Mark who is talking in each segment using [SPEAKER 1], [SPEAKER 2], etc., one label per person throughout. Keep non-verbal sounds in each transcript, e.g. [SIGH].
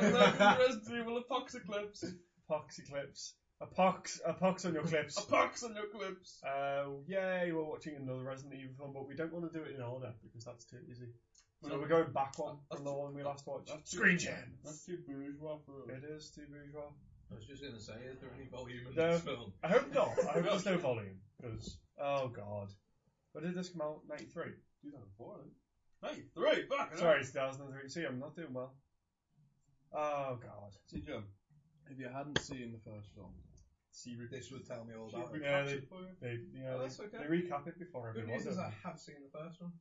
[SPEAKER 1] the residue will apoxiclips.
[SPEAKER 2] Poxy clips. A pox, a pox on your clips.
[SPEAKER 1] Apox on your clips.
[SPEAKER 2] Uh, yay, we're watching another Resident Evil film, but we don't want to do it in order because that's too easy. So
[SPEAKER 1] No.
[SPEAKER 2] we're going back one
[SPEAKER 1] That's
[SPEAKER 2] from the
[SPEAKER 1] too-
[SPEAKER 2] one we last watched.
[SPEAKER 1] that's too-
[SPEAKER 2] Screen Gems.
[SPEAKER 1] That's too bourgeois for us.
[SPEAKER 2] It is too bourgeois.
[SPEAKER 3] I was just going to say, is there any volume in
[SPEAKER 2] No.
[SPEAKER 3] this film?
[SPEAKER 2] I hope not. I hope there's no volume because oh god, when did this come out? Ninety three.
[SPEAKER 1] 2004, Hey, three, back.
[SPEAKER 2] Sorry, two thousand and three. See, I'm not doing well. Oh god.
[SPEAKER 1] See, John,
[SPEAKER 4] If you hadn't seen the first film,
[SPEAKER 1] see, re-
[SPEAKER 3] This would tell me all
[SPEAKER 1] she
[SPEAKER 3] about it.
[SPEAKER 2] Yeah, they-
[SPEAKER 1] recaptured for you.
[SPEAKER 2] They, you know,
[SPEAKER 3] Oh,
[SPEAKER 2] they,
[SPEAKER 3] that's okay.
[SPEAKER 2] they recap it before
[SPEAKER 3] Good
[SPEAKER 2] everyone.
[SPEAKER 3] news
[SPEAKER 2] don't
[SPEAKER 3] is I
[SPEAKER 2] they?
[SPEAKER 3] have seen the first one.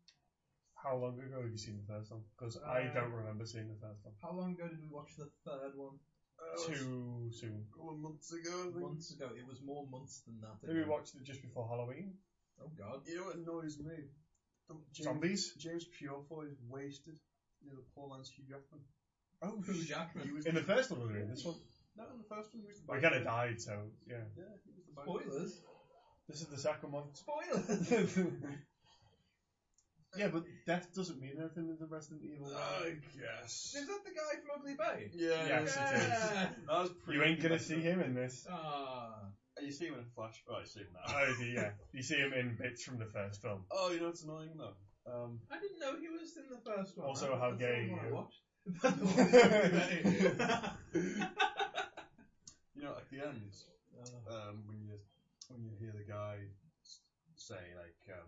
[SPEAKER 2] How long ago have you seen the first one? Because I
[SPEAKER 3] Uh,
[SPEAKER 2] don't remember seeing the first one.
[SPEAKER 3] How long ago did we watch the third one?
[SPEAKER 1] Uh,
[SPEAKER 2] Too soon.
[SPEAKER 1] a couple of months ago, I think.
[SPEAKER 3] Months ago. It was more months than that.
[SPEAKER 2] Maybe we
[SPEAKER 3] didn't it?
[SPEAKER 2] watched it just before Halloween.
[SPEAKER 3] Oh god.
[SPEAKER 1] You know what annoys me? The- James,
[SPEAKER 2] Zombies.
[SPEAKER 1] James Purefoy is wasted. You know, the poor man's Hugh Jackman.
[SPEAKER 2] Oh,
[SPEAKER 3] Hugh Jackman.
[SPEAKER 1] He was
[SPEAKER 2] in the first one, or in this one?
[SPEAKER 1] No, in the first one, he was the
[SPEAKER 2] We
[SPEAKER 1] bad
[SPEAKER 2] kind of
[SPEAKER 1] guy.
[SPEAKER 2] died, so yeah.
[SPEAKER 1] Yeah, he was the bad guy.
[SPEAKER 3] Spoilers.
[SPEAKER 2] This is the second one.
[SPEAKER 3] Spoilers. [LAUGHS]
[SPEAKER 2] Yeah, but death doesn't mean anything in the Resident Evil.
[SPEAKER 1] I guess.
[SPEAKER 3] is that the guy from Ugly Bay?
[SPEAKER 1] Yeah,
[SPEAKER 2] Yes, it is.
[SPEAKER 3] yeah.
[SPEAKER 1] That was pretty
[SPEAKER 2] You ain't gonna
[SPEAKER 1] messed
[SPEAKER 2] see
[SPEAKER 1] up.
[SPEAKER 2] him in this.
[SPEAKER 3] Ah.
[SPEAKER 1] Oh, You see him in a flash. Oh, you see him now.
[SPEAKER 2] Oh, yeah. You see him in bits from the first film.
[SPEAKER 1] oh, you know what's annoying though? Um,
[SPEAKER 3] I didn't know he was in the first one.
[SPEAKER 2] Also, how
[SPEAKER 3] That's the
[SPEAKER 2] gay
[SPEAKER 3] one
[SPEAKER 2] are
[SPEAKER 3] I
[SPEAKER 2] you?
[SPEAKER 3] watched. That's
[SPEAKER 1] you know, at the end,
[SPEAKER 3] what I watched.
[SPEAKER 1] um, when you when you hear the guy s- say like, um,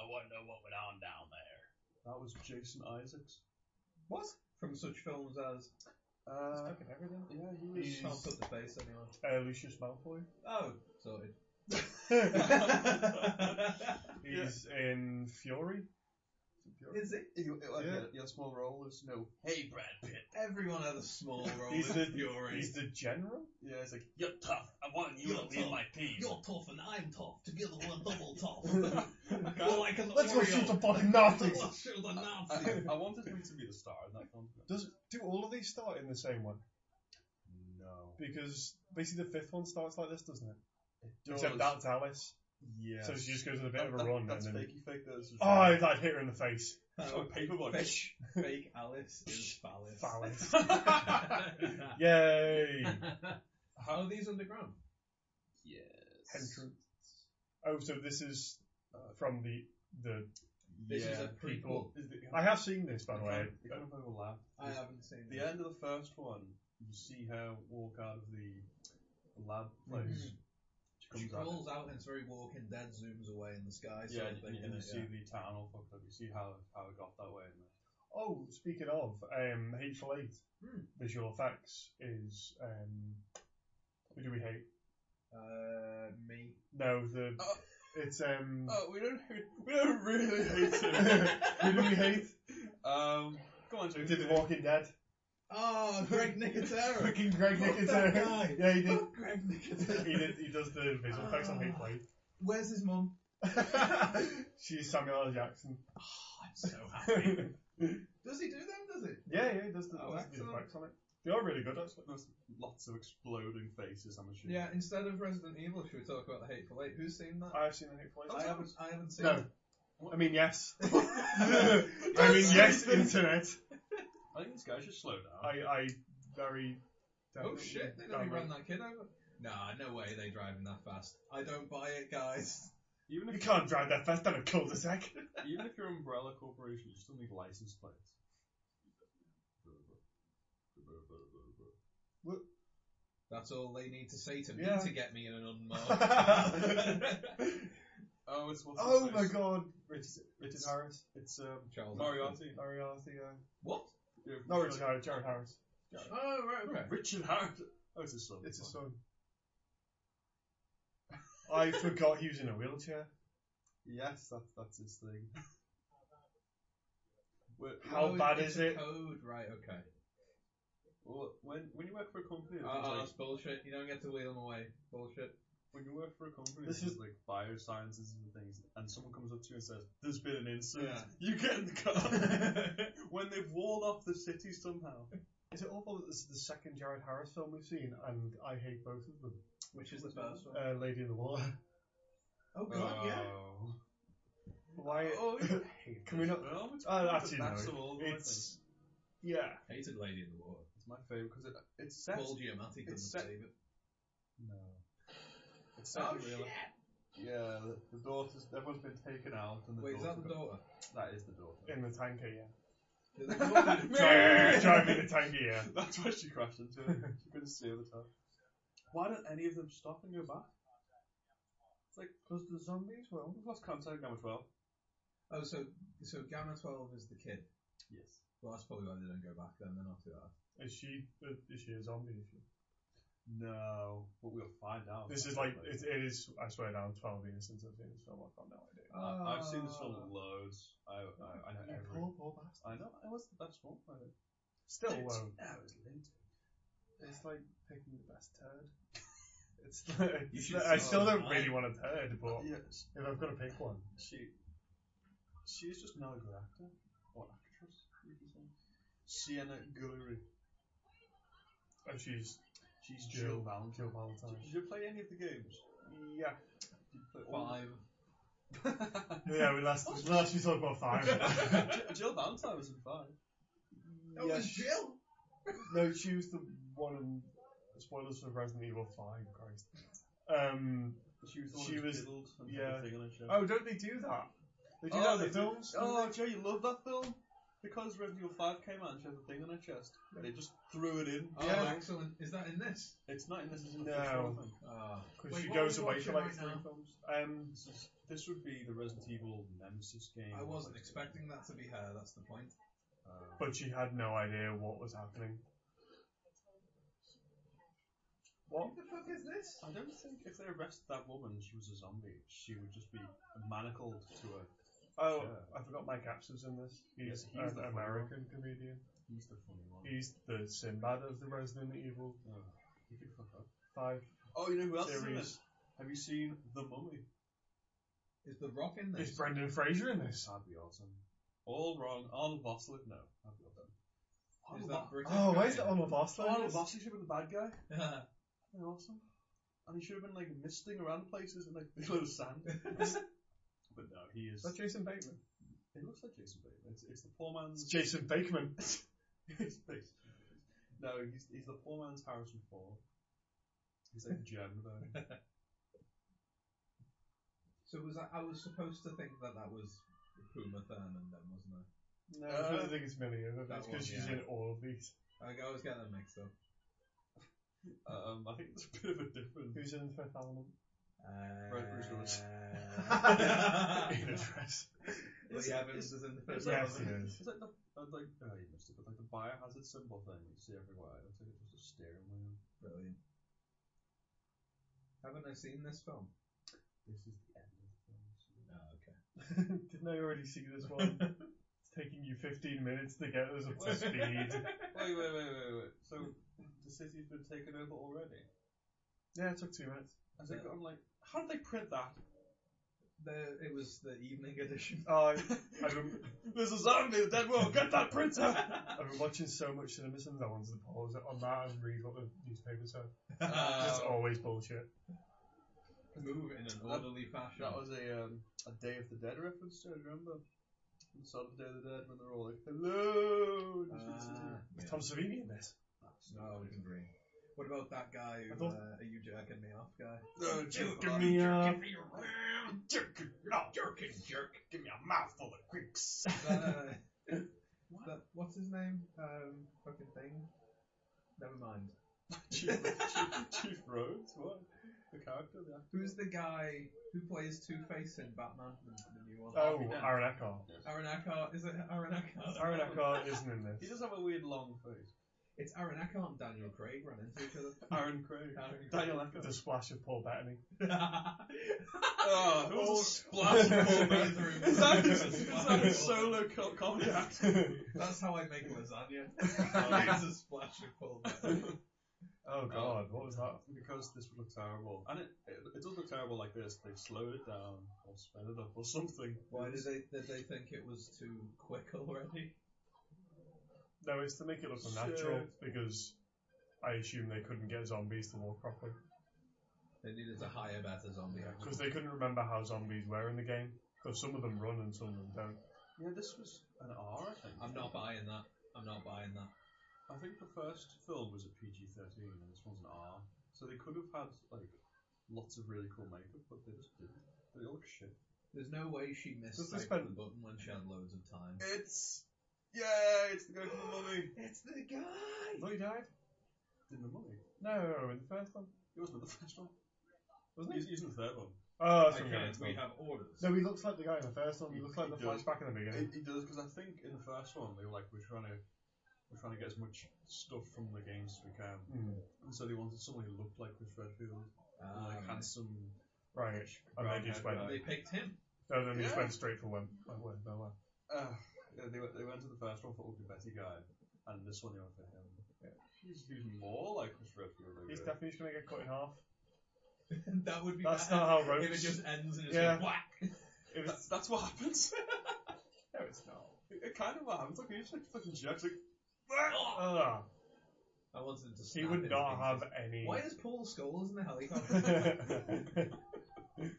[SPEAKER 1] "I want to know what went on down there," that was Jason Isaacs.
[SPEAKER 2] What?
[SPEAKER 3] From such films as
[SPEAKER 1] Uh,
[SPEAKER 2] everything.
[SPEAKER 1] yeah, he was.
[SPEAKER 2] He's-
[SPEAKER 3] I'll put the face anyway.
[SPEAKER 2] Uh, Lucius [LAUGHS] Malfoy.
[SPEAKER 3] Oh,
[SPEAKER 1] [LAUGHS]
[SPEAKER 3] sorted.
[SPEAKER 2] He's in Fury.
[SPEAKER 3] [LAUGHS] Is it?
[SPEAKER 1] He, like,
[SPEAKER 2] Yeah.
[SPEAKER 1] yeah. Your small role is no. Hey, Brad Pitt.
[SPEAKER 3] Everyone had a small role
[SPEAKER 2] He's
[SPEAKER 3] in
[SPEAKER 2] the-
[SPEAKER 3] Fury.
[SPEAKER 2] He's the general.
[SPEAKER 1] Yeah, it's like you're tough. I want
[SPEAKER 3] you to lead my
[SPEAKER 1] team. [LAUGHS]
[SPEAKER 3] tough and I'm tough. Together we're double tough. [LAUGHS]
[SPEAKER 1] We're
[SPEAKER 3] like an
[SPEAKER 2] Let's go shoot the fucking Nazis.
[SPEAKER 3] shoot a
[SPEAKER 1] I,
[SPEAKER 3] [LAUGHS]
[SPEAKER 1] I wanted him to be the star in that film.
[SPEAKER 2] Does do all of these start in the same one?
[SPEAKER 1] No.
[SPEAKER 2] Because basically the fifth one starts like this, doesn't it?
[SPEAKER 1] Does-
[SPEAKER 2] Except that's Alice.
[SPEAKER 1] Yeah.
[SPEAKER 2] So she just goes on a bit
[SPEAKER 1] That-
[SPEAKER 2] of a
[SPEAKER 1] that-
[SPEAKER 2] run.
[SPEAKER 1] That's
[SPEAKER 2] and then,
[SPEAKER 1] fakey fake. That's
[SPEAKER 2] Oh, I- that hit her in the face.
[SPEAKER 1] Oh, paperboy.
[SPEAKER 3] Fish. Uh, Fake Alice is phallus. [LAUGHS]
[SPEAKER 2] Phallus.
[SPEAKER 3] How
[SPEAKER 2] Yay!
[SPEAKER 3] are these underground?
[SPEAKER 1] Yes.
[SPEAKER 2] Entrance. Oh, so this is uh, from the the.
[SPEAKER 3] This is
[SPEAKER 1] Yeah.
[SPEAKER 3] a prequel.
[SPEAKER 1] Is the-
[SPEAKER 2] I have seen this, by the
[SPEAKER 1] It
[SPEAKER 2] way.
[SPEAKER 1] kind of- it kind of overlapped.
[SPEAKER 3] I haven't seen
[SPEAKER 1] The
[SPEAKER 3] it.
[SPEAKER 1] end of the first one, you see her walk out of the lab place. She
[SPEAKER 3] Mm-hmm. She
[SPEAKER 1] comes out.
[SPEAKER 3] crawls out and it's very Walking Dead, zooms away in the sky.
[SPEAKER 1] Yeah,
[SPEAKER 3] sort
[SPEAKER 1] and,
[SPEAKER 3] of thing,
[SPEAKER 1] you- and you
[SPEAKER 3] isn't
[SPEAKER 1] see
[SPEAKER 3] it?
[SPEAKER 1] the town all fucked up. You see how how it got that way. And
[SPEAKER 2] Oh, speaking of, um, Hateful Eight
[SPEAKER 3] Hmm.
[SPEAKER 2] visual effects is um, who do we hate?
[SPEAKER 3] Yeah. Uh, me.
[SPEAKER 2] No, the
[SPEAKER 1] Oh.
[SPEAKER 2] it's um,
[SPEAKER 1] oh, we don't we don't really [LAUGHS] hate
[SPEAKER 2] who do we hate?
[SPEAKER 1] um, come on,
[SPEAKER 2] Who
[SPEAKER 1] James.
[SPEAKER 2] did The Walking Dead?
[SPEAKER 3] Oh, [LAUGHS] Greg [LAUGHS] Nicotero.
[SPEAKER 2] Fucking Greg
[SPEAKER 3] Fuck that guy.
[SPEAKER 2] Nicotero. Yeah, he did.
[SPEAKER 3] Fuck Greg Nicotero. [LAUGHS]
[SPEAKER 2] He did. He does the visual effects on Hateful Eight.
[SPEAKER 3] Where's his mum?
[SPEAKER 2] She's Samuel L. Jackson.
[SPEAKER 3] Oh, I'm so [LAUGHS] happy.
[SPEAKER 2] yeah,
[SPEAKER 3] does he do them? Does he?
[SPEAKER 2] yeah, he does the,
[SPEAKER 3] Oh,
[SPEAKER 2] does the
[SPEAKER 3] excellent.
[SPEAKER 2] effects on it. They are really good, actually.
[SPEAKER 1] There's lots of exploding faces. I'm assuming.
[SPEAKER 3] Yeah. Instead of Resident Evil, should we talk about the Hateful Eight? Who's seen that?
[SPEAKER 2] I've seen the Hateful
[SPEAKER 3] I
[SPEAKER 2] Eight.
[SPEAKER 3] haven't. I haven't seen.
[SPEAKER 2] No,
[SPEAKER 3] it.
[SPEAKER 2] I mean
[SPEAKER 3] [LAUGHS]
[SPEAKER 2] yes. I
[SPEAKER 3] I
[SPEAKER 2] mean yes, internet.
[SPEAKER 1] I think this guy should slow down.
[SPEAKER 2] I, I very.
[SPEAKER 3] Oh shit! They
[SPEAKER 2] don't
[SPEAKER 3] nearly ran that kid over. Nah, no way. They driving that fast. I don't buy it, guys.
[SPEAKER 1] even
[SPEAKER 2] You
[SPEAKER 1] if
[SPEAKER 2] [LAUGHS] can't drive that fast down a
[SPEAKER 3] [LAUGHS]
[SPEAKER 2] cul-de-sac.
[SPEAKER 1] even if you're an umbrella corporation, you still need license
[SPEAKER 2] [LAUGHS]
[SPEAKER 1] plates.
[SPEAKER 3] That's all they need to say to me
[SPEAKER 2] Yeah.
[SPEAKER 3] to get me in
[SPEAKER 2] [LAUGHS]
[SPEAKER 3] an unmarked.
[SPEAKER 1] Oh, it's what's
[SPEAKER 2] Oh
[SPEAKER 1] his
[SPEAKER 2] my
[SPEAKER 1] face?
[SPEAKER 2] god.
[SPEAKER 1] Richard,
[SPEAKER 2] Richard
[SPEAKER 1] Richard Harris.
[SPEAKER 2] Harris. It's um,
[SPEAKER 3] Charles.
[SPEAKER 1] Moriarty.
[SPEAKER 2] Moriarty. Uh,
[SPEAKER 3] What?
[SPEAKER 1] Yeah,
[SPEAKER 2] no, Richard Harris. Jared Harris.
[SPEAKER 3] Oh right, okay.
[SPEAKER 1] Richard Harris. Oh, it's his son.
[SPEAKER 2] It's his son. [LAUGHS] I forgot he was in a wheelchair.
[SPEAKER 1] Yes, that's that's his thing. [LAUGHS] Wh-
[SPEAKER 2] How
[SPEAKER 3] Oh,
[SPEAKER 2] bad
[SPEAKER 3] it's
[SPEAKER 2] is
[SPEAKER 3] a
[SPEAKER 2] it?
[SPEAKER 3] Code right, okay.
[SPEAKER 1] wh- when when you work for a company, that's
[SPEAKER 2] Uh-uh.
[SPEAKER 3] Oh,
[SPEAKER 1] like,
[SPEAKER 3] that's bullshit. You don't get to wheel them away. Bullshit.
[SPEAKER 1] when you work for a company,
[SPEAKER 2] This
[SPEAKER 1] this
[SPEAKER 2] is-
[SPEAKER 1] is like biosciences and things, and someone comes up to you and says, "There's been an incident."
[SPEAKER 3] Yeah.
[SPEAKER 1] You get in the car [LAUGHS] when they've walled off the city somehow.
[SPEAKER 3] Oh.
[SPEAKER 2] Is it awful that this is the second Jared Harris film we've seen, and I hate both of them?
[SPEAKER 3] Which is the first one?
[SPEAKER 2] Uh, Lady in the [LAUGHS] Water.
[SPEAKER 3] Oh god, yeah.
[SPEAKER 1] Oh.
[SPEAKER 2] Why?
[SPEAKER 1] Oh, you
[SPEAKER 2] Can we not?
[SPEAKER 1] Well, it's
[SPEAKER 2] Oh,
[SPEAKER 1] probably
[SPEAKER 2] actually,
[SPEAKER 1] the
[SPEAKER 2] no.
[SPEAKER 1] best of all of them, I
[SPEAKER 2] It's Yeah.
[SPEAKER 3] Hated Lady in the Water.
[SPEAKER 1] It's my favourite because it, it's set.
[SPEAKER 3] Paul Giamatti couldn't
[SPEAKER 1] it's set-
[SPEAKER 3] save it.
[SPEAKER 1] No. It's
[SPEAKER 3] Oh,
[SPEAKER 1] set in real Yeah, the, the daughter's. Everyone's been taken out, and the
[SPEAKER 3] Wait, is
[SPEAKER 1] daughter
[SPEAKER 3] that the
[SPEAKER 1] got-
[SPEAKER 2] [LAUGHS]
[SPEAKER 3] daughter?
[SPEAKER 1] That is the daughter.
[SPEAKER 2] In the tanker, yeah.
[SPEAKER 3] Is it the daughter? [LAUGHS]
[SPEAKER 2] Drive, drive in the tanker, yeah.
[SPEAKER 1] [LAUGHS] That's why she crashed into
[SPEAKER 2] [LAUGHS]
[SPEAKER 1] it. She couldn't see over the top. Why don't any of them stop and go back? It's like, because the zombies, well, we've lost contact now as well.
[SPEAKER 3] oh, so so Gamma 12 is the kid.
[SPEAKER 1] Yes.
[SPEAKER 3] Well, that's probably why they don't go back then. They're not too hard.
[SPEAKER 2] Is she is she a zombie? Is she?
[SPEAKER 1] No, but we'll find out.
[SPEAKER 2] This is like it, it is. I swear down, twelve years since I've seen this film. I've got no idea.
[SPEAKER 1] Uh, I've seen this film
[SPEAKER 3] Ah.
[SPEAKER 1] loads. I, I, I know every.
[SPEAKER 2] poor bastard.
[SPEAKER 1] I know, it wasn't that small. I know.
[SPEAKER 2] Still um,
[SPEAKER 1] It's-
[SPEAKER 2] won't.
[SPEAKER 1] No, it was late.
[SPEAKER 2] It's like picking the best turd. [LAUGHS] It's like,
[SPEAKER 3] You should
[SPEAKER 2] I
[SPEAKER 3] see
[SPEAKER 2] still
[SPEAKER 3] it.
[SPEAKER 2] don't really want a turd, but
[SPEAKER 1] Yeah,
[SPEAKER 2] if I've got to pick one,
[SPEAKER 1] she she's just not a good actor or actress. You can say. Sienna Guillory.
[SPEAKER 2] and she's
[SPEAKER 1] She's
[SPEAKER 2] Jill,
[SPEAKER 1] Jill Valentine.
[SPEAKER 2] Jill
[SPEAKER 1] Did,
[SPEAKER 2] Valentine.
[SPEAKER 1] did you play any of the games?
[SPEAKER 2] Yeah,
[SPEAKER 1] Did you play all-
[SPEAKER 3] Oh. Five.
[SPEAKER 2] yeah. We last last we talked about [LAUGHS]
[SPEAKER 1] [LAUGHS]
[SPEAKER 2] five.
[SPEAKER 1] Jill- Jill Valentine was in five.
[SPEAKER 3] That
[SPEAKER 2] Oh,
[SPEAKER 3] was Jill.
[SPEAKER 2] No, she was the one. In, spoilers for Resident Evil Five. Christ. Um.
[SPEAKER 1] She was the one
[SPEAKER 2] She
[SPEAKER 1] who
[SPEAKER 2] was-
[SPEAKER 1] diddled and
[SPEAKER 2] yeah.
[SPEAKER 1] everything on her show.
[SPEAKER 2] Oh, don't they do that? They do
[SPEAKER 1] Oh,
[SPEAKER 2] that in
[SPEAKER 1] they
[SPEAKER 2] the
[SPEAKER 1] do-
[SPEAKER 2] films. don't
[SPEAKER 1] Oh, Joe, you love that film? Because Resident Evil 5 came out and she had the thing on her chest. They just threw it in.
[SPEAKER 3] Oh,
[SPEAKER 2] Yeah.
[SPEAKER 3] excellent. Is that in this?
[SPEAKER 1] It's not in this, is in the
[SPEAKER 2] No.
[SPEAKER 1] fictional thing.
[SPEAKER 3] Ah.
[SPEAKER 2] Because
[SPEAKER 3] Wait,
[SPEAKER 2] she
[SPEAKER 3] what are
[SPEAKER 2] goes
[SPEAKER 3] we
[SPEAKER 2] away for
[SPEAKER 3] watching
[SPEAKER 2] like
[SPEAKER 3] right
[SPEAKER 2] three
[SPEAKER 3] now?
[SPEAKER 2] films. Um,
[SPEAKER 1] This, is, this would be the Resident Evil Nemesis game.
[SPEAKER 3] I wasn't expecting that to be her. That's the point.
[SPEAKER 1] Uh,
[SPEAKER 2] but she had no idea what was happening. What?
[SPEAKER 3] What the fuck is this?
[SPEAKER 1] I don't think if they arrested that woman, she was a zombie. She would just be manacled to a.
[SPEAKER 2] Oh,
[SPEAKER 1] Sure.
[SPEAKER 2] I forgot Mike Epps was in this. He's,
[SPEAKER 1] Yeah, he's
[SPEAKER 2] an
[SPEAKER 1] the funny
[SPEAKER 2] American comedian.
[SPEAKER 1] He's the funny one.
[SPEAKER 2] He's the Sinbad of the Resident Evil
[SPEAKER 1] Oh, he could fuck up.
[SPEAKER 2] Five
[SPEAKER 1] Oh, you know who else is in
[SPEAKER 2] series.
[SPEAKER 1] this? Have you seen The Mummy?
[SPEAKER 3] Is the rock in
[SPEAKER 2] Is
[SPEAKER 3] this?
[SPEAKER 2] Brendan Fraser in this?
[SPEAKER 1] That'd be awesome. All wrong. Arnold Vosloo? No, that'd be awesome.
[SPEAKER 3] Is
[SPEAKER 1] Arnold,
[SPEAKER 3] that
[SPEAKER 1] Vos-
[SPEAKER 3] British?
[SPEAKER 2] Oh,
[SPEAKER 3] guy?
[SPEAKER 2] where's the Arnold Vosloo? in
[SPEAKER 1] Arnold
[SPEAKER 2] this?
[SPEAKER 1] Vosloo should have been the bad guy.
[SPEAKER 3] [LAUGHS]
[SPEAKER 1] That'd be awesome. And he should have been like misting around places and like [LAUGHS] below sand. but no, he is.
[SPEAKER 2] That's Jason Bateman.
[SPEAKER 1] It looks like Jason Bateman. It's, it's the poor man's.
[SPEAKER 2] It's
[SPEAKER 1] [LAUGHS]
[SPEAKER 2] Jason Bateman.
[SPEAKER 1] His face. No, he's, he's the poor man's Harrison Ford. He's like the German [LAUGHS] version.
[SPEAKER 3] So was that? I was supposed to think that that was Uma Thurman then, wasn't I?
[SPEAKER 2] No,
[SPEAKER 1] Uh,
[SPEAKER 2] I don't think it's Millie. I think
[SPEAKER 3] that
[SPEAKER 2] It's because
[SPEAKER 3] one,
[SPEAKER 2] she's
[SPEAKER 3] yeah.
[SPEAKER 2] in all of these.
[SPEAKER 3] I always get them mixed up.
[SPEAKER 1] Um, I think there's a bit of a difference.
[SPEAKER 2] Who's in Fifth Element?
[SPEAKER 1] Brett
[SPEAKER 2] [LAUGHS]
[SPEAKER 1] Bruce
[SPEAKER 2] [LAUGHS] in a
[SPEAKER 3] Uh, [LAUGHS]
[SPEAKER 2] dress.
[SPEAKER 3] Lee Evans is in the first
[SPEAKER 2] Yes,
[SPEAKER 3] one.
[SPEAKER 2] he is.
[SPEAKER 1] It's like the uh, like oh, you missed it, but like the biohazard symbol thing you see everywhere. It looks like it's just a steering wheel.
[SPEAKER 3] Brilliant. Haven't I seen this film?
[SPEAKER 1] This is the end of the film. so-
[SPEAKER 3] No, okay.
[SPEAKER 2] Didn't I already see this [LAUGHS] one? it's taking you 15 minutes to get us up to [LAUGHS] speed.
[SPEAKER 1] Wait, wait, wait, wait, wait. So the city's been taken over already.
[SPEAKER 2] yeah, it took two minutes.
[SPEAKER 1] Has it gotten like? How did they print [LAUGHS] that?
[SPEAKER 3] The, it was the evening [LAUGHS] edition.
[SPEAKER 2] Oh, I- I've
[SPEAKER 1] [LAUGHS]
[SPEAKER 2] been,
[SPEAKER 1] There's a zombie in the dead world. Get that [LAUGHS] printer.
[SPEAKER 2] I've been watching so much cinema since I wanted to pause it on that and read what the newspaper said. It's
[SPEAKER 3] Uh,
[SPEAKER 2] always bullshit.
[SPEAKER 3] move in an orderly fashion.
[SPEAKER 1] That was a um, a Day of the Dead reference. Do you remember? The sort of Day of the Dead when they're all like, "Hello." and [LAUGHS] just-
[SPEAKER 3] Ah,
[SPEAKER 2] Is
[SPEAKER 3] yeah.
[SPEAKER 2] Tom Savini in this?
[SPEAKER 3] No, we can agree. What about that guy who
[SPEAKER 2] I thought-
[SPEAKER 3] uh, are you jerking me off
[SPEAKER 2] [LAUGHS]
[SPEAKER 3] guy?
[SPEAKER 1] No, jerk
[SPEAKER 2] give
[SPEAKER 1] on,
[SPEAKER 2] me
[SPEAKER 1] jerk,
[SPEAKER 2] a-
[SPEAKER 1] give me a round, jerk, no, jerk and jerk, give me a mouthful of Greeks.
[SPEAKER 3] [LAUGHS]
[SPEAKER 2] [LAUGHS]
[SPEAKER 3] Uh, that, what's his name? Um, fucking thing. Never mind.
[SPEAKER 1] Chief, Chief Rhodes, what? The character, the actor?
[SPEAKER 3] Who's the guy who plays Two Face in Batman, the, the new one?
[SPEAKER 2] Oh,
[SPEAKER 1] Harvey Dent.
[SPEAKER 2] Aaron Eckhart.
[SPEAKER 3] Aaron Eckhart. Is it Aaron Eckhart?
[SPEAKER 2] Aaron Eckhart isn't in
[SPEAKER 1] He
[SPEAKER 2] this.
[SPEAKER 1] does have a weird long face. [LAUGHS]
[SPEAKER 3] It's Aaron Eckhart and Daniel Craig run into each
[SPEAKER 2] [LAUGHS]
[SPEAKER 3] other.
[SPEAKER 1] Aaron Craig.
[SPEAKER 3] Aaron
[SPEAKER 1] Daniel
[SPEAKER 2] With
[SPEAKER 1] Eckhart.
[SPEAKER 2] a splash of Paul Bettany.
[SPEAKER 1] [LAUGHS]
[SPEAKER 3] [LAUGHS]
[SPEAKER 1] Oh,
[SPEAKER 3] there was a
[SPEAKER 1] splash [LAUGHS]
[SPEAKER 3] of Paul Bettany.
[SPEAKER 1] Is that his, is that his solo co- comedy [LAUGHS] act?
[SPEAKER 3] That's how I make lasagna.
[SPEAKER 1] Oh,
[SPEAKER 3] Oh, I use a splash of cold butter.
[SPEAKER 2] Oh god, what was that?
[SPEAKER 1] Because this would look terrible. And it, it, it does look terrible like this. They've slowed it down, or sped it up, or something.
[SPEAKER 3] Why did they did they think it was too quick already?
[SPEAKER 2] No, it's to make it look
[SPEAKER 1] Shit.
[SPEAKER 2] unnatural because I assume they couldn't get zombies to walk properly
[SPEAKER 3] They needed to hire better zombie actors.
[SPEAKER 2] because they couldn't remember how zombies were in the game. Because some of them run and some of them don't.
[SPEAKER 1] Yeah, this was an R, I think.
[SPEAKER 3] I'm not buying that. I'm not buying that.
[SPEAKER 1] I think the first film was a PG thirteen and this one's an R. So they could have had like lots of really cool makeup, but they just didn't. They look shit.
[SPEAKER 3] There's no way she missed
[SPEAKER 2] Does
[SPEAKER 3] like,
[SPEAKER 2] this
[SPEAKER 3] the button when she had loads of time.
[SPEAKER 1] It's yeah, it's the guy from the mummy.
[SPEAKER 3] It's the guy.
[SPEAKER 2] Thought he died?
[SPEAKER 1] In the mummy.
[SPEAKER 2] No, oh, in the first one.
[SPEAKER 1] He wasn't in the first
[SPEAKER 2] [LAUGHS]
[SPEAKER 1] one.
[SPEAKER 2] Wasn't
[SPEAKER 1] He's, he's in the third one.
[SPEAKER 2] Oh, that's from the
[SPEAKER 3] Okay,
[SPEAKER 2] first one.
[SPEAKER 3] we have orders.
[SPEAKER 2] No, he looks like the guy in the first one. He looks like
[SPEAKER 1] He
[SPEAKER 2] the
[SPEAKER 1] does.
[SPEAKER 2] flashback in the beginning.
[SPEAKER 1] He, he does because I think in the first one they were like we're trying to we're trying to get as much stuff from the games as we can,
[SPEAKER 2] Hmm,
[SPEAKER 1] and so they wanted someone who looked like Chris Redfield, and,
[SPEAKER 3] Ah,
[SPEAKER 1] like
[SPEAKER 3] right.
[SPEAKER 1] handsome.
[SPEAKER 2] Right. And
[SPEAKER 1] brown
[SPEAKER 2] they just
[SPEAKER 1] hair
[SPEAKER 2] went.
[SPEAKER 1] guy.
[SPEAKER 3] They picked him. [LAUGHS]
[SPEAKER 2] No, then they just
[SPEAKER 1] Yeah.
[SPEAKER 2] went oh, straight for one. one, one, one, one.
[SPEAKER 1] Uh, yeah, they went they went to the first one for Ugly Betty guy, and this one they went for him.
[SPEAKER 2] Yeah.
[SPEAKER 1] He's, he's more like Chris Redfield. I
[SPEAKER 2] He's
[SPEAKER 1] guess.
[SPEAKER 2] definitely just gonna get cut in half.
[SPEAKER 3] that would be
[SPEAKER 2] That's
[SPEAKER 3] better
[SPEAKER 2] not how
[SPEAKER 3] If it
[SPEAKER 2] ropes.
[SPEAKER 3] just ends and it's
[SPEAKER 2] Yeah.
[SPEAKER 3] like whack.
[SPEAKER 2] [LAUGHS]
[SPEAKER 3] [LAUGHS]
[SPEAKER 2] It was,
[SPEAKER 1] That's, that's what happens. [LAUGHS]
[SPEAKER 2] no, it's not.
[SPEAKER 1] it, it kind of what happens. Like he just like fucking jerks.
[SPEAKER 2] [LAUGHS]
[SPEAKER 1] Like "Ah!"
[SPEAKER 2] Ugh,
[SPEAKER 3] I wanted to
[SPEAKER 2] ah, he
[SPEAKER 3] snap
[SPEAKER 2] would
[SPEAKER 3] his
[SPEAKER 2] not have
[SPEAKER 3] fingers.
[SPEAKER 2] any. [LAUGHS]
[SPEAKER 3] Why is Paul Scholes in the helicopter?
[SPEAKER 2] Boom!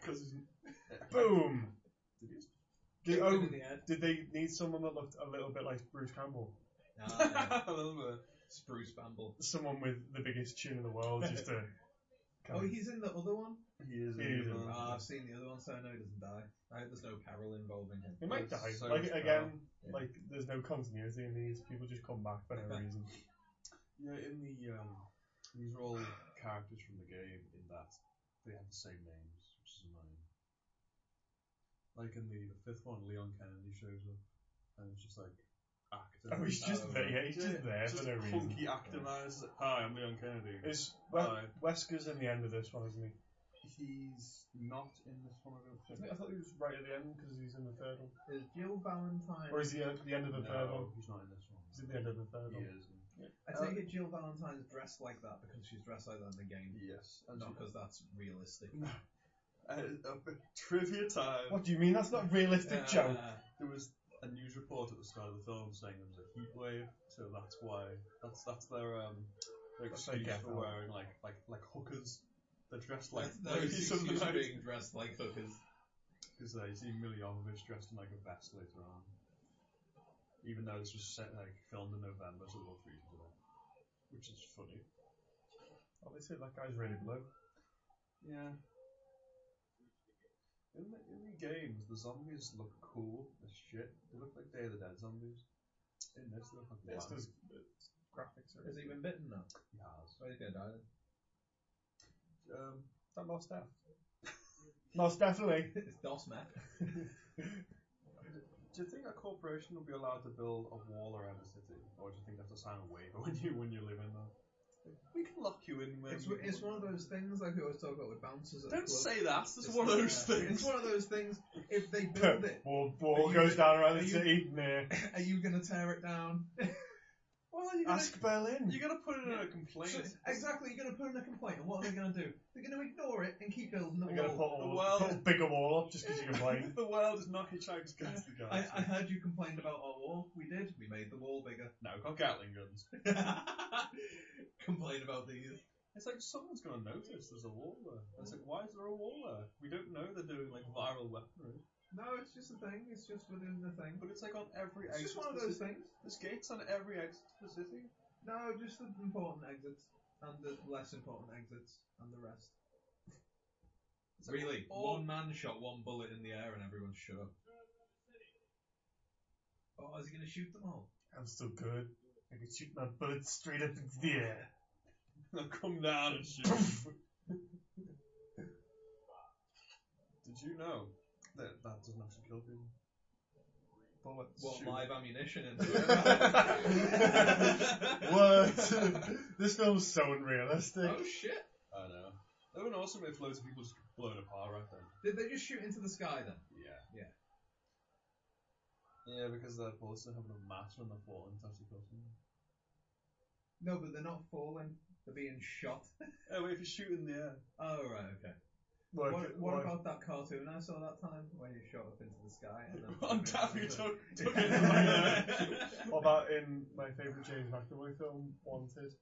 [SPEAKER 1] because he's [LAUGHS] did he just-
[SPEAKER 2] Did,
[SPEAKER 3] Kicked him
[SPEAKER 2] oh,
[SPEAKER 3] in the [LAUGHS] head.
[SPEAKER 2] did they need someone that looked a little bit like Bruce Campbell?
[SPEAKER 3] Nah,
[SPEAKER 1] a little bit.
[SPEAKER 3] Spruce Bamble.
[SPEAKER 2] Someone with the biggest chin in the world, just to.
[SPEAKER 3] Oh, he's in the other one?
[SPEAKER 1] He is.
[SPEAKER 2] He is in
[SPEAKER 1] uh,
[SPEAKER 3] Ah, I've seen the other one, so I know he doesn't die. I hope there's no peril involving him.
[SPEAKER 2] He might die.
[SPEAKER 1] So
[SPEAKER 2] like
[SPEAKER 1] much
[SPEAKER 2] again,
[SPEAKER 3] Yeah.
[SPEAKER 2] like there's no continuity in these. People just come back for no reason.
[SPEAKER 1] Yeah, in the um, these are all characters from the game in that they have the same names, which is annoying. Like in the, the fifth one, Leon Kennedy shows up, and it's just like actor. Um,
[SPEAKER 2] Oh, he's just
[SPEAKER 3] Oh,
[SPEAKER 2] there. Yeah, he's just there
[SPEAKER 1] Just
[SPEAKER 2] for no reason.
[SPEAKER 1] clunky actor man. It's like, Hi, I'm Leon Kennedy.
[SPEAKER 2] Is we-
[SPEAKER 1] Hi.
[SPEAKER 2] Wesker's in the end of this one, isn't he?
[SPEAKER 1] He's not in this one. I don't
[SPEAKER 2] Isn't he?
[SPEAKER 1] think.
[SPEAKER 2] I thought he was right at the end because he's in the third one.
[SPEAKER 5] Is Jill Valentine?
[SPEAKER 2] Or is he at the end of the third one?
[SPEAKER 1] No, he's not in this one.
[SPEAKER 2] Is it the end of the third
[SPEAKER 1] He
[SPEAKER 2] one? Mm.
[SPEAKER 1] is.
[SPEAKER 3] I take it Jill Valentine's dressed like that because she's dressed like that in the game,
[SPEAKER 1] Yes. And [LAUGHS]
[SPEAKER 3] not because that's realistic.
[SPEAKER 1] uh, uh, trivia time.
[SPEAKER 2] What do you mean? That's not realistic, Joe.
[SPEAKER 3] Uh,
[SPEAKER 1] There was a news report at the start of the film saying there was a heat wave, so that's why that's that's their um their
[SPEAKER 2] That's their
[SPEAKER 1] excuse
[SPEAKER 2] get
[SPEAKER 1] for
[SPEAKER 2] out.
[SPEAKER 1] wearing like like like hookers. They're dressed like
[SPEAKER 3] that's- that is
[SPEAKER 1] ladies
[SPEAKER 3] the
[SPEAKER 1] of the
[SPEAKER 3] [LAUGHS] excuse for
[SPEAKER 1] night
[SPEAKER 3] being dressed like hookers.
[SPEAKER 1] because they see Miljovic dressed in like a vest later on. Even though this was set like filmed in November, so it was freezing today, which is funny.
[SPEAKER 2] Obviously, Oh, that guy's really blue.
[SPEAKER 1] Yeah. In the, in the games, the zombies look cool as shit. They look like Day of the Dead zombies. In this, they look like
[SPEAKER 2] It's
[SPEAKER 1] lambs.
[SPEAKER 2] just it's uh, graphics. Are
[SPEAKER 3] Has he been bitten now?
[SPEAKER 1] Yes.
[SPEAKER 3] Why is he Oh, gonna die then?
[SPEAKER 1] Um,
[SPEAKER 2] that most [LAUGHS] death? most definitely.
[SPEAKER 3] It's DOS Mac.
[SPEAKER 1] do you think a corporation will be allowed to build a wall around the city, or do you think that's a sign of waiver [LAUGHS] when you when you live in there? We can lock you in. When
[SPEAKER 5] It's,
[SPEAKER 1] we-
[SPEAKER 5] it's one of those things like we always talk about with bouncers. At a
[SPEAKER 1] Don't
[SPEAKER 5] club.
[SPEAKER 1] say that. It's,
[SPEAKER 5] It's
[SPEAKER 1] one of those
[SPEAKER 5] not-
[SPEAKER 1] things.
[SPEAKER 5] It's one of those things. If
[SPEAKER 3] [LAUGHS]
[SPEAKER 5] they build it,
[SPEAKER 2] Wall,
[SPEAKER 5] Are
[SPEAKER 2] wall
[SPEAKER 5] you-
[SPEAKER 2] goes down around
[SPEAKER 5] are
[SPEAKER 2] the
[SPEAKER 5] you-
[SPEAKER 2] city. Nah.
[SPEAKER 5] are you going to tear it down?
[SPEAKER 1] Well, you're gonna,
[SPEAKER 2] Ask Berlin.
[SPEAKER 1] you're gonna put it in a complaint.
[SPEAKER 5] So- exactly. You're going to put in a complaint, and what are they going to do? They're going to ignore it and keep building the
[SPEAKER 2] I'm gonna put,
[SPEAKER 5] wall.
[SPEAKER 2] all,
[SPEAKER 1] Well-
[SPEAKER 2] put a bigger wall up just because you
[SPEAKER 1] [LAUGHS]
[SPEAKER 2] complain.
[SPEAKER 1] the world is not hitchhikers against the
[SPEAKER 5] I,
[SPEAKER 1] guys.
[SPEAKER 5] I heard you complained about our wall. We did. We made the wall bigger. [LAUGHS]
[SPEAKER 1] No, we've got Gatling guns.
[SPEAKER 3] Complain about these.
[SPEAKER 1] It's like someone's gonna notice there's a wall there. And it's like, why is there a wall there? We don't know they're doing like viral weaponry,
[SPEAKER 5] No, it's just a thing. It's just within the thing.
[SPEAKER 1] but it's like on every
[SPEAKER 5] It's
[SPEAKER 1] exit.
[SPEAKER 5] just one
[SPEAKER 1] to
[SPEAKER 5] of
[SPEAKER 1] the
[SPEAKER 5] those things.
[SPEAKER 1] city. There's gates on every exit to the city.
[SPEAKER 5] No, just the important exits and the less important exits and the rest.
[SPEAKER 1] It's like
[SPEAKER 3] Really?
[SPEAKER 1] all-
[SPEAKER 3] One man shot one bullet in the air and everyone shut up. Oh, is he gonna shoot them all?
[SPEAKER 2] I'm still good. I can shoot my bullet straight up into the air.
[SPEAKER 1] Now come down and shoot. Did you know that that doesn't actually kill people?
[SPEAKER 2] Bullets.
[SPEAKER 3] What,
[SPEAKER 1] Shoot.
[SPEAKER 3] live ammunition into [LAUGHS]
[SPEAKER 2] [LAUGHS]
[SPEAKER 3] it?
[SPEAKER 2] what? [LAUGHS] this film's so unrealistic.
[SPEAKER 3] oh shit!
[SPEAKER 1] I know. That would also make loads of people just blown apart right then.
[SPEAKER 3] Did they just shoot into the sky then?
[SPEAKER 1] Yeah.
[SPEAKER 3] Yeah.
[SPEAKER 1] Yeah, because their bullets don't have enough mass when they're falling to actually kill someone.
[SPEAKER 3] No, but they're not falling. They're being shot.
[SPEAKER 1] Oh, wait, if you shoot in the air.
[SPEAKER 3] Oh right, okay.
[SPEAKER 2] Like,
[SPEAKER 3] what what
[SPEAKER 2] like-
[SPEAKER 3] about that cartoon I saw that time when you shot up into the sky and [LAUGHS] then
[SPEAKER 1] [LAUGHS] On tap, you took, [LAUGHS] took it in the air.
[SPEAKER 3] yeah,
[SPEAKER 2] What about in my favourite James McAvoy film, Wanted,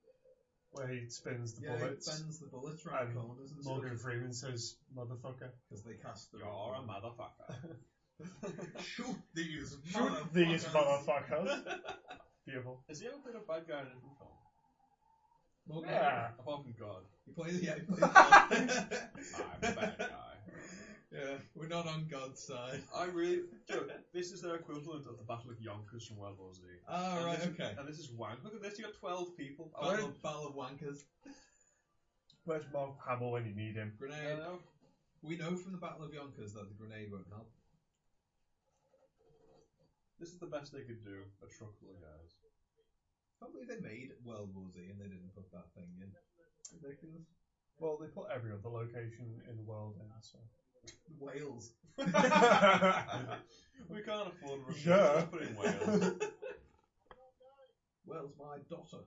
[SPEAKER 2] where he spins the
[SPEAKER 3] he
[SPEAKER 2] bullets?
[SPEAKER 3] bends the bullets round
[SPEAKER 2] And
[SPEAKER 3] corners and stuff
[SPEAKER 2] Morgan Freeman says, motherfucker.
[SPEAKER 3] because they cast the
[SPEAKER 1] You're a motherfucker.
[SPEAKER 3] [LAUGHS] Shoot these
[SPEAKER 2] Shoot these motherfuckers. Beautiful.
[SPEAKER 1] Has he ever played a bad guy in a different film?
[SPEAKER 3] Okay.
[SPEAKER 2] Yeah.
[SPEAKER 1] Apart from God. [LAUGHS]
[SPEAKER 3] He plays, yeah, he [LAUGHS] plays God.
[SPEAKER 1] I'm a bad guy.
[SPEAKER 3] yeah, we're not on God's side.
[SPEAKER 1] I really. Joe, this is their equivalent of the Battle of Yonkers from World War Z.
[SPEAKER 3] Ah,
[SPEAKER 1] And
[SPEAKER 3] right,
[SPEAKER 1] this is-
[SPEAKER 3] okay.
[SPEAKER 1] And this is wank. Look at this, you got 12 people. I
[SPEAKER 3] Battle
[SPEAKER 1] went,
[SPEAKER 3] of, Battle of Wankers.
[SPEAKER 2] Where's Mark Hamill when you need him?
[SPEAKER 3] Grenade. We know from the Battle of Yonkers that the grenade won't help.
[SPEAKER 1] This is the best they could do. A truck full of guys.
[SPEAKER 3] Can't believe they made World War Z and they didn't put that thing in.
[SPEAKER 5] Ridiculous.
[SPEAKER 2] Well, they put every other location in the world in, so.
[SPEAKER 5] [LAUGHS]
[SPEAKER 3] Wales.
[SPEAKER 2] [LAUGHS]
[SPEAKER 1] [LAUGHS] We can't afford Russia.
[SPEAKER 2] Yeah.
[SPEAKER 1] Let's put it in Wales.
[SPEAKER 3] Wales, my daughter.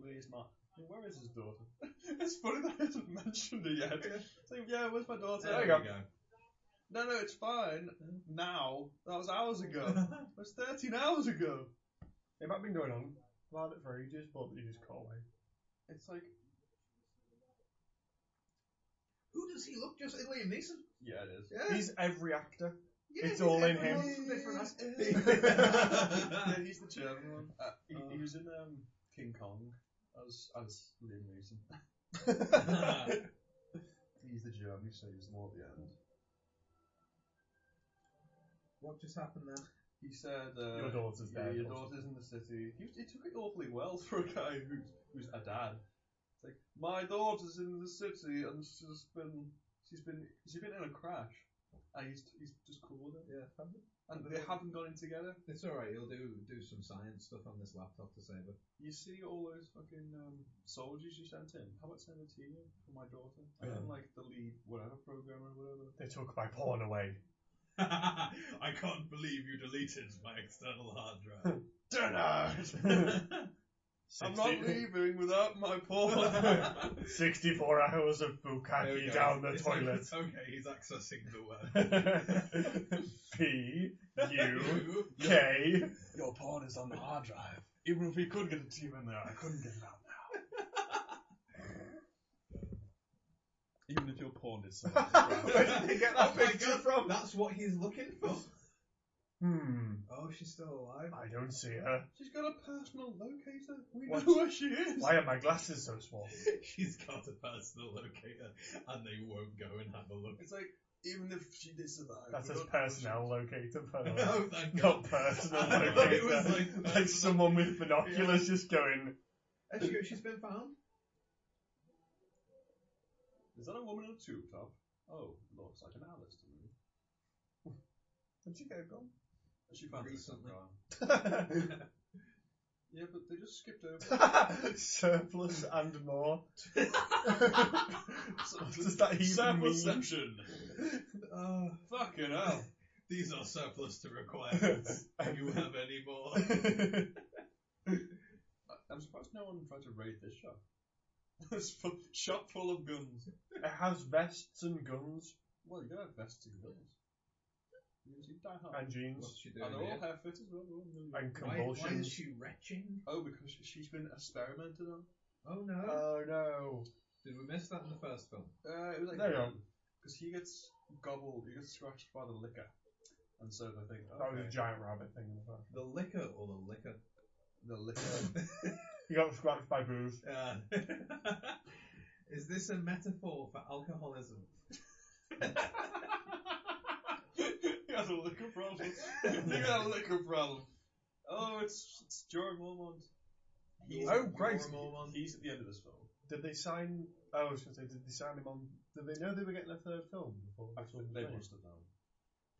[SPEAKER 1] Where's my. Where is his daughter? [LAUGHS] it's funny that I haven't mentioned it yet. It's like, yeah, where's my daughter?
[SPEAKER 2] There you go.
[SPEAKER 1] No, no, it's fine. Now. That was hours ago. that was 13 hours ago.
[SPEAKER 2] It might have been going on about it for ages, but you just can't wait.
[SPEAKER 1] It's like,
[SPEAKER 3] [LAUGHS] Who does he look just like Liam Neeson?
[SPEAKER 1] yeah, it is.
[SPEAKER 3] Yeah.
[SPEAKER 2] He's every actor.
[SPEAKER 3] Yeah,
[SPEAKER 2] It's all in
[SPEAKER 3] everyone
[SPEAKER 2] him.
[SPEAKER 3] from different aspects. [LAUGHS]
[SPEAKER 1] yeah, he's the German one. Uh, he, he was in um, King Kong as as Liam Neeson.
[SPEAKER 3] [LAUGHS]
[SPEAKER 1] he's the German who saves them all at the end.
[SPEAKER 3] what just happened then?
[SPEAKER 1] He said, uh,
[SPEAKER 2] Your daughter's
[SPEAKER 1] yeah,
[SPEAKER 2] dead.
[SPEAKER 1] Your daughter's in the city. He, he took it awfully well for a guy who's who's a dad. It's like my daughter's in the city and she's been she's been she's been in a crash. And he's he's just cool with it.
[SPEAKER 3] Yeah,
[SPEAKER 1] And they haven't gone in together.
[SPEAKER 3] it's all right. He'll do do some science stuff on this laptop to save her.
[SPEAKER 1] You see all those fucking um, soldiers you sent in. How about sending to you for my daughter? And
[SPEAKER 2] Yeah.
[SPEAKER 1] then, like the lead whatever programmer or whatever.
[SPEAKER 2] They took my porn away.
[SPEAKER 5] [LAUGHS] I can't believe you deleted my external hard
[SPEAKER 3] [LAUGHS]
[SPEAKER 5] drive.
[SPEAKER 1] Dennard! I'm not
[SPEAKER 2] 60
[SPEAKER 1] leaving without my porn.
[SPEAKER 2] [LAUGHS] Sixty-four hours of
[SPEAKER 3] There we
[SPEAKER 2] bukkake
[SPEAKER 3] go.
[SPEAKER 2] down the
[SPEAKER 5] It's [LAUGHS]
[SPEAKER 2] toilet.
[SPEAKER 5] Like,
[SPEAKER 2] [LAUGHS]
[SPEAKER 5] okay, he's accessing the web.
[SPEAKER 2] P U K.
[SPEAKER 1] Your porn is on the hard drive. Even if we could get a team in there, I couldn't get it out now.
[SPEAKER 4] Even if your porn is
[SPEAKER 1] [LAUGHS]
[SPEAKER 4] something.
[SPEAKER 2] Where did they get that
[SPEAKER 3] Oh my
[SPEAKER 2] picture
[SPEAKER 3] God,
[SPEAKER 2] from? Oh.
[SPEAKER 3] That's what he's looking for.
[SPEAKER 2] Hmm.
[SPEAKER 3] Oh, she's still alive.
[SPEAKER 2] I don't see her.
[SPEAKER 1] She's got a personal locator. We
[SPEAKER 2] What?
[SPEAKER 1] know where she is.
[SPEAKER 2] Why are my glasses so small?
[SPEAKER 5] She's got a personal
[SPEAKER 2] [LAUGHS]
[SPEAKER 5] locator, and they won't go and have a look.
[SPEAKER 1] It's like, even if she did survive.
[SPEAKER 2] That's
[SPEAKER 1] we
[SPEAKER 2] his
[SPEAKER 1] don't know where she-
[SPEAKER 2] personnel locator, by the
[SPEAKER 5] [LAUGHS]
[SPEAKER 2] way.
[SPEAKER 5] oh, thank
[SPEAKER 2] Not
[SPEAKER 5] God.
[SPEAKER 2] personal
[SPEAKER 5] [LAUGHS] I thought it was
[SPEAKER 2] locator.
[SPEAKER 5] like,
[SPEAKER 2] Like someone with binoculars just going,
[SPEAKER 3] And she goes, she's been found.
[SPEAKER 1] Is that a woman in a tube top? Oh, looks like an Alice to me.
[SPEAKER 2] Where'd you get it gone?
[SPEAKER 1] And She found
[SPEAKER 3] Recently.
[SPEAKER 1] recently. [LAUGHS] Yeah, but they just skipped
[SPEAKER 2] [LAUGHS]
[SPEAKER 1] over.
[SPEAKER 2] Surplus and more. What does that even mean?
[SPEAKER 1] Surplusception.
[SPEAKER 5] [LAUGHS]
[SPEAKER 3] Uh,
[SPEAKER 1] Fucking hell.
[SPEAKER 5] These are surplus to
[SPEAKER 2] [LAUGHS]
[SPEAKER 5] requirements. Do you have any more?
[SPEAKER 1] I- I'm surprised no one tried to raid this
[SPEAKER 5] [LAUGHS]
[SPEAKER 1] shop. it's full, shop full of guns.
[SPEAKER 2] It has vests and guns
[SPEAKER 1] Well, you gotta have vests and guns. You can see Die Hard.
[SPEAKER 2] and
[SPEAKER 3] what's
[SPEAKER 2] jeans
[SPEAKER 3] she doing?
[SPEAKER 1] And they're all
[SPEAKER 3] here?
[SPEAKER 1] hair fit as well. they're all
[SPEAKER 2] and
[SPEAKER 1] really-
[SPEAKER 3] Why, why is
[SPEAKER 2] convulsions.
[SPEAKER 3] she retching?
[SPEAKER 1] Oh, because she- she's been experimented on.
[SPEAKER 3] Oh no!
[SPEAKER 2] Oh no.
[SPEAKER 3] Did we miss that in the first film?
[SPEAKER 1] Uh, it was like
[SPEAKER 2] There you are.
[SPEAKER 1] because he gets gobbled, he gets scratched by the liquor, and so they think
[SPEAKER 2] That was
[SPEAKER 1] okay,
[SPEAKER 2] a giant rabbit thing in the first.
[SPEAKER 3] The liquor or the liquor?
[SPEAKER 1] the liquor.
[SPEAKER 2] He got scratched by booze.
[SPEAKER 3] Uh, [LAUGHS] is this a metaphor for alcoholism?
[SPEAKER 1] [LAUGHS] he has a liquor problem. he got a liquor problem. Oh, it's it's Joram Mormont. He's,
[SPEAKER 2] Oh, great.
[SPEAKER 1] he's at the end of this film.
[SPEAKER 2] Did they sign? Oh, I was going to say, did they sign him on? Did they know they were getting a third film before?
[SPEAKER 1] I
[SPEAKER 2] this was
[SPEAKER 1] think they
[SPEAKER 2] made?
[SPEAKER 1] must have known.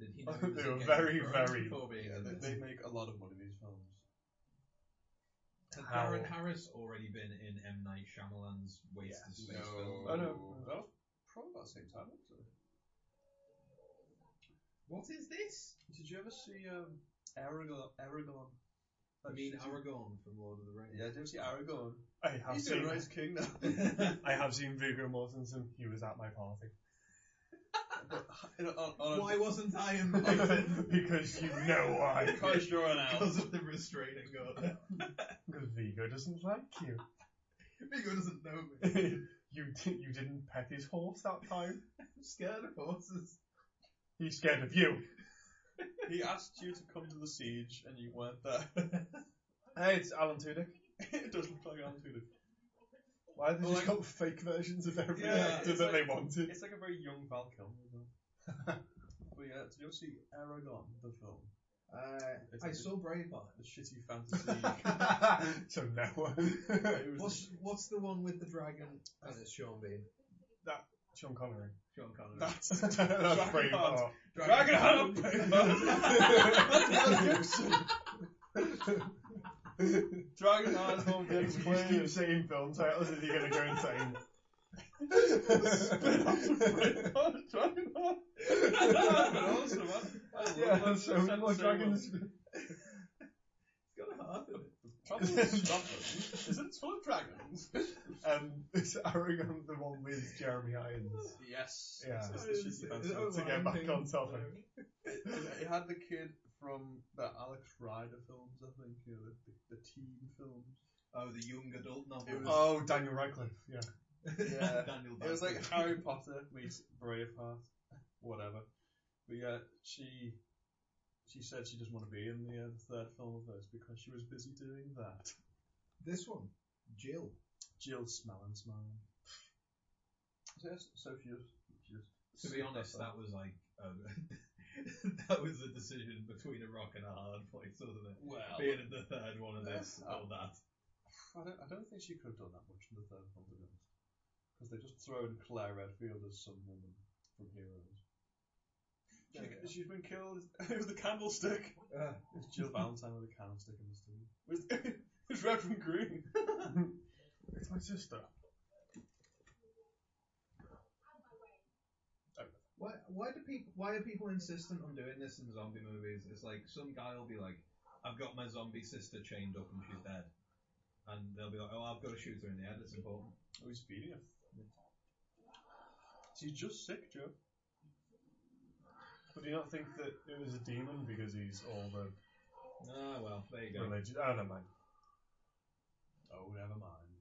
[SPEAKER 3] Did
[SPEAKER 2] [LAUGHS]
[SPEAKER 3] he
[SPEAKER 2] I
[SPEAKER 3] know
[SPEAKER 2] think
[SPEAKER 3] he was
[SPEAKER 2] they
[SPEAKER 3] a
[SPEAKER 2] were
[SPEAKER 3] gay
[SPEAKER 2] very,
[SPEAKER 3] person
[SPEAKER 2] very-
[SPEAKER 3] before being
[SPEAKER 1] Yeah,
[SPEAKER 3] in
[SPEAKER 1] they,
[SPEAKER 3] this?
[SPEAKER 1] they make a lot of money these films.
[SPEAKER 3] Had
[SPEAKER 2] How-
[SPEAKER 3] Darren Harris already been in M Night Shyamalan's
[SPEAKER 1] Oh,
[SPEAKER 3] Waste of Space film?
[SPEAKER 2] Oh, no.
[SPEAKER 1] That was probably about the same time actually.
[SPEAKER 3] What is this?
[SPEAKER 1] Did you ever see um, Aragorn? Aragorn.
[SPEAKER 3] I mean
[SPEAKER 1] Aragorn.
[SPEAKER 3] Aragorn from Lord of the Rings.
[SPEAKER 1] Yeah, did you ever see Aragorn?
[SPEAKER 2] I have
[SPEAKER 1] He's
[SPEAKER 2] seen.
[SPEAKER 1] doing Rise King now. [LAUGHS]
[SPEAKER 2] I have seen Viggo Mortensen. He was at my party [LAUGHS]
[SPEAKER 1] In a- on, on a-
[SPEAKER 3] Why wasn't I
[SPEAKER 1] [LAUGHS]
[SPEAKER 3] invited?
[SPEAKER 2] because you know why.
[SPEAKER 1] Because you're an owl. [LAUGHS]
[SPEAKER 5] Because of the restraining
[SPEAKER 3] [LAUGHS]
[SPEAKER 5] order.
[SPEAKER 2] Because Viggo doesn't like you. [LAUGHS]
[SPEAKER 5] Vigo doesn't know me.
[SPEAKER 2] you di- you didn't pet his horse that time.
[SPEAKER 5] I'm scared of horses.
[SPEAKER 2] He's scared of you.
[SPEAKER 4] He asked you to come to the siege and you weren't there. [LAUGHS]
[SPEAKER 2] Hey, it's Alan Tudyk.
[SPEAKER 4] it does look like Alan Tudyk.
[SPEAKER 2] Why did
[SPEAKER 1] Well,
[SPEAKER 2] you
[SPEAKER 1] like-
[SPEAKER 2] got fake versions of every
[SPEAKER 1] Yeah,
[SPEAKER 2] actor
[SPEAKER 1] it's
[SPEAKER 2] that
[SPEAKER 1] like-
[SPEAKER 2] they wanted?
[SPEAKER 1] [LAUGHS] It's like a very young Val Kilmer. though.
[SPEAKER 4] [LAUGHS]
[SPEAKER 1] but yeah, did you ever see Aragon, the film?
[SPEAKER 3] Uh,
[SPEAKER 1] It's
[SPEAKER 3] I
[SPEAKER 1] a-
[SPEAKER 3] saw Braveheart.
[SPEAKER 1] The shitty fantasy. [LAUGHS]
[SPEAKER 2] [LAUGHS] so no.
[SPEAKER 1] it was
[SPEAKER 3] What's what's the one with the dragon? And it's Sean Bean.
[SPEAKER 2] Sean Connery.
[SPEAKER 1] [LAUGHS]
[SPEAKER 3] Sean Connery.
[SPEAKER 4] That's
[SPEAKER 2] [LAUGHS] That's pretty
[SPEAKER 4] Dragonheart.
[SPEAKER 2] hard.
[SPEAKER 1] Dragon Hunt!
[SPEAKER 3] [LAUGHS]
[SPEAKER 4] Dragon Eyes [LAUGHS] won't be
[SPEAKER 2] If you keep
[SPEAKER 4] explained.
[SPEAKER 2] saying film titles, is he going to go
[SPEAKER 1] [LAUGHS]
[SPEAKER 2] insane?
[SPEAKER 4] Spin off to Braveheart, Dragon
[SPEAKER 1] [LAUGHS]
[SPEAKER 4] Eyes. awesome, man. I love
[SPEAKER 2] yeah,
[SPEAKER 4] that.
[SPEAKER 2] so
[SPEAKER 4] That's
[SPEAKER 2] many
[SPEAKER 4] the same
[SPEAKER 2] more
[SPEAKER 4] one.
[SPEAKER 2] dragons.
[SPEAKER 3] It's got a heart in it.
[SPEAKER 4] Trouble in [LAUGHS] Scotland is it's full of dragons.
[SPEAKER 2] Um, [LAUGHS] it's Aragon, the one with Jeremy Irons.
[SPEAKER 1] yes.
[SPEAKER 2] Yeah.
[SPEAKER 1] It's,
[SPEAKER 3] Is-
[SPEAKER 1] it's the shitty
[SPEAKER 3] is-
[SPEAKER 1] fantasy.
[SPEAKER 3] is-
[SPEAKER 2] To get back on topic.
[SPEAKER 1] It, it had the kid from the Alex Rider films, I think, you know, the, the, the teen films.
[SPEAKER 3] Oh, the young adult novel.
[SPEAKER 1] It
[SPEAKER 3] [LAUGHS]
[SPEAKER 1] was-
[SPEAKER 2] Oh, Daniel Radcliffe, yeah.
[SPEAKER 1] yeah.
[SPEAKER 3] Daniel
[SPEAKER 1] It was like [LAUGHS]
[SPEAKER 3] Radcliffe.
[SPEAKER 1] Harry Potter meets Braveheart, whatever. But yeah, she she said she doesn't want to be in the, uh, the third film of this because she was busy doing that.
[SPEAKER 3] this one, Jill.
[SPEAKER 1] Jill smelling smiling. So yes, so she was. She was
[SPEAKER 3] To be honest, that was like um, [LAUGHS] that was a decision between a rock and a hard place, wasn't it?
[SPEAKER 1] well,
[SPEAKER 3] Being in the third one of this
[SPEAKER 1] Yeah.
[SPEAKER 3] or that.
[SPEAKER 1] I don't, I don't think she could have done that much in the third film, to be honest. Because they just thrown Claire Redfield as some woman from Heroes. She,
[SPEAKER 3] Yeah.
[SPEAKER 1] She's been killed. [LAUGHS] It was the candlestick.
[SPEAKER 3] Uh.
[SPEAKER 1] It's Jill [LAUGHS] Valentine with a candlestick in this thing. It was, [LAUGHS] it was red from green. [LAUGHS]
[SPEAKER 2] It's my sister.
[SPEAKER 3] Why, why do people? Why are people insistent on doing this in zombie movies? It's like some guy will be like, "I've got my zombie sister chained up and she's dead," and they'll be like, "Oh, I've got to shoot her in the head. It's important."
[SPEAKER 1] Oh, he's feeding her. She's just sick, Joe.
[SPEAKER 2] But do you not think that it was a demon because he's all the
[SPEAKER 3] Ah, well, there you go.
[SPEAKER 2] religion? I don't mind.
[SPEAKER 1] Oh, never mind.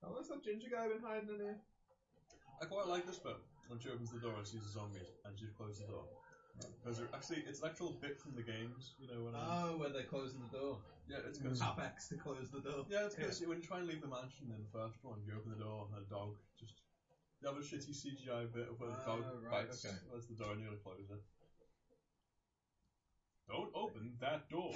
[SPEAKER 5] How long's that ginger guy been hiding in here?
[SPEAKER 1] I quite like this bit when she opens the door and sees a zombie and she closes the door. Because actually, it's an actual bit from the games, you know, when I.
[SPEAKER 5] Ah.
[SPEAKER 3] Oh, where they're closing the door.
[SPEAKER 1] Yeah, it's because
[SPEAKER 3] Tap X to close the door.
[SPEAKER 1] Yeah, it's because when you try and leave the mansion in the first one, you open the door and the dog just. You have a shitty CGI bit of where the dog
[SPEAKER 3] Ah, right,
[SPEAKER 1] bites,
[SPEAKER 3] okay.
[SPEAKER 1] that's the door, and you're gonna close it. Don't open that door!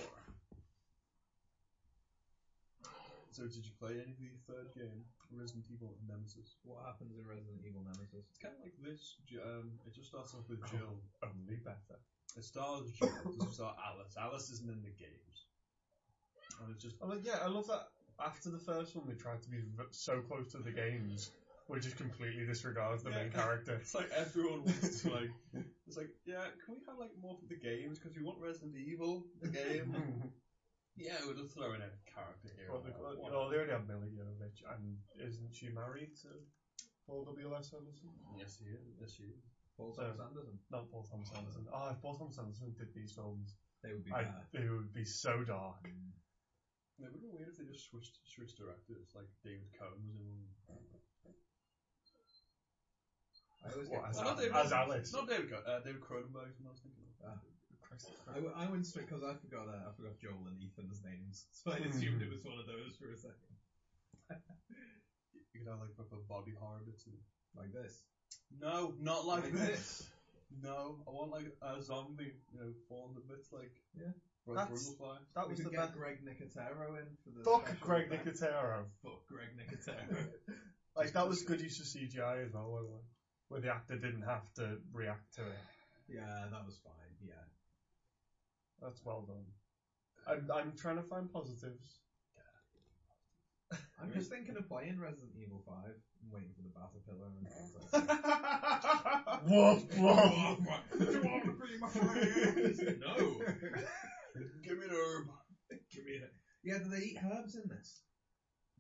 [SPEAKER 1] So, did you play any of the third game, Resident Evil Nemesis?
[SPEAKER 3] What happens in Resident Evil Nemesis?
[SPEAKER 1] It's kind of like this. J- Um, it just starts off with Jill.
[SPEAKER 2] Only better.
[SPEAKER 1] It stars Jill, it doesn't star Alice. Alice isn't in the games. And it's just.
[SPEAKER 2] I'm like, yeah, I love that. After the first one, they tried to be v- so close to the games, which just completely disregards the main
[SPEAKER 1] Yeah.
[SPEAKER 2] character.
[SPEAKER 1] It's like everyone wants to
[SPEAKER 2] [LAUGHS]
[SPEAKER 1] like. It's like yeah, can we have like more for the games because we want Resident Evil the game. [LAUGHS] yeah, we'll just throw in a character here.
[SPEAKER 2] Well,
[SPEAKER 1] and
[SPEAKER 2] they,
[SPEAKER 1] there.
[SPEAKER 2] well,
[SPEAKER 1] Why
[SPEAKER 2] you know, they already have Mila Jovovich, and isn't she married to Paul W.S. Anderson?
[SPEAKER 1] not? Yes, he is. Yes, he is.
[SPEAKER 3] Paul
[SPEAKER 2] So-
[SPEAKER 3] Thomas Anderson.
[SPEAKER 2] Not Paul Thomas Anderson. Oh, if Paul Thomas Anderson did these films,
[SPEAKER 3] They would be
[SPEAKER 2] I,
[SPEAKER 3] bad.
[SPEAKER 2] it would be so dark.
[SPEAKER 1] It would be weird if they just switched switched directors. Like David Cohen was in one.
[SPEAKER 3] I always
[SPEAKER 2] What,
[SPEAKER 3] get
[SPEAKER 2] as,
[SPEAKER 1] I thought
[SPEAKER 3] confused.
[SPEAKER 1] they-
[SPEAKER 2] as Alice?
[SPEAKER 1] Not David Cohen. Uh, David Cronenberg. is what I was thinking. Of.
[SPEAKER 2] Christ.
[SPEAKER 3] I, w- I went straight because I forgot uh, I forgot Joel and Ethan's names, [LAUGHS] so I assumed it was one of those for a second.
[SPEAKER 1] You could have like proper body horror bits. In it.
[SPEAKER 3] Like this.
[SPEAKER 1] No, not like, this. No, I want like a zombie. You know, falling to bits like
[SPEAKER 3] Yeah.
[SPEAKER 1] Like
[SPEAKER 2] That's-
[SPEAKER 1] Brundlefly.
[SPEAKER 2] That
[SPEAKER 3] we
[SPEAKER 2] was
[SPEAKER 3] could
[SPEAKER 2] the
[SPEAKER 3] get
[SPEAKER 2] best.
[SPEAKER 3] Greg Nicotero in for the
[SPEAKER 2] Fuck
[SPEAKER 3] special
[SPEAKER 2] Greg
[SPEAKER 3] effects.
[SPEAKER 2] Nicotero.
[SPEAKER 3] Fuck Greg Nicotero. [LAUGHS]
[SPEAKER 2] Like, that was good use of CGI as well, wasn't it? Where the actor didn't have to react to it.
[SPEAKER 3] yeah, that was fine. Yeah.
[SPEAKER 2] That's well done. I'm, I'm trying to find
[SPEAKER 1] [LAUGHS]
[SPEAKER 2] positives.
[SPEAKER 3] I'm just thinking of playing Resident Evil 5 and waiting for the battle pillar and
[SPEAKER 2] Woof, woof.
[SPEAKER 3] Do you want to be my friend? no.
[SPEAKER 1] Give me an herb.
[SPEAKER 3] Give me a... [LAUGHS] Yeah, do they eat herbs in this?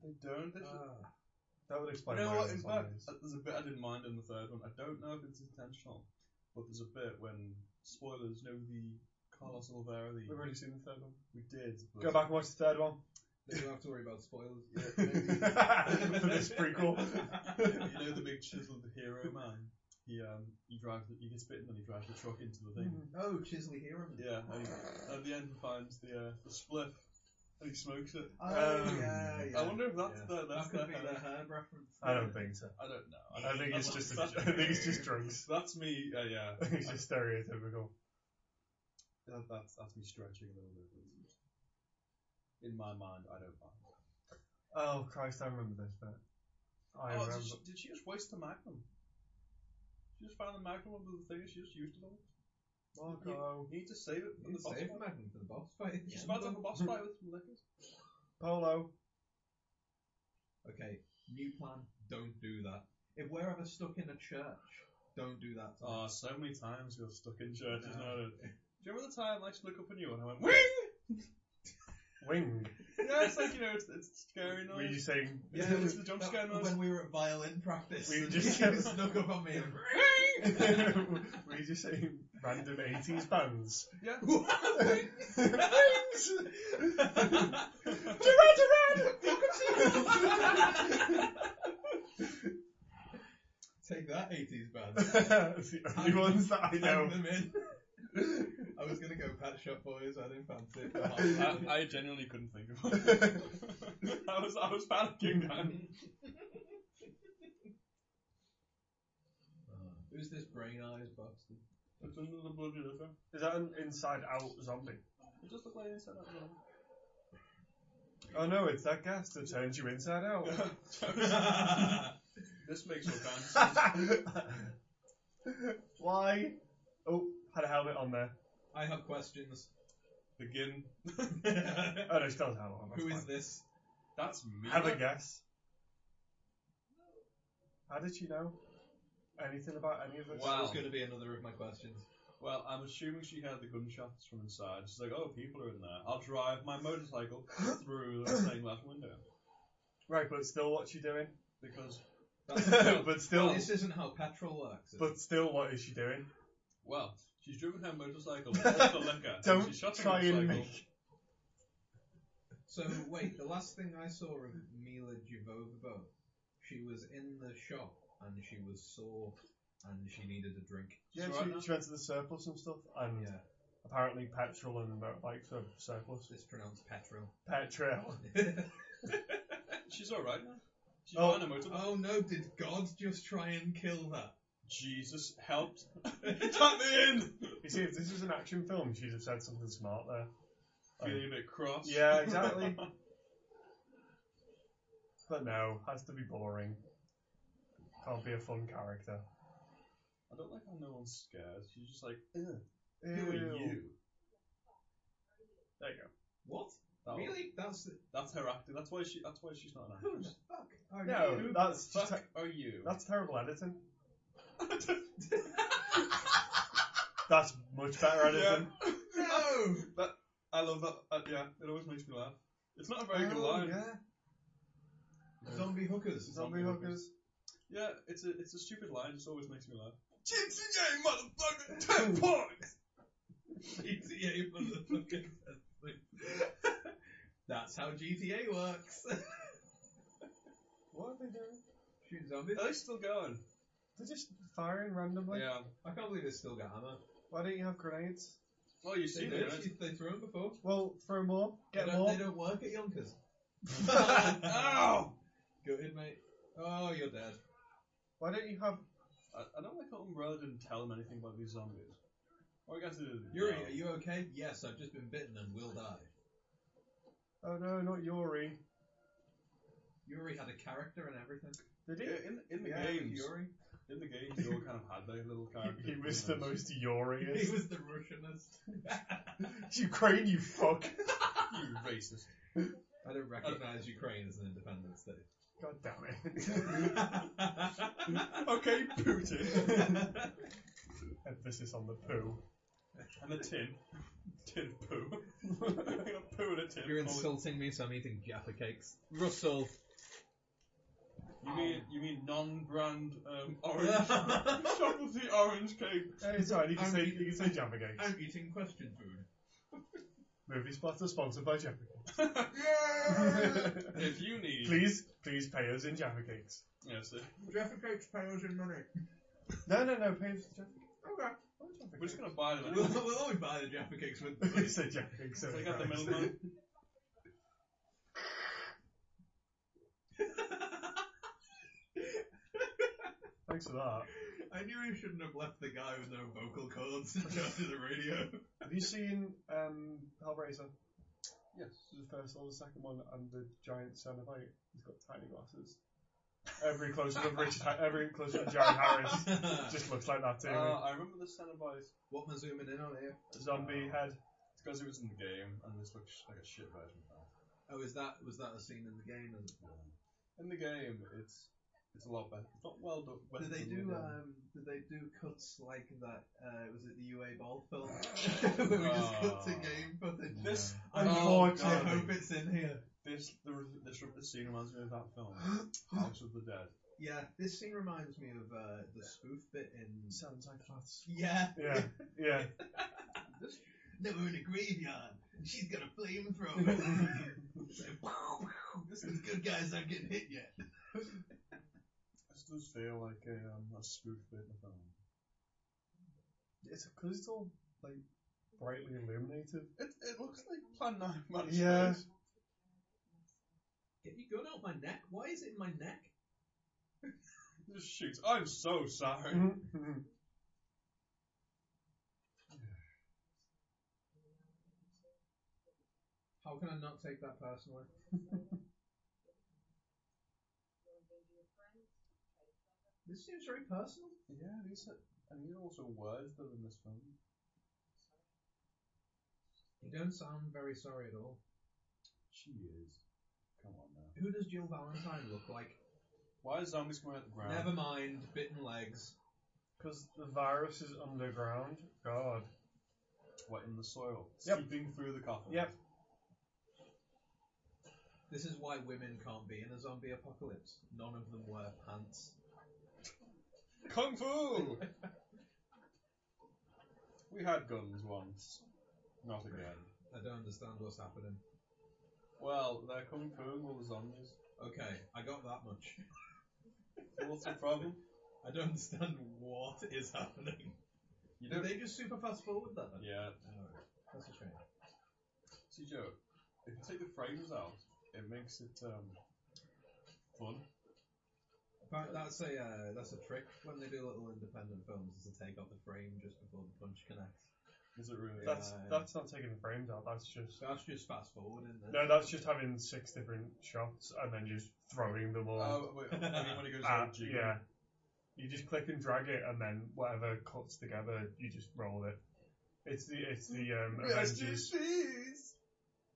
[SPEAKER 1] They don't.
[SPEAKER 2] uh,
[SPEAKER 1] They
[SPEAKER 3] Ah.
[SPEAKER 2] That would explain
[SPEAKER 1] You know
[SPEAKER 2] why
[SPEAKER 1] what?
[SPEAKER 2] it
[SPEAKER 1] In
[SPEAKER 2] was
[SPEAKER 1] fact,
[SPEAKER 2] on
[SPEAKER 1] [LAUGHS]
[SPEAKER 2] this.
[SPEAKER 1] uh, there's a bit I didn't mind in the third one. I don't know if it's intentional, but there's a bit when spoilers. You know the Carlos Oliveira. The,
[SPEAKER 2] We've already seen the third one.
[SPEAKER 1] we did. But [LAUGHS]
[SPEAKER 2] Go back and watch the third one.
[SPEAKER 3] [LAUGHS] They don't have to worry about spoilers.
[SPEAKER 1] Yeah,
[SPEAKER 3] [LAUGHS]
[SPEAKER 2] For this prequel.
[SPEAKER 1] you know the big chiseled hero man. He um he drives the, he gets bitten and he drives the truck into the thing.
[SPEAKER 5] Oh, Chisley Heron.
[SPEAKER 1] Yeah, and he, at the end he finds the uh, the spliff and he smokes it.
[SPEAKER 5] Oh,
[SPEAKER 1] Um,
[SPEAKER 5] yeah, yeah.
[SPEAKER 1] I wonder if that's
[SPEAKER 3] Yeah.
[SPEAKER 1] the that's
[SPEAKER 3] That could
[SPEAKER 1] the
[SPEAKER 3] be the herb reference.
[SPEAKER 2] I don't think so.
[SPEAKER 1] I don't know.
[SPEAKER 2] I think it's just a, I
[SPEAKER 1] [LAUGHS] that's,
[SPEAKER 2] think it's just drugs.
[SPEAKER 1] that's me. Uh, yeah,
[SPEAKER 2] I think it's just stereotypical.
[SPEAKER 1] that, that's that's me stretching a little bit. In my mind, I don't mind.
[SPEAKER 2] Oh Christ, I remember this bit. I
[SPEAKER 1] oh,
[SPEAKER 2] remember.
[SPEAKER 1] did, she, did she just waste the magnum? She just found the magnum under the thing. and She just used it all.
[SPEAKER 2] Marco,
[SPEAKER 1] You need to save it in
[SPEAKER 3] You
[SPEAKER 1] the box.
[SPEAKER 3] save Magnum for the boss fight.
[SPEAKER 1] She's about to have a boss fight with some liquors.
[SPEAKER 2] Polo.
[SPEAKER 3] Okay, new plan. Don't do that. If we're ever stuck in a church, don't do that. to
[SPEAKER 1] [LAUGHS]
[SPEAKER 3] me.
[SPEAKER 1] Oh, so many times we got stuck in church,
[SPEAKER 3] No.
[SPEAKER 2] [LAUGHS]
[SPEAKER 1] isn't it? Do you remember the time I just looked up on you and I went, WING!
[SPEAKER 2] Wing.
[SPEAKER 1] Yeah, it's like, you know, it's, it's scary
[SPEAKER 2] Were you
[SPEAKER 1] [LAUGHS] noise.
[SPEAKER 2] saying?
[SPEAKER 3] [LAUGHS]
[SPEAKER 1] Yeah, it's the jump
[SPEAKER 3] that
[SPEAKER 1] scare
[SPEAKER 3] was
[SPEAKER 1] noise.
[SPEAKER 3] when we were at violin practice.
[SPEAKER 2] We
[SPEAKER 3] and
[SPEAKER 2] just-
[SPEAKER 3] you snuck up on me.
[SPEAKER 1] [LAUGHS]
[SPEAKER 3] and-
[SPEAKER 2] were you just saying random eighties bands?
[SPEAKER 1] Yeah. [LAUGHS] [LAUGHS]
[SPEAKER 3] Take that, 80s band.
[SPEAKER 2] That's the only ones that I
[SPEAKER 3] Hang
[SPEAKER 2] know.
[SPEAKER 3] them in. [LAUGHS] I was gonna go Pet Shop Boys. I didn't fancy it.
[SPEAKER 1] [LAUGHS] I, I genuinely couldn't think of one. [LAUGHS] I was I was panicking, man.
[SPEAKER 3] Who's this brain eyes bastard?
[SPEAKER 1] It's under the bloody liquor.
[SPEAKER 2] Is that an inside out zombie?
[SPEAKER 1] It just looked like inside out. man.
[SPEAKER 2] Oh no, it's that gas that turns you inside out.
[SPEAKER 1] [LAUGHS] this makes no sense.
[SPEAKER 2] [LAUGHS] [LAUGHS] Why? Oh, had a helmet on there.
[SPEAKER 3] [LAUGHS] I have questions.
[SPEAKER 1] Begin.
[SPEAKER 2] Oh no, still has a helmet on. that's
[SPEAKER 3] Who is
[SPEAKER 2] fine.
[SPEAKER 3] this?
[SPEAKER 1] That's me.
[SPEAKER 2] Have a guess. How did she know anything about any of this?
[SPEAKER 3] That was
[SPEAKER 1] Wow.
[SPEAKER 3] gonna be another of my questions.
[SPEAKER 1] Well, I'm assuming she heard the gunshots from inside. She's like, oh, people are in there. I'll drive my
[SPEAKER 2] [LAUGHS]
[SPEAKER 1] motorcycle through the stained glass window.
[SPEAKER 2] Right, but still, what's she doing?
[SPEAKER 1] Because,
[SPEAKER 3] That's-
[SPEAKER 2] [LAUGHS] but still,
[SPEAKER 3] this isn't how petrol works. is it?
[SPEAKER 2] but still, what is she doing?
[SPEAKER 1] well, she's driven her
[SPEAKER 2] [LAUGHS]
[SPEAKER 1] motorcycle with all the liquor. and
[SPEAKER 2] Don't
[SPEAKER 1] she shot her
[SPEAKER 2] try and
[SPEAKER 1] motorcycle.
[SPEAKER 2] make-
[SPEAKER 3] So wait, the last thing I saw of Mila Jovova, she was in the shop and she was sore and she needed a drink.
[SPEAKER 2] Yeah,
[SPEAKER 1] It's alright
[SPEAKER 2] she,
[SPEAKER 1] now.
[SPEAKER 2] she went to the surplus and stuff, and
[SPEAKER 3] Yeah,
[SPEAKER 2] apparently petrol and motorbikes are surplus.
[SPEAKER 3] it's pronounced petrol. [LAUGHS]
[SPEAKER 2] Petrol. [LAUGHS]
[SPEAKER 1] She's alright now. She's
[SPEAKER 2] Oh.
[SPEAKER 1] on a motorbike.
[SPEAKER 3] oh no! Did God just try and kill her?
[SPEAKER 1] Jesus [LAUGHS] helped. Tap me in!
[SPEAKER 2] You see, if this was an action film, she'd have said something smart there.
[SPEAKER 1] Feeling a bit cross. [LAUGHS]
[SPEAKER 2] Yeah, exactly. [LAUGHS] But no, has to be boring. Can't be a fun character.
[SPEAKER 1] I don't like how no one's scared. She's just like, Ugh, who are you?
[SPEAKER 2] There you go.
[SPEAKER 3] What?
[SPEAKER 2] Oh.
[SPEAKER 1] That was-
[SPEAKER 3] Really? That's the...
[SPEAKER 1] That's her acting. That's why she. That's why she's not an actress.
[SPEAKER 3] who the fuck are
[SPEAKER 2] No,
[SPEAKER 3] you?
[SPEAKER 2] that's
[SPEAKER 1] Fuck
[SPEAKER 2] just,
[SPEAKER 1] are you?
[SPEAKER 2] [LAUGHS]
[SPEAKER 1] [LAUGHS]
[SPEAKER 2] that's terrible editing. That's much better editing. [LAUGHS]
[SPEAKER 3] No.
[SPEAKER 1] I love that. Uh, yeah, it always makes me laugh. It's not a very good
[SPEAKER 2] Oh,
[SPEAKER 1] line.
[SPEAKER 2] Yeah,
[SPEAKER 3] Zombie hookers.
[SPEAKER 2] zombie
[SPEAKER 3] [LAUGHS]
[SPEAKER 2] hookers.
[SPEAKER 1] Yeah, it's a it's a stupid line. It always makes me laugh. GTA motherfucker, [LAUGHS] ten points.
[SPEAKER 3] GTA motherfucker. [LAUGHS] That's how GTA works. [LAUGHS]
[SPEAKER 2] What are they doing?
[SPEAKER 3] Shoot zombies.
[SPEAKER 1] Are they still going?
[SPEAKER 2] They're just firing randomly.
[SPEAKER 1] yeah.
[SPEAKER 3] I can't believe it's still got ammo.
[SPEAKER 2] Why don't you have grenades?
[SPEAKER 1] Well, Oh, you've
[SPEAKER 3] They,
[SPEAKER 1] seen
[SPEAKER 3] did.
[SPEAKER 1] it.
[SPEAKER 3] [LAUGHS]
[SPEAKER 1] right?
[SPEAKER 3] They threw them before.
[SPEAKER 2] Well, throw more. Get
[SPEAKER 3] they, don't,
[SPEAKER 2] more.
[SPEAKER 3] they don't work at
[SPEAKER 2] [LAUGHS]
[SPEAKER 3] Yonkers. [LAUGHS]
[SPEAKER 1] Ow!
[SPEAKER 3] Gutted, mate. Oh, you're dead.
[SPEAKER 2] Why don't you have?
[SPEAKER 1] I, I don't like how Umbrella didn't tell him anything about these zombies. Or I guess it is.
[SPEAKER 3] Yuri,
[SPEAKER 1] no.
[SPEAKER 3] are you okay? Yes, I've just been bitten and will die.
[SPEAKER 2] Oh no, not Yuri.
[SPEAKER 3] Yuri had a character and everything.
[SPEAKER 2] Did
[SPEAKER 1] Yeah, in in the games,
[SPEAKER 3] Yuri.
[SPEAKER 1] in the games, they all kind of had their little
[SPEAKER 2] Uh,
[SPEAKER 1] characters.
[SPEAKER 2] [LAUGHS] He, he was the
[SPEAKER 1] didn't they?
[SPEAKER 2] most
[SPEAKER 3] He
[SPEAKER 2] Yuriest.
[SPEAKER 3] was the Russianist.
[SPEAKER 2] Ukraine, you fuck.
[SPEAKER 1] [LAUGHS] You racist.
[SPEAKER 3] I don't recognise Ukraine as an independent [LAUGHS] state.
[SPEAKER 2] God damn it. [LAUGHS]
[SPEAKER 1] okay, Putin.
[SPEAKER 2] Emphasis on the poo.
[SPEAKER 1] and a tin. Tin of poo. [LAUGHS] a poo and a tin.
[SPEAKER 3] You're
[SPEAKER 1] Holy-
[SPEAKER 3] insulting me, so I'm eating Jaffa cakes. Russell.
[SPEAKER 1] You mean you mean non-brand
[SPEAKER 3] [LAUGHS]
[SPEAKER 1] um, orange chocolatey orange cake?
[SPEAKER 2] Hey, it's alright, you can
[SPEAKER 3] I'm-
[SPEAKER 2] say, you can say Jaffa Cakes.
[SPEAKER 3] I'm eating question food.
[SPEAKER 2] Movie Splatter sponsored by Jaffa
[SPEAKER 3] [LAUGHS]
[SPEAKER 2] Cakes. [LAUGHS]
[SPEAKER 1] If you need,
[SPEAKER 2] please, please pay us in Jaffa Cakes.
[SPEAKER 1] yes, if,
[SPEAKER 3] Jaffa cakes pay us in money.
[SPEAKER 2] No, no, no, pay for traffic.
[SPEAKER 5] Okay.
[SPEAKER 2] Oh, traffic.
[SPEAKER 4] We're just gonna buy them.
[SPEAKER 3] We'll,
[SPEAKER 4] anyway.
[SPEAKER 3] we'll always buy the Jaffa cakes with
[SPEAKER 2] you said Jack so
[SPEAKER 3] [LAUGHS]
[SPEAKER 4] Take out the
[SPEAKER 2] Christ.
[SPEAKER 4] middleman.
[SPEAKER 2] Thanks for that.
[SPEAKER 3] I knew you shouldn't have left the guy with no vocal cords to turn to the [LAUGHS] radio.
[SPEAKER 2] Have you seen um, Hellraiser?
[SPEAKER 1] Yes.
[SPEAKER 2] The first one, the second one, and the giant son of eight. He's got tiny glasses. Every close up of Richard, Ha- every close up of Jared Harris just looks like that too.
[SPEAKER 1] Uh, I remember the Cenobite.
[SPEAKER 3] what am I zooming in on here?
[SPEAKER 2] Zombie head.
[SPEAKER 1] It's because it was in the game, and this looks like a shit version now.
[SPEAKER 3] Oh, is that was that a scene in the game? Is it?
[SPEAKER 1] In the game, it's it's a lot better. It's not well done. well
[SPEAKER 3] Did they
[SPEAKER 1] done in
[SPEAKER 3] do
[SPEAKER 1] the game.
[SPEAKER 3] um? Did they do cuts like that? Uh, was it the UA ball [LAUGHS] film where we just cut to
[SPEAKER 1] Oh.
[SPEAKER 3] game footage?
[SPEAKER 1] this?
[SPEAKER 3] Oh,
[SPEAKER 2] Unfortunately.
[SPEAKER 3] I hope it's in here.
[SPEAKER 1] This the re- this re- the scene reminds me of that film, House of the Dead.
[SPEAKER 3] Yeah, this scene reminds me of uh, the spoof bit in.
[SPEAKER 2] Sounds like flats.
[SPEAKER 3] Yeah,
[SPEAKER 2] Yeah, yeah.
[SPEAKER 3] they were in a graveyard. and She's got a flamethrower. [LAUGHS] It's like, "Pow, pow." This is good guys aren't getting hit yet.
[SPEAKER 1] This does feel like a, um, a spoof bit in the film.
[SPEAKER 2] It's because it's all like brightly illuminated.
[SPEAKER 1] It it looks like Plan Nine Man's
[SPEAKER 2] Yeah.
[SPEAKER 1] Space.
[SPEAKER 3] Get your gun out my neck. Why is it in my neck?
[SPEAKER 1] It Just shoots. I'm so sorry.
[SPEAKER 2] Mm-hmm,
[SPEAKER 5] How can I not take that personally?
[SPEAKER 3] This seems very personal.
[SPEAKER 1] Yeah, these are and these are also words that are in this film.
[SPEAKER 3] You don't sound very sorry at all.
[SPEAKER 1] She is. Come on now.
[SPEAKER 3] Who does Jill Valentine look like?
[SPEAKER 1] Why are zombies coming out the ground?
[SPEAKER 3] Never mind, bitten legs.
[SPEAKER 2] Because the virus is underground. God.
[SPEAKER 1] What in the soil?
[SPEAKER 2] Yep.
[SPEAKER 1] Seeping through the coffin.
[SPEAKER 2] Yep.
[SPEAKER 3] This is why women can't be in a zombie apocalypse. None of them wear pants.
[SPEAKER 1] Kung Fu! we had guns once. Not again.
[SPEAKER 3] I don't understand what's happening.
[SPEAKER 1] Well, they're Kung Fu and all the zombies.
[SPEAKER 3] Okay, I got that much.
[SPEAKER 1] What's the problem?
[SPEAKER 3] I don't understand what is happening.
[SPEAKER 1] You
[SPEAKER 3] Did
[SPEAKER 1] don't.
[SPEAKER 3] they just super fast forward that? then?
[SPEAKER 1] Yeah.
[SPEAKER 3] Alright, that's a shame.
[SPEAKER 1] See, Joe, if you take the frames out, it makes it um, fun.
[SPEAKER 3] But that's a uh, that's a trick when they do little independent films is to take off the frame just before the punch connects.
[SPEAKER 1] Is it really?
[SPEAKER 2] That's
[SPEAKER 3] Yeah.
[SPEAKER 2] that's not taking the frames out. That's just
[SPEAKER 3] So that's just fast forwarding. then.
[SPEAKER 2] no. That's just having six different shots and then just throwing them all.
[SPEAKER 1] Oh, wait, I mean, when
[SPEAKER 2] [LAUGHS]
[SPEAKER 1] it goes
[SPEAKER 2] at-
[SPEAKER 1] OG.
[SPEAKER 2] Uh, Ah, yeah. You just click and drag it, and then whatever cuts together, you just roll it. It's the it's the um, Avengers.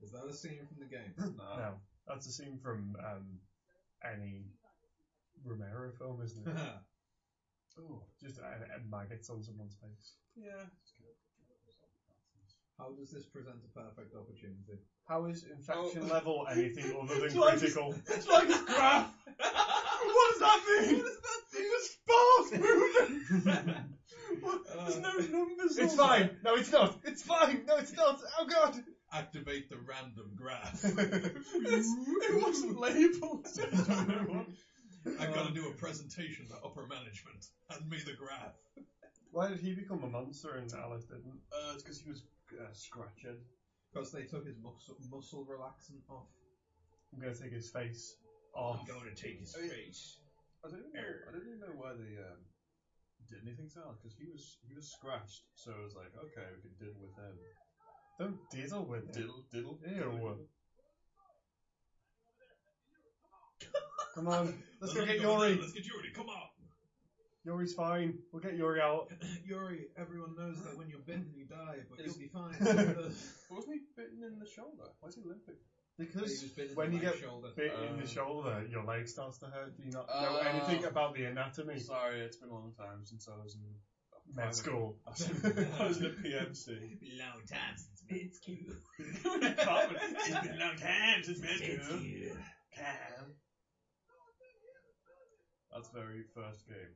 [SPEAKER 3] Is that a scene from the game?
[SPEAKER 1] [CLEARS THROAT]
[SPEAKER 3] [LAUGHS]
[SPEAKER 1] No.
[SPEAKER 2] No, that's a scene from um, any Romero film, isn't
[SPEAKER 1] [LAUGHS]
[SPEAKER 2] it?
[SPEAKER 3] That's
[SPEAKER 1] Oh,
[SPEAKER 2] just uh, uh, maggots on someone's face.
[SPEAKER 1] yeah.
[SPEAKER 3] How does this present a perfect opportunity?
[SPEAKER 2] How is infection
[SPEAKER 1] Oh. [LAUGHS]
[SPEAKER 2] level anything other than
[SPEAKER 1] It's like-
[SPEAKER 2] critical?
[SPEAKER 1] It's like a
[SPEAKER 3] [LAUGHS]
[SPEAKER 1] graph! what does that mean? What does that mean? It's sparse movement! What? There's no numbers
[SPEAKER 2] It's
[SPEAKER 1] on
[SPEAKER 2] fine. No, it's not. It's fine. No, it's not. Oh god.
[SPEAKER 3] Activate the random graph.
[SPEAKER 1] It's, it
[SPEAKER 2] [LAUGHS]
[SPEAKER 1] wasn't Uh, labelled.
[SPEAKER 3] I've got to do a presentation to upper management. Hand me the graph.
[SPEAKER 2] Why did he become a monster and Alice didn't?
[SPEAKER 1] uh, it's because he was uh, scratching.
[SPEAKER 3] Because they took his muscle, muscle relaxant
[SPEAKER 1] [CLEARS THROAT]
[SPEAKER 3] off.
[SPEAKER 2] I'm gonna take his face off.
[SPEAKER 3] going to take his
[SPEAKER 1] Oh, yeah.
[SPEAKER 3] face.
[SPEAKER 1] I don't even know. I don't even know why they um, did anything to Alan because he was he was scratched. So it was like, okay, we can diddle with him.
[SPEAKER 2] Don't diddle with it.
[SPEAKER 1] Diddle, diddle.
[SPEAKER 2] Ew. Come on,
[SPEAKER 1] [LAUGHS]
[SPEAKER 2] let's go get Yori.
[SPEAKER 3] Let's get Yuri. Come on.
[SPEAKER 2] Yori's fine. We'll get Yori out.
[SPEAKER 3] Yuri, everyone knows that when you're bitten, you die, but
[SPEAKER 1] Is- [LAUGHS]
[SPEAKER 3] you'll be fine.
[SPEAKER 1] But wasn't he bitten in the shoulder? Why is he limping?
[SPEAKER 2] Because
[SPEAKER 3] bitten
[SPEAKER 2] when you
[SPEAKER 3] my
[SPEAKER 2] get
[SPEAKER 3] shoulder.
[SPEAKER 2] bit in
[SPEAKER 1] Uh,
[SPEAKER 2] the shoulder, your leg starts to hurt. Do you not know
[SPEAKER 1] Uh,
[SPEAKER 2] anything about the anatomy?
[SPEAKER 1] Sorry, it's been a long time since I was in. [LAUGHS]
[SPEAKER 2] Med school. [LAUGHS]
[SPEAKER 1] I was in- I was in a PMC.
[SPEAKER 3] Long time since med school.
[SPEAKER 1] it's been a long time since med school. Cam. [LAUGHS] That's very first game.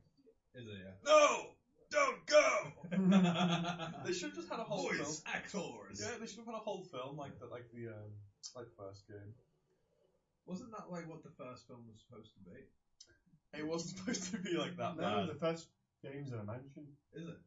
[SPEAKER 3] Is it?
[SPEAKER 1] No! Don't go! [LAUGHS]
[SPEAKER 3] Yeah.
[SPEAKER 1] They should have just had a whole film.
[SPEAKER 3] Voice actors.
[SPEAKER 1] Yeah, they should have had a whole film like the like the um like first game.
[SPEAKER 3] Wasn't that like what the first film was supposed to be?
[SPEAKER 1] It wasn't [LAUGHS] supposed to be like that
[SPEAKER 2] No,
[SPEAKER 1] bad.
[SPEAKER 2] the first Games in a mansion.
[SPEAKER 3] Is it?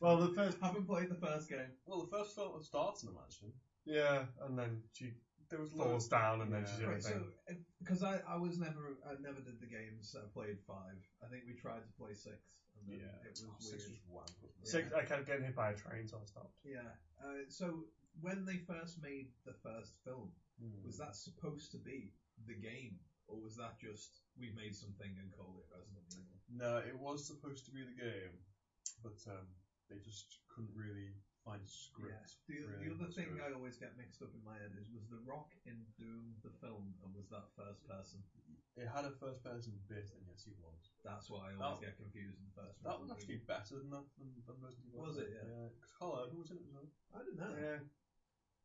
[SPEAKER 2] Well, the first.
[SPEAKER 3] Haven't played the first game.
[SPEAKER 1] Well, the first film starts in a mansion.
[SPEAKER 2] Yeah, and then she
[SPEAKER 1] There was
[SPEAKER 2] falls down and then
[SPEAKER 1] Yeah.
[SPEAKER 2] she's in a
[SPEAKER 3] Right, so
[SPEAKER 2] thing.
[SPEAKER 3] because I, I was never I never did the games. I played five. I think we tried to play six. And then
[SPEAKER 1] Yeah.
[SPEAKER 3] it was
[SPEAKER 1] Oh,
[SPEAKER 3] weird.
[SPEAKER 1] six was wank, wasn't it?
[SPEAKER 2] Six, I kept getting hit by a train, so I stopped.
[SPEAKER 3] Yeah. Uh, so when they first made the first film,
[SPEAKER 1] Hmm.
[SPEAKER 3] was that supposed to be the game, or was that just we made something and called it Resident Evil?
[SPEAKER 1] No, it was supposed to be the game, but um, they just couldn't really find a script.
[SPEAKER 3] The,
[SPEAKER 1] really,
[SPEAKER 3] the
[SPEAKER 1] for
[SPEAKER 3] other
[SPEAKER 1] a
[SPEAKER 3] thing
[SPEAKER 1] script.
[SPEAKER 3] I always get mixed up in my head is was The Rock in Doom the film, and was that first person?
[SPEAKER 1] It had a first person bit, and yes, he was.
[SPEAKER 3] That's why I always
[SPEAKER 1] Oh.
[SPEAKER 3] get confused in the first.
[SPEAKER 1] That was
[SPEAKER 3] Resident
[SPEAKER 1] actually better than that than, than Resident Evil.
[SPEAKER 3] Was it? Yeah.
[SPEAKER 1] Because Carl Urban was in it as well.
[SPEAKER 3] Evil. I don't know.
[SPEAKER 2] Yeah.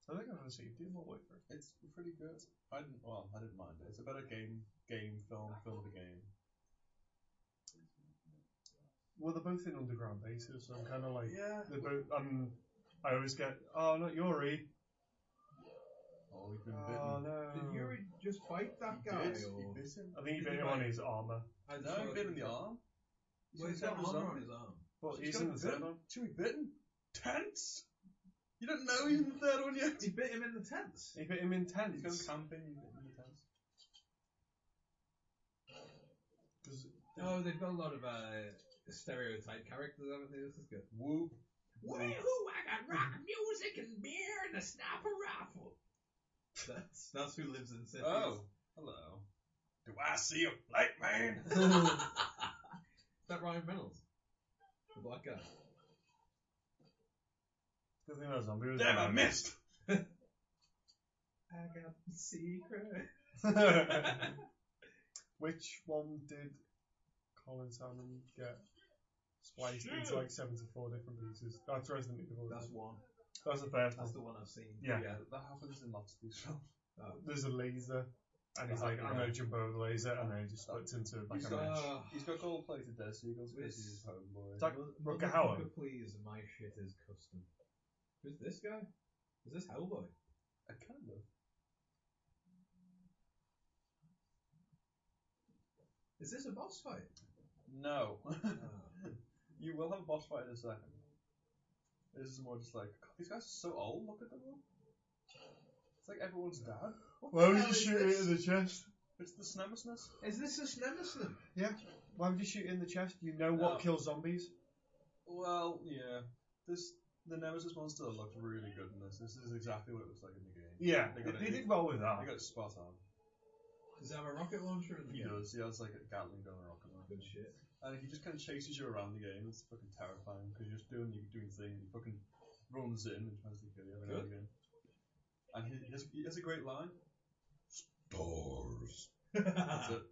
[SPEAKER 2] I think I've ever seen Devil Wafer.
[SPEAKER 1] It's pretty good. I didn't. Well, I didn't mind it. It's a better game, game film, film the game.
[SPEAKER 2] Well, they're both in underground bases, so I'm kind of like.
[SPEAKER 1] Yeah.
[SPEAKER 2] They're both. Um, I always get, oh, not Yuri.
[SPEAKER 1] Oh, he's been
[SPEAKER 2] Oh,
[SPEAKER 1] bitten.
[SPEAKER 2] no.
[SPEAKER 3] Did Yuri just bite that
[SPEAKER 1] He
[SPEAKER 3] guy?
[SPEAKER 1] bit- he
[SPEAKER 3] or
[SPEAKER 1] bit him.
[SPEAKER 2] I think he
[SPEAKER 3] Did
[SPEAKER 2] bit
[SPEAKER 3] he
[SPEAKER 2] him on
[SPEAKER 3] bite-
[SPEAKER 2] his armor.
[SPEAKER 3] I just
[SPEAKER 1] No, he
[SPEAKER 3] thought-
[SPEAKER 1] bit him in the arm.
[SPEAKER 3] Well, he's
[SPEAKER 1] He said
[SPEAKER 3] got
[SPEAKER 1] it was
[SPEAKER 3] armor
[SPEAKER 1] on-
[SPEAKER 3] on his arm.
[SPEAKER 2] But
[SPEAKER 1] He's
[SPEAKER 2] he's
[SPEAKER 1] got
[SPEAKER 2] in the
[SPEAKER 1] a
[SPEAKER 2] third
[SPEAKER 1] bit.
[SPEAKER 2] one.
[SPEAKER 1] Should we bitten? Tense? You don't know he's in the third one yet?
[SPEAKER 3] He bit him in the tents.
[SPEAKER 2] He bit him in
[SPEAKER 1] He's going
[SPEAKER 2] tents.
[SPEAKER 1] camping, you bit him in the tents.
[SPEAKER 3] No, they've got a lot of uh, stereotype characters, haven't they? This is
[SPEAKER 1] [LAUGHS]
[SPEAKER 3] good.
[SPEAKER 1] Whoop.
[SPEAKER 3] Woohoo! I got rock music and beer and a snapper raffle. That's that's who lives in cities. [LAUGHS]
[SPEAKER 1] Oh, hello. Do I see a black man?
[SPEAKER 3] Is that Ryan Reynolds? The black guy.
[SPEAKER 2] Good thing that zombie was
[SPEAKER 1] Damn, I
[SPEAKER 2] there.
[SPEAKER 1] missed.
[SPEAKER 3] I got the secret.
[SPEAKER 2] Which one did Colin Salmon get spliced into like 74 different pieces? That's Resident Evil.
[SPEAKER 3] That's
[SPEAKER 2] That's,
[SPEAKER 3] one.
[SPEAKER 2] that's the first
[SPEAKER 3] That's
[SPEAKER 2] one.
[SPEAKER 3] the one I've seen.
[SPEAKER 2] Yeah.
[SPEAKER 1] that happens in lots of these films.
[SPEAKER 2] There's a laser, and he's like, I'm going to jump over the laser, and then he just splits into like
[SPEAKER 1] He's
[SPEAKER 2] a
[SPEAKER 1] got-
[SPEAKER 2] mesh.
[SPEAKER 3] Ah.
[SPEAKER 1] He's got gold plated Dead Seagulls because
[SPEAKER 3] It's-
[SPEAKER 1] he's his homeboy.
[SPEAKER 2] It's like
[SPEAKER 3] Motherfucker,
[SPEAKER 2] Rutger Hauer.
[SPEAKER 3] please, my shit is custom. Who's this guy? Is this Hellboy?
[SPEAKER 1] I kind of.
[SPEAKER 3] Is this a boss fight?
[SPEAKER 1] No. [LAUGHS]
[SPEAKER 3] Ah.
[SPEAKER 1] you will have a boss fight in a second. This is more just like, God, these guys are so old, look at them all. It's like everyone's dad. What the
[SPEAKER 2] Why would
[SPEAKER 1] hell
[SPEAKER 2] you
[SPEAKER 1] is
[SPEAKER 2] shoot
[SPEAKER 1] this?
[SPEAKER 2] it in the chest?
[SPEAKER 1] It's the Snemesis.
[SPEAKER 3] Is this a Snemersnum?
[SPEAKER 2] Why would you shoot it in the chest? You know what
[SPEAKER 1] No.
[SPEAKER 2] kills zombies?
[SPEAKER 1] Well, yeah. This the Nemesis monster looked really good in this. This is exactly what it looks like in the game.
[SPEAKER 2] Yeah, they,
[SPEAKER 1] They got it.
[SPEAKER 2] they did well with that.
[SPEAKER 1] You got it spot on.
[SPEAKER 3] Does it have a rocket launcher in the
[SPEAKER 1] He
[SPEAKER 3] game?
[SPEAKER 1] does. He has like a Gatling gun or rocket launcher.
[SPEAKER 3] Good shit.
[SPEAKER 1] And he just kind of chases you around the game. It's fucking terrifying because you're just doing your doing thing. And he fucking runs in and tries to kill you every now and again. And he, he, has, he has a great line. Stars. That's it.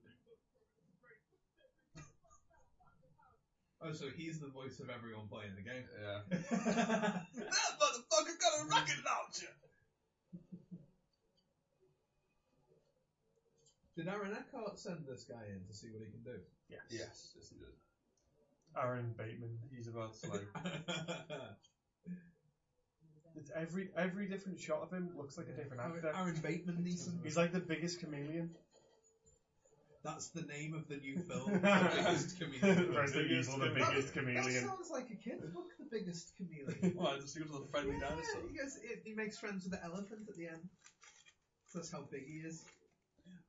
[SPEAKER 3] [LAUGHS] oh, so he's the voice of everyone playing the
[SPEAKER 1] [LAUGHS]
[SPEAKER 3] game.
[SPEAKER 1] Yeah. That motherfucker got a rocket launcher.
[SPEAKER 3] Did Aaron Eckhart send this guy in to see what he can do?
[SPEAKER 2] Yes.
[SPEAKER 1] Yes, yes he did.
[SPEAKER 2] Aaron Bateman.
[SPEAKER 1] He's about to like. [LAUGHS]
[SPEAKER 2] It's every every different shot of him looks like a different actor.
[SPEAKER 3] Aaron, Aaron Bateman Neeson.
[SPEAKER 2] He's like the biggest chameleon.
[SPEAKER 3] [LAUGHS]
[SPEAKER 2] [LAUGHS]
[SPEAKER 3] That's the name of the new
[SPEAKER 1] [LAUGHS]
[SPEAKER 3] film. the biggest chameleon.
[SPEAKER 2] Resident
[SPEAKER 1] biggest
[SPEAKER 2] Evil, the
[SPEAKER 1] chameleon.
[SPEAKER 2] biggest
[SPEAKER 3] That
[SPEAKER 2] chameleon.
[SPEAKER 3] sounds like a kid's book, The Biggest
[SPEAKER 1] [LAUGHS]
[SPEAKER 3] Chameleon.
[SPEAKER 1] Well, just seems like a friendly
[SPEAKER 3] yeah,
[SPEAKER 1] dinosaur.
[SPEAKER 3] he, goes, he makes friends with the elephant at the end. That's how big he is.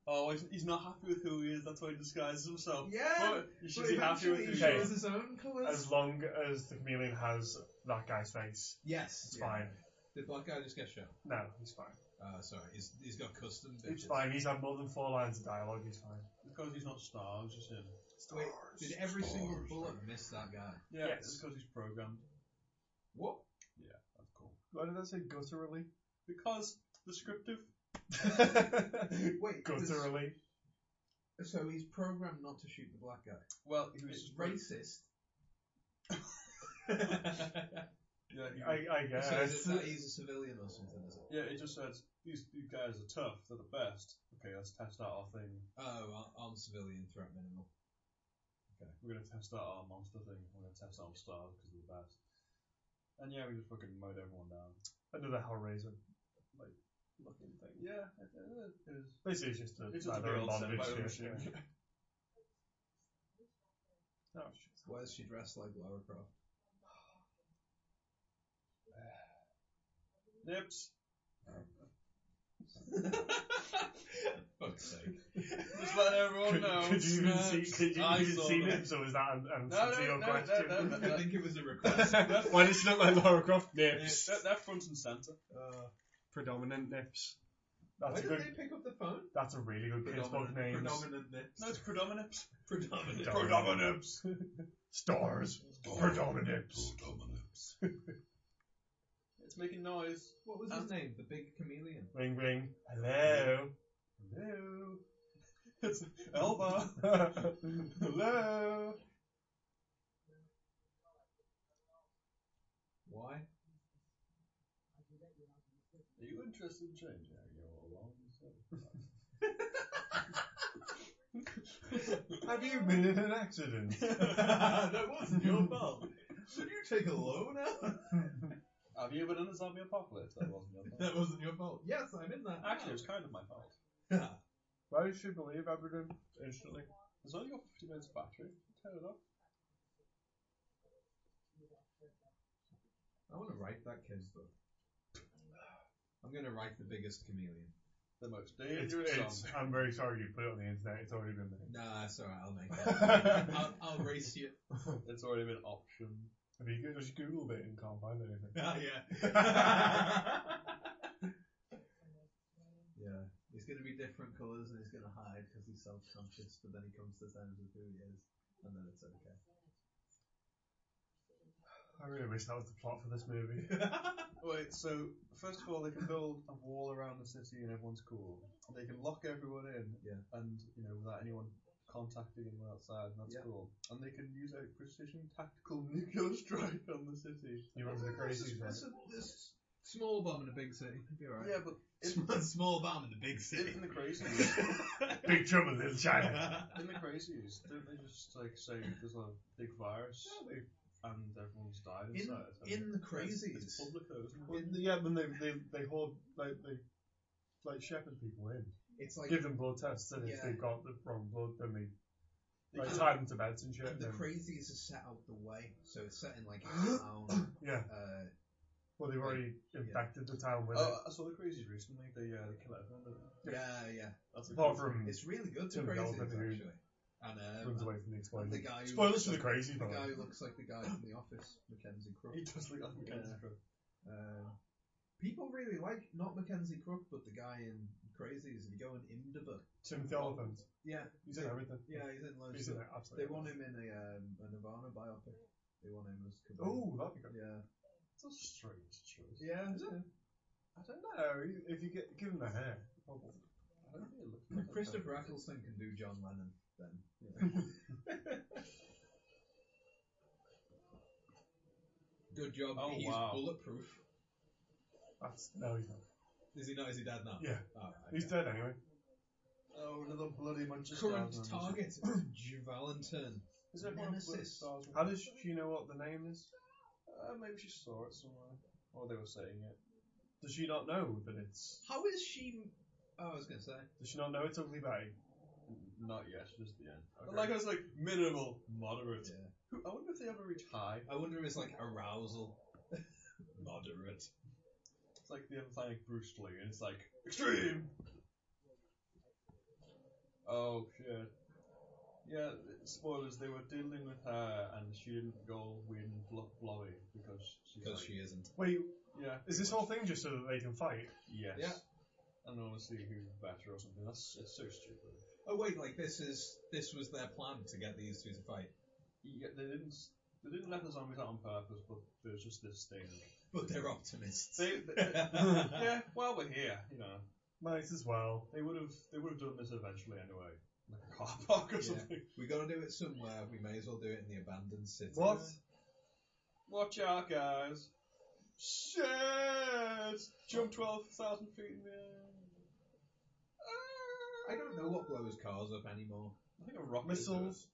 [SPEAKER 1] Oh, he's, he's not happy with who he is. That's why he disguises himself.
[SPEAKER 3] Yeah,
[SPEAKER 1] Well, Oh, you should
[SPEAKER 3] But
[SPEAKER 1] be happy with
[SPEAKER 3] eventually
[SPEAKER 1] who
[SPEAKER 3] he
[SPEAKER 1] you
[SPEAKER 2] Okay.
[SPEAKER 1] are.
[SPEAKER 3] shows his own colours.
[SPEAKER 2] As long as the chameleon has that guy's face,
[SPEAKER 3] Yes.
[SPEAKER 2] it's
[SPEAKER 3] yeah.
[SPEAKER 2] fine.
[SPEAKER 3] Did black guy just get shot?
[SPEAKER 2] No, he's fine.
[SPEAKER 3] Uh, sorry, he's, he's got custom bitches.
[SPEAKER 2] It's fine. He's had more than four lines of dialogue. He's fine.
[SPEAKER 1] Because he's not stars, just him.
[SPEAKER 3] Wait, did every single bullet miss that guy?
[SPEAKER 1] Yeah,
[SPEAKER 2] Yes.
[SPEAKER 1] it's because he's programmed.
[SPEAKER 3] What? [LAUGHS]
[SPEAKER 1] That's cool.
[SPEAKER 2] Why did I say gutturally?
[SPEAKER 1] Because descriptive.
[SPEAKER 3] Wait,
[SPEAKER 2] [LAUGHS]
[SPEAKER 3] there's-
[SPEAKER 2] gutturally.
[SPEAKER 3] so he's programmed not to shoot the black guy.
[SPEAKER 1] Well, he was
[SPEAKER 3] It's
[SPEAKER 1] just
[SPEAKER 3] racist.
[SPEAKER 1] Yeah, he,
[SPEAKER 2] I, I guess.
[SPEAKER 3] So is it that he's a civilian or something, is it?
[SPEAKER 1] yeah, it just said these, these guys are tough. They're the best. Okay, let's test out our thing.
[SPEAKER 3] Oh, ar- armed civilian threat minimal.
[SPEAKER 1] We're gonna test out our monster thing. We're gonna test out our stars because they're the best. And yeah, we just fucking mowed everyone down.
[SPEAKER 2] Another Hellraiser, like looking thing.
[SPEAKER 1] Yeah, it, it is.
[SPEAKER 2] Basically, it's just a,
[SPEAKER 1] It's just a
[SPEAKER 2] they're
[SPEAKER 1] real
[SPEAKER 2] in bondage, yeah.
[SPEAKER 1] semi machine.
[SPEAKER 2] Oh shit!
[SPEAKER 3] Why is she dressed like Lara Croft?
[SPEAKER 1] Nips.
[SPEAKER 3] Fuck's sake.
[SPEAKER 4] Just let everyone
[SPEAKER 1] Oh,
[SPEAKER 2] Could,
[SPEAKER 4] know.
[SPEAKER 2] could you even see,
[SPEAKER 4] Snaps.
[SPEAKER 2] could you
[SPEAKER 4] I
[SPEAKER 2] even
[SPEAKER 4] saw
[SPEAKER 2] see
[SPEAKER 4] them.
[SPEAKER 2] nips, or was that an answer to
[SPEAKER 1] No, no,
[SPEAKER 2] your
[SPEAKER 1] no, no,
[SPEAKER 2] question?
[SPEAKER 1] no, no, no.
[SPEAKER 3] I think it was a request.
[SPEAKER 2] Why does she look like Laura Croft?
[SPEAKER 1] Yeah,
[SPEAKER 2] Nips.
[SPEAKER 1] they're, they're front and centre.
[SPEAKER 3] Uh,
[SPEAKER 2] Predominant nips.
[SPEAKER 3] why
[SPEAKER 2] That's a
[SPEAKER 3] did
[SPEAKER 2] good.
[SPEAKER 3] they pick up the phone?
[SPEAKER 2] That's a really good kids' book name.
[SPEAKER 3] predominant nips.
[SPEAKER 1] No, it's predominant.
[SPEAKER 3] Predominant.
[SPEAKER 2] Predominant. Stars. Predominant.
[SPEAKER 1] [LAUGHS] It's making noise.
[SPEAKER 3] What was his name? The big chameleon.
[SPEAKER 2] Ring ring. Hello.
[SPEAKER 1] Hello. It's Elba. [LAUGHS]
[SPEAKER 2] Hello.
[SPEAKER 3] Why?
[SPEAKER 1] Are you interested in changing how you all
[SPEAKER 2] [LAUGHS]
[SPEAKER 1] along?
[SPEAKER 2] Have you been in an accident?
[SPEAKER 3] [LAUGHS] that wasn't your fault. Should you take a loan out?
[SPEAKER 1] Have you been in a zombie apocalypse? That wasn't your fault.
[SPEAKER 3] That wasn't your fault. Yes, I'm in that.
[SPEAKER 1] [LAUGHS] Actually, it's kind of my fault.
[SPEAKER 3] now.
[SPEAKER 2] Why should believe everything instantly?
[SPEAKER 1] There's only got 50 minutes battery. Turn it off.
[SPEAKER 3] I want to write that kid's book. I'm going to write the biggest chameleon.
[SPEAKER 1] The most
[SPEAKER 2] It's,
[SPEAKER 1] dangerous
[SPEAKER 2] it's,
[SPEAKER 1] zombie.
[SPEAKER 2] I'm very sorry you put it on the internet. It's already been made.
[SPEAKER 3] Nah, it's alright. I'll make it. [LAUGHS]
[SPEAKER 2] if
[SPEAKER 1] [LAUGHS]
[SPEAKER 3] I'll, I'll race [LAUGHS] you.
[SPEAKER 1] It's already been optioned.
[SPEAKER 2] you could just Google it and can't find anything.
[SPEAKER 3] Ah, yeah. [LAUGHS] yeah. He's going to be different colours and he's going to hide because he's self conscious, but then he comes to terms with who he is, and then it's okay.
[SPEAKER 2] I really wish that was the plot for this movie. [LAUGHS]
[SPEAKER 1] Wait, so first of all, they can build a wall around the city and everyone's cool. They can lock everyone in,
[SPEAKER 3] Yeah.
[SPEAKER 1] and you know without anyone contacting anyone outside, and that's
[SPEAKER 3] Yeah.
[SPEAKER 1] cool. And they can use a precision tactical [LAUGHS] nuclear strike on the city.
[SPEAKER 2] You remember the
[SPEAKER 3] [LAUGHS]
[SPEAKER 2] crazy right?
[SPEAKER 3] It's a, it's a small bomb in a big city. You're right.
[SPEAKER 1] Yeah, but
[SPEAKER 3] Sm- [LAUGHS] small bomb in the
[SPEAKER 1] in,
[SPEAKER 3] big city.
[SPEAKER 1] in the crazies, [LAUGHS]
[SPEAKER 2] Big trouble in little China.
[SPEAKER 1] in the crazies, don't they just like say there's a big virus and everyone's died
[SPEAKER 3] in,
[SPEAKER 1] inside? I mean,
[SPEAKER 3] in the
[SPEAKER 1] it's-
[SPEAKER 3] crazies.
[SPEAKER 1] it's Publico, isn't
[SPEAKER 2] Well,
[SPEAKER 1] it?
[SPEAKER 2] yeah, when they they they hold like they like shepherd people in,
[SPEAKER 3] It's like
[SPEAKER 2] give them blood tests, and if
[SPEAKER 3] Yeah.
[SPEAKER 2] they've got the wrong blood, then they
[SPEAKER 1] They
[SPEAKER 2] like
[SPEAKER 1] can-
[SPEAKER 2] tie them to beds and shit.
[SPEAKER 3] and
[SPEAKER 2] And
[SPEAKER 3] the
[SPEAKER 2] then,
[SPEAKER 3] crazies is set out the way, so it's set in
[SPEAKER 2] [GASPS]
[SPEAKER 3] like a town.
[SPEAKER 2] yeah,
[SPEAKER 3] Uh,
[SPEAKER 2] well they've already infected the town with
[SPEAKER 1] Oh, I saw the crazies recently. They uh, they kill everyone. don't they?
[SPEAKER 3] yeah, yeah.
[SPEAKER 1] That's
[SPEAKER 2] it.
[SPEAKER 1] a
[SPEAKER 2] Apart
[SPEAKER 1] crazy-
[SPEAKER 2] from
[SPEAKER 3] It's really good to
[SPEAKER 2] Tim
[SPEAKER 3] crazies
[SPEAKER 2] Dalton, who
[SPEAKER 3] actually. And, um,
[SPEAKER 2] runs away from the
[SPEAKER 3] and the
[SPEAKER 2] explosion.
[SPEAKER 3] guy who
[SPEAKER 2] Spoilers
[SPEAKER 3] looks
[SPEAKER 2] for the
[SPEAKER 3] like-
[SPEAKER 2] crazy
[SPEAKER 3] the
[SPEAKER 2] by the
[SPEAKER 3] guy
[SPEAKER 2] way.
[SPEAKER 3] who looks like the guy from The Office, Mackenzie Crook.
[SPEAKER 1] He does look like Mackenzie
[SPEAKER 3] Yeah.
[SPEAKER 1] Crook.
[SPEAKER 3] Um, people really like not Mackenzie Crook, but the guy in Crazies. If you go in Imdb,
[SPEAKER 2] Timothy Oliphant.
[SPEAKER 3] yeah,
[SPEAKER 2] He's in everything.
[SPEAKER 3] yeah, he's in loads.
[SPEAKER 2] He's
[SPEAKER 3] of
[SPEAKER 2] in
[SPEAKER 3] stuff.
[SPEAKER 2] it, absolutely.
[SPEAKER 3] They want him in a, um, a Nirvana biopic. They want him as Kavanaugh.
[SPEAKER 2] Oh, that'd be good.
[SPEAKER 3] yeah,
[SPEAKER 1] It's a strange choice.
[SPEAKER 3] yeah. yeah.
[SPEAKER 2] I don't know if you get give him the hair. probably.
[SPEAKER 1] I don't think it looks like
[SPEAKER 3] Christopher Eccleston can do John Lennon then. you know. Good job.
[SPEAKER 1] Oh,
[SPEAKER 3] he's
[SPEAKER 1] wow.
[SPEAKER 3] bulletproof.
[SPEAKER 2] That's no, he's not.
[SPEAKER 3] Is he not? Is he dead now?
[SPEAKER 2] Yeah.
[SPEAKER 3] Alright,
[SPEAKER 2] He's
[SPEAKER 3] okay.
[SPEAKER 2] dead anyway.
[SPEAKER 1] Oh, another bloody Manchester
[SPEAKER 3] Current
[SPEAKER 1] United.
[SPEAKER 3] target, Juvalentin.
[SPEAKER 1] Is there one of
[SPEAKER 3] Nemesis.
[SPEAKER 1] Bloody Stars?
[SPEAKER 2] How does she know what the name is?
[SPEAKER 1] Uh, maybe she saw it somewhere. Or they were saying it.
[SPEAKER 2] Does she not know that it's?
[SPEAKER 3] How is she? Oh, I was gonna say.
[SPEAKER 2] Does she not know it's Ugly Betty?
[SPEAKER 1] N- Not yet, just the end. But Like I was like, minimal, moderate.
[SPEAKER 3] Yeah.
[SPEAKER 1] Who- I wonder if they ever reach high.
[SPEAKER 3] I wonder if it's like arousal. [LAUGHS] Moderate.
[SPEAKER 1] It's like the Atlantic Bruce Lee, and it's like, extreme! Oh, shit. Yeah, spoilers, they were dealing with her, and she didn't go win blo- Blobby because she's
[SPEAKER 3] Because
[SPEAKER 1] like-
[SPEAKER 3] she isn't.
[SPEAKER 2] Wait,
[SPEAKER 1] Yeah.
[SPEAKER 2] is this whole thing just so that they can fight?
[SPEAKER 1] Yes.
[SPEAKER 3] Yeah.
[SPEAKER 1] And honestly, who's better or something. That's it's so stupid.
[SPEAKER 3] Oh wait, like this is this was their plan to get these two to fight.
[SPEAKER 1] Yeah, they didn't. s- They didn't let the zombies out on purpose, but there's just this thing.
[SPEAKER 3] But they're optimists.
[SPEAKER 1] They, [LAUGHS] they-
[SPEAKER 3] [LAUGHS]
[SPEAKER 1] yeah, while we're here, you know,
[SPEAKER 2] Might as well.
[SPEAKER 1] they would have they would have done this eventually anyway, like a car park or
[SPEAKER 3] Yeah.
[SPEAKER 1] something.
[SPEAKER 3] we gotta do it somewhere. We may as well do it in the abandoned city.
[SPEAKER 2] What?
[SPEAKER 1] Watch out, guys! Shit! Jump twelve thousand feet in the air.
[SPEAKER 3] I don't know what blows cars up anymore.
[SPEAKER 1] I think a rocket
[SPEAKER 2] Missiles.
[SPEAKER 1] Is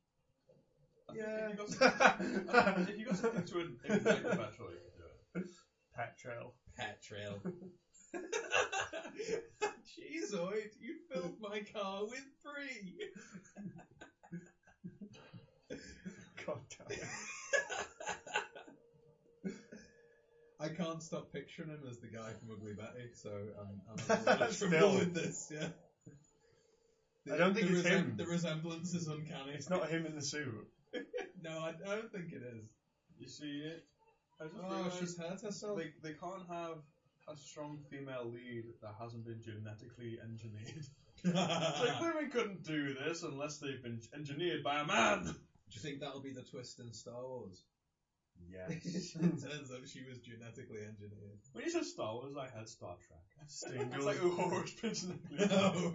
[SPEAKER 1] it. I think If you got something, I think if you got something
[SPEAKER 3] [LAUGHS]
[SPEAKER 1] to in- ignite the battle, you can do it.
[SPEAKER 2] Petrol.
[SPEAKER 3] Petrol. Jeezoid, you filled my car with free.
[SPEAKER 2] [LAUGHS] God
[SPEAKER 3] I can't stop picturing him as the guy from Ugly Betty, so I'm,
[SPEAKER 2] [LAUGHS]
[SPEAKER 3] I'm
[SPEAKER 2] Still.
[SPEAKER 3] still with this. Yeah.
[SPEAKER 2] I don't think
[SPEAKER 3] the
[SPEAKER 2] it's him.
[SPEAKER 3] The resemblance is uncanny.
[SPEAKER 2] It's not him in the suit.
[SPEAKER 3] no, I, I don't think it is.
[SPEAKER 1] You see it? I just
[SPEAKER 3] Oh,
[SPEAKER 1] realised
[SPEAKER 3] she's hurt herself.
[SPEAKER 1] they, they can't have a strong female lead that hasn't been genetically engineered. [LAUGHS] It's
[SPEAKER 3] [LAUGHS]
[SPEAKER 1] like
[SPEAKER 3] [LAUGHS] Do
[SPEAKER 1] women couldn't do this unless they've been engineered by a man.
[SPEAKER 3] you think that'll be the twist in Star Wars?
[SPEAKER 2] [LAUGHS]
[SPEAKER 1] Yes.
[SPEAKER 3] turns out she was genetically engineered.
[SPEAKER 1] [LAUGHS] when you said Star Wars, I had Star Trek. It's
[SPEAKER 2] Single,
[SPEAKER 1] like, oh, horror's been
[SPEAKER 3] [LAUGHS]
[SPEAKER 1] genetically
[SPEAKER 3] No.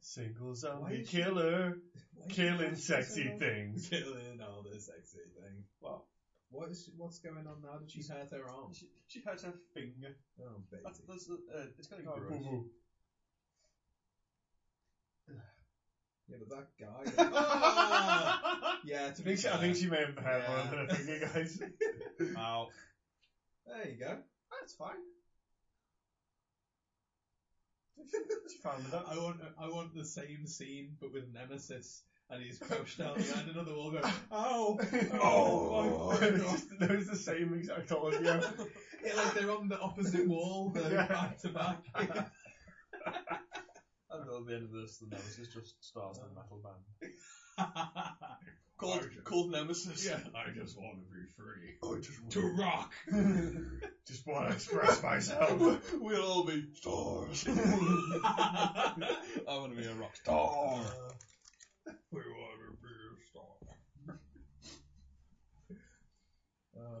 [SPEAKER 2] single
[SPEAKER 3] Why
[SPEAKER 2] zombie
[SPEAKER 3] is she-
[SPEAKER 2] killer,
[SPEAKER 3] [LAUGHS]
[SPEAKER 2] killing sexy things.
[SPEAKER 3] Killing all the sexy thing.
[SPEAKER 1] Well,
[SPEAKER 3] What is what's going on now? Did she hurt her arm?
[SPEAKER 1] she, she had her finger.
[SPEAKER 3] Oh,
[SPEAKER 2] [LAUGHS]
[SPEAKER 3] baby.
[SPEAKER 1] That's, that's, uh, it's going to be
[SPEAKER 2] Oh,
[SPEAKER 1] gross.
[SPEAKER 3] [LAUGHS]
[SPEAKER 2] boo-boo.
[SPEAKER 3] Yeah, but that guy.
[SPEAKER 2] [LAUGHS]
[SPEAKER 3] Ah! yeah, to
[SPEAKER 2] I
[SPEAKER 3] be
[SPEAKER 2] think she,
[SPEAKER 3] fair.
[SPEAKER 2] I think she may have had
[SPEAKER 3] Yeah.
[SPEAKER 2] one than I think you guys.
[SPEAKER 3] [LAUGHS]
[SPEAKER 1] Ow.
[SPEAKER 3] There you go.
[SPEAKER 5] That's fine.
[SPEAKER 2] She found it up.
[SPEAKER 3] I want I want the same scene but with Nemesis and he's pushed out behind another wall going, Ow!
[SPEAKER 2] [LAUGHS] Oh,
[SPEAKER 3] Oh, my God.
[SPEAKER 2] that was the same exact audio.
[SPEAKER 3] [LAUGHS] Yeah, like they're on
[SPEAKER 2] [LAUGHS]
[SPEAKER 3] the opposite wall, they're
[SPEAKER 2] Yeah.
[SPEAKER 3] back
[SPEAKER 2] [LAUGHS]
[SPEAKER 3] to back.
[SPEAKER 1] And at the end of this, the Nemesis just starts in a metal band. Called,
[SPEAKER 3] Origin.
[SPEAKER 1] called Nemesis.
[SPEAKER 3] I just want to be free.
[SPEAKER 1] I just want
[SPEAKER 3] To rock!
[SPEAKER 2] Just want to express myself.
[SPEAKER 3] [LAUGHS]
[SPEAKER 1] We'll all be stars.
[SPEAKER 3] I
[SPEAKER 1] want to be a [LAUGHS] rock star.
[SPEAKER 3] We want to be a star. Uh,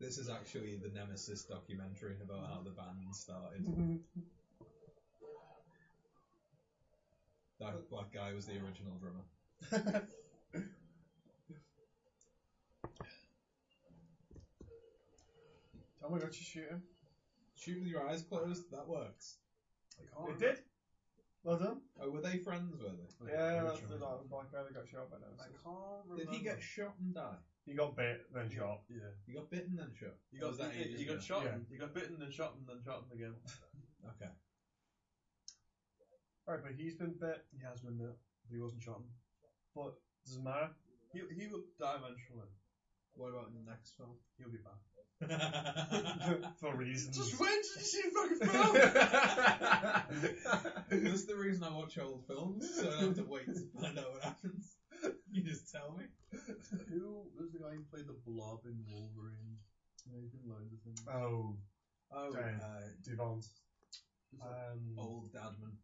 [SPEAKER 3] this is actually the Nemesis documentary about how the band started. That black guy was the original drummer.
[SPEAKER 2] oh my god, she shoot him.
[SPEAKER 3] Shoot with your eyes closed, that works.
[SPEAKER 2] It did. Well done.
[SPEAKER 3] Oh, were they friends, were they?
[SPEAKER 2] Yeah, that's the like, black guy that got shot by Nemesis.
[SPEAKER 1] can't
[SPEAKER 3] Did he get shot and die?
[SPEAKER 2] He got bit, then shot.
[SPEAKER 1] Yeah.
[SPEAKER 3] He got bitten and shot?
[SPEAKER 1] You
[SPEAKER 3] Or
[SPEAKER 1] got,
[SPEAKER 3] was that
[SPEAKER 1] you,
[SPEAKER 3] ages
[SPEAKER 1] got
[SPEAKER 3] ago?
[SPEAKER 1] shot.
[SPEAKER 2] Yeah.
[SPEAKER 1] You got bitten and shot and then shot and again.
[SPEAKER 3] Okay.
[SPEAKER 2] Right, but he's been bit.
[SPEAKER 1] He has been there, but he wasn't shot.
[SPEAKER 2] Doesn't matter.
[SPEAKER 1] He he will die eventually.
[SPEAKER 3] What about in the next film?
[SPEAKER 1] He'll be back.
[SPEAKER 2] [LAUGHS]
[SPEAKER 1] [LAUGHS]
[SPEAKER 2] For reasons.
[SPEAKER 1] when did you see
[SPEAKER 3] [LAUGHS]
[SPEAKER 1] the fucking
[SPEAKER 3] That's the reason I watch old films, so I don't have to wait to find out what happens. [LAUGHS] You just tell me.
[SPEAKER 1] Who was the guy who played the blob in Wolverine? Yeah, he's been loads of things.
[SPEAKER 2] oh,
[SPEAKER 3] Oh,
[SPEAKER 2] Damn.
[SPEAKER 3] uh,
[SPEAKER 2] Devant.
[SPEAKER 1] It's like,
[SPEAKER 2] Um,
[SPEAKER 3] old dadman.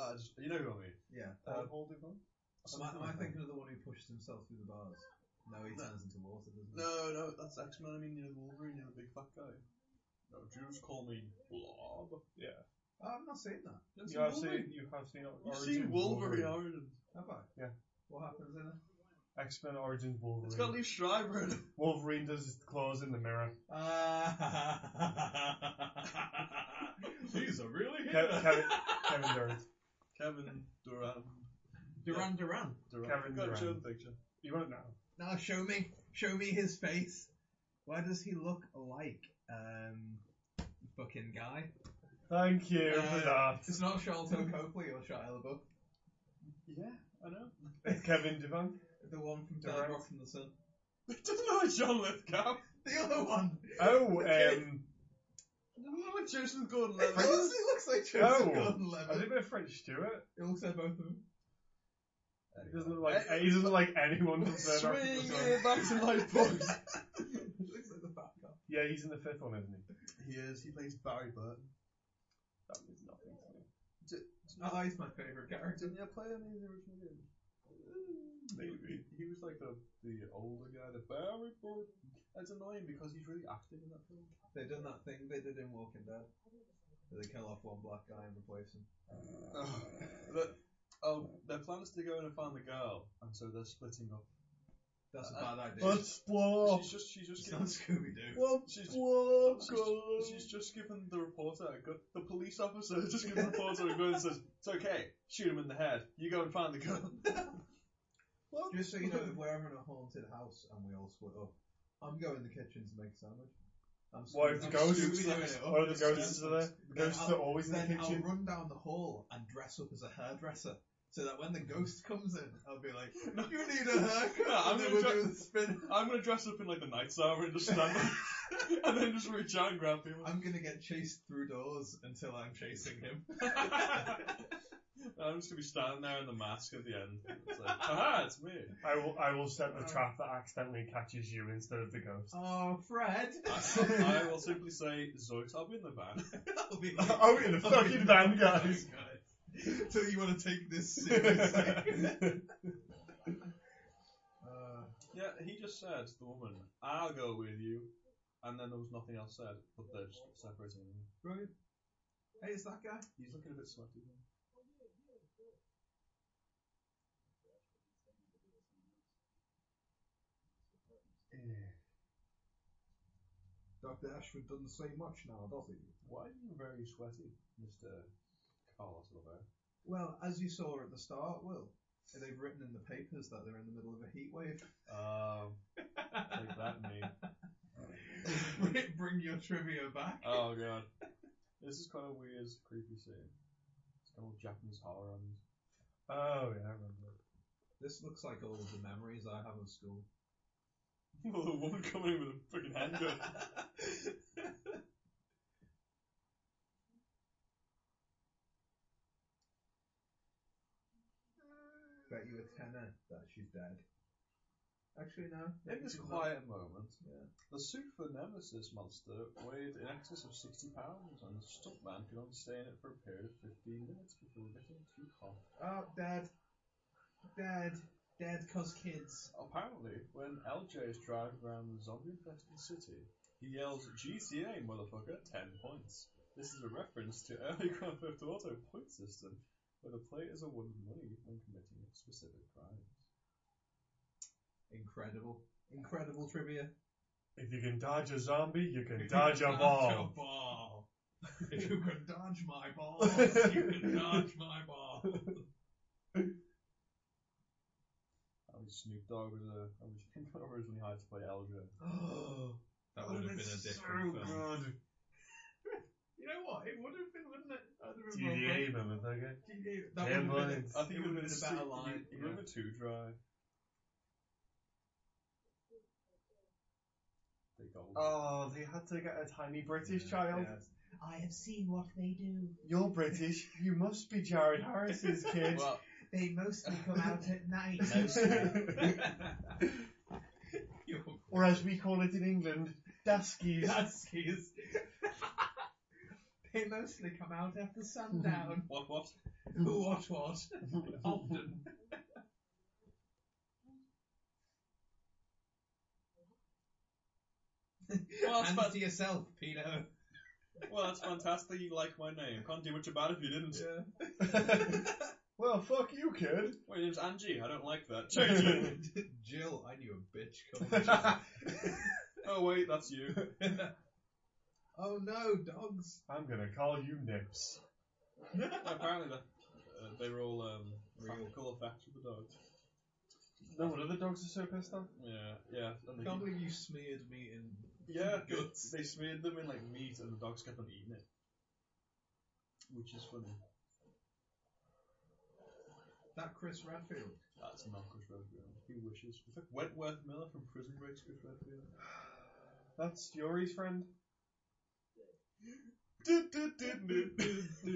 [SPEAKER 1] ah, just, you know who I mean.
[SPEAKER 3] Yeah.
[SPEAKER 2] uh, old Devant?
[SPEAKER 3] am, I,
[SPEAKER 1] Something
[SPEAKER 3] am I
[SPEAKER 1] like that.
[SPEAKER 3] thinking of the one who pushes himself through the bars? No, he turns into water, doesn't he?
[SPEAKER 1] No, no, that's X Men. I mean, you know, Wolverine, you're the big fat guy. No, Jews call me Blob.
[SPEAKER 3] Oh, I've not seen that.
[SPEAKER 1] You've
[SPEAKER 2] You have seen, you have seen
[SPEAKER 1] You've
[SPEAKER 2] Origins
[SPEAKER 1] seen Wolverine Origins.
[SPEAKER 3] Have I?
[SPEAKER 2] Yeah.
[SPEAKER 3] What happens in it?
[SPEAKER 2] X Men Origins Wolverine.
[SPEAKER 1] It's got Lee Schreiber in it. [LAUGHS]
[SPEAKER 2] Wolverine does his claws in the mirror.
[SPEAKER 3] Ah. He's a really
[SPEAKER 2] Ke- Kevin, Kevin Durant.
[SPEAKER 1] Kevin Durant.
[SPEAKER 3] Duran Duran.
[SPEAKER 1] Durant.
[SPEAKER 2] Kevin
[SPEAKER 1] Got
[SPEAKER 2] Durant.
[SPEAKER 1] your own picture.
[SPEAKER 2] You won't know.
[SPEAKER 3] [LAUGHS] Now show me, show me his face. Why does he look like um fucking guy?
[SPEAKER 2] Thank you for
[SPEAKER 3] Uh, It's not Charlton Copley or Shia LaBeouf.
[SPEAKER 1] Yeah, I know.
[SPEAKER 2] that. [LAUGHS] Kevin Devant.
[SPEAKER 3] The one from Dead
[SPEAKER 2] Durant.
[SPEAKER 3] Rock from the Sun.
[SPEAKER 1] [LAUGHS] It doesn't look like John Lithgow.
[SPEAKER 3] The other one.
[SPEAKER 2] Oh, um,
[SPEAKER 1] It doesn't look like Jason Gordon [LAUGHS]
[SPEAKER 3] It
[SPEAKER 1] Levitt.
[SPEAKER 3] honestly looks
[SPEAKER 2] Oh.
[SPEAKER 3] like Joseph
[SPEAKER 2] I did a
[SPEAKER 3] Gordon-Levitt.
[SPEAKER 2] bit of French Stewart.
[SPEAKER 3] It looks like both of them. [LAUGHS]
[SPEAKER 2] He doesn't look like he doesn't look like anyone from Third Rock from the
[SPEAKER 1] Eh. Swing
[SPEAKER 2] Sun.
[SPEAKER 1] it back to my books.
[SPEAKER 3] It looks like the fat guy.
[SPEAKER 2] Yeah, he's in the fifth one, isn't he?
[SPEAKER 1] he is. He plays Barry Burton.
[SPEAKER 2] That means nothing to me.
[SPEAKER 3] Oh, he's my favourite character.
[SPEAKER 1] Didn't you play him in the original game? Maybe. Mm. He was like the, the older guy, the Barry Burton. That's annoying because he's really active in that film.
[SPEAKER 3] They've done that thing they did in Walking Dead. Where they kill off one black guy and replace him.
[SPEAKER 1] But- oh, their plan is to go in and find the girl, and so they're splitting up.
[SPEAKER 3] That's a
[SPEAKER 1] Uh,
[SPEAKER 3] bad idea.
[SPEAKER 2] Let's blow up.
[SPEAKER 1] She's just, she's just
[SPEAKER 3] It's
[SPEAKER 1] giving
[SPEAKER 3] not Scooby Doo.
[SPEAKER 1] She's-
[SPEAKER 2] Let's blow up.
[SPEAKER 1] She's,
[SPEAKER 2] guys.
[SPEAKER 1] she's just given the reporter a gun. The police officer just gives the reporter a gun and says, It's okay, shoot him in the head. You go and find the [LAUGHS] gun.
[SPEAKER 3] Just so you know, if we're ever in a haunted house and we all split up, I'm going in the kitchen to make a sandwich. I'm
[SPEAKER 2] What if the
[SPEAKER 3] I'm
[SPEAKER 2] ghosts?
[SPEAKER 3] Scooby-Dooing it up.
[SPEAKER 2] What if the ghosts are there? The
[SPEAKER 3] Then
[SPEAKER 2] ghosts
[SPEAKER 3] I'll-
[SPEAKER 2] are always in the
[SPEAKER 3] Then I'll
[SPEAKER 2] kitchen.
[SPEAKER 3] run down the hall and dress up as a hairdresser so that when the ghost comes in, I'll be like, "You need a haircut."
[SPEAKER 1] Yeah, I'm
[SPEAKER 3] and then
[SPEAKER 1] gonna
[SPEAKER 3] we'll
[SPEAKER 1] try-
[SPEAKER 3] do the spin.
[SPEAKER 1] I'm gonna dress up in like the Knights Armor and just stand there, [LAUGHS] and then just reach out and grab
[SPEAKER 3] [LAUGHS]
[SPEAKER 1] people.
[SPEAKER 3] I'm gonna get chased through doors until I'm chasing him.
[SPEAKER 1] I'm just gonna be standing there in the mask at the end. It's like, haha, it's me.
[SPEAKER 2] I will I will set the trap that accidentally catches you instead of the ghost.
[SPEAKER 3] Oh, [LAUGHS] Fred!
[SPEAKER 1] I will simply say, Zoot, I'll be in the van.
[SPEAKER 3] That'll be
[SPEAKER 2] [LAUGHS] Are we in the
[SPEAKER 3] I'll be
[SPEAKER 2] fucking
[SPEAKER 3] in the
[SPEAKER 2] van, guys?
[SPEAKER 3] guys. [LAUGHS] so you want to take this seriously?
[SPEAKER 5] Uh,
[SPEAKER 1] Yeah, he just said to the woman, I'll go with you. And then there was nothing else said, but they're just separating.
[SPEAKER 3] Brilliant. Hey, it's that guy.
[SPEAKER 1] He's looking a bit sweaty. though.
[SPEAKER 5] yeah. Dr. Ashford doesn't say much now, does he?
[SPEAKER 1] Why are you very sweaty, Mr. Carlos Lovell?
[SPEAKER 3] Well, as you saw at the start, Will, they've written in the papers that they're in the middle of a heat wave.
[SPEAKER 1] Um, take that, me.
[SPEAKER 3] Bring your trivia back.
[SPEAKER 1] Oh god. This is kind of weird, creepy scene. It's kind of Japanese horror on these.
[SPEAKER 2] Oh yeah, I remember.
[SPEAKER 3] This looks like all of the memories I have of school.
[SPEAKER 1] Well, [LAUGHS] the woman coming in with a freaking handgun.
[SPEAKER 3] Bet you a tenner that she's dead. Actually, no.
[SPEAKER 1] In this
[SPEAKER 3] She's
[SPEAKER 1] quiet moment,
[SPEAKER 3] Yeah.
[SPEAKER 1] the suit for Nemesis monster weighed in excess of 60 pounds, and the stuntman could only stay in it for a period of 15 minutes before getting too hot.
[SPEAKER 3] not. Oh, dead. Dead. Dead cause kids.
[SPEAKER 1] Apparently, when LJ is driving around the zombie infested city, he yells, GTA, motherfucker, 10 points. This is a reference to early [LAUGHS] Grand Theft Auto point system, where the players awarded money when committing specific crimes.
[SPEAKER 3] Incredible. Incredible trivia.
[SPEAKER 2] If you can dodge a zombie, you can dodge a ball.
[SPEAKER 3] ball. [LAUGHS] If you can dodge my [LAUGHS]
[SPEAKER 2] [LAUGHS]
[SPEAKER 3] balls, you can dodge my ball.
[SPEAKER 1] I mean, Snoop Dogg was uh, a, I [LAUGHS] was originally hired to play LJ.
[SPEAKER 3] Oh, that would have been a different
[SPEAKER 2] Oh,
[SPEAKER 3] film.
[SPEAKER 2] good.
[SPEAKER 3] You know what? It would have been, wouldn't it? That'd have been
[SPEAKER 2] GDA, remember that guy?
[SPEAKER 3] GDA.
[SPEAKER 2] Yeah,
[SPEAKER 3] That would have been.
[SPEAKER 2] but
[SPEAKER 3] A, I think it would have been a
[SPEAKER 1] too-
[SPEAKER 3] better
[SPEAKER 1] you-
[SPEAKER 3] line.
[SPEAKER 1] It would have been too dry. They got
[SPEAKER 2] Oh, they had to get a tiny British child.
[SPEAKER 3] Yes.
[SPEAKER 6] I have seen what they do.
[SPEAKER 2] You're British. You must be Jared Harris's kid.
[SPEAKER 1] Well,
[SPEAKER 6] They mostly come out
[SPEAKER 3] [LAUGHS]
[SPEAKER 6] at night.
[SPEAKER 3] [LAUGHS]
[SPEAKER 5] [LAUGHS]
[SPEAKER 3] You're-
[SPEAKER 2] or as we call it in England, Daskies.
[SPEAKER 3] That's his.
[SPEAKER 6] they mostly come out after sundown.
[SPEAKER 1] what, what?
[SPEAKER 3] What
[SPEAKER 6] [LAUGHS]
[SPEAKER 3] what? Often.
[SPEAKER 1] Well, that's,
[SPEAKER 3] Hand
[SPEAKER 1] fan-
[SPEAKER 3] to yourself, Peter.
[SPEAKER 1] well, that's fantastic. You like my name. Can't do much about it if you didn't.
[SPEAKER 2] well, fuck you, kid.
[SPEAKER 1] My name's Angie. I don't like
[SPEAKER 3] [LAUGHS]
[SPEAKER 1] that. Change it.
[SPEAKER 3] Jill, I knew a bitch coming.
[SPEAKER 1] [LAUGHS] oh wait, that's you.
[SPEAKER 3] [LAUGHS] oh no, [LAUGHS] dogs.
[SPEAKER 2] I'm gonna call you Nips.
[SPEAKER 1] Apparently, that, uh, they were all um,
[SPEAKER 3] Real.
[SPEAKER 1] practical effects of the dogs.
[SPEAKER 2] No wonder the dogs are so pissed off.
[SPEAKER 1] Yeah, yeah. and
[SPEAKER 3] I
[SPEAKER 1] they-
[SPEAKER 3] can't believe you smeared me in [LAUGHS]
[SPEAKER 1] Yeah,
[SPEAKER 3] Guts.
[SPEAKER 1] They smeared them in like meat, and the dogs kept on eating it, which is funny.
[SPEAKER 3] that Chris Redfield.
[SPEAKER 1] That's not Chris Redfield. He wishes. It's like Wentworth Miller from Prison Break's Chris
[SPEAKER 3] [LAUGHS]
[SPEAKER 1] Redfield. [LAUGHS]
[SPEAKER 2] That's Yuri's friend.
[SPEAKER 3] So it's, a,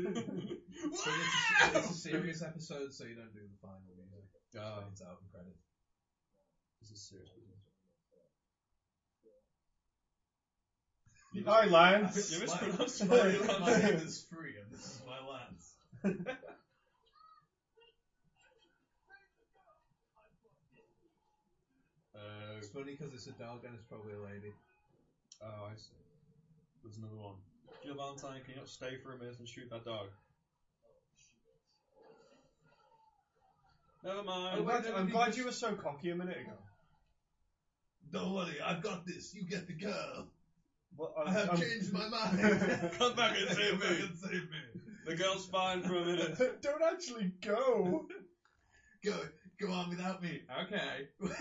[SPEAKER 3] it's a serious episode, so you don't do the final music.
[SPEAKER 1] Ah,
[SPEAKER 3] It's out in credits.
[SPEAKER 1] this is serious business.
[SPEAKER 2] All right, Lion.
[SPEAKER 1] You mispronounced
[SPEAKER 3] my,
[SPEAKER 1] my
[SPEAKER 3] [LAUGHS] my,
[SPEAKER 1] last
[SPEAKER 3] name is free, and this is my lance.
[SPEAKER 1] Uh,
[SPEAKER 3] It's funny because it's a dog and it's probably a lady.
[SPEAKER 1] oh, I see. There's another one. Jill Valentine, can you not stay for a minute and shoot that dog? Never
[SPEAKER 2] [LAUGHS]
[SPEAKER 1] mind.
[SPEAKER 2] I'm glad, I'm glad you were so cocky a minute ago.
[SPEAKER 3] Don't worry, I've got this. You get the girl.
[SPEAKER 2] Well,
[SPEAKER 3] I
[SPEAKER 2] I'm,
[SPEAKER 3] have
[SPEAKER 2] I'm-
[SPEAKER 3] changed my [LAUGHS] mind.
[SPEAKER 1] Come back and save
[SPEAKER 3] Come back
[SPEAKER 1] me.
[SPEAKER 3] and save me.
[SPEAKER 1] The girl's fine for a minute.
[SPEAKER 2] [LAUGHS] Don't actually go.
[SPEAKER 3] Go, go on without me. Okay. [LAUGHS]
[SPEAKER 1] Wait,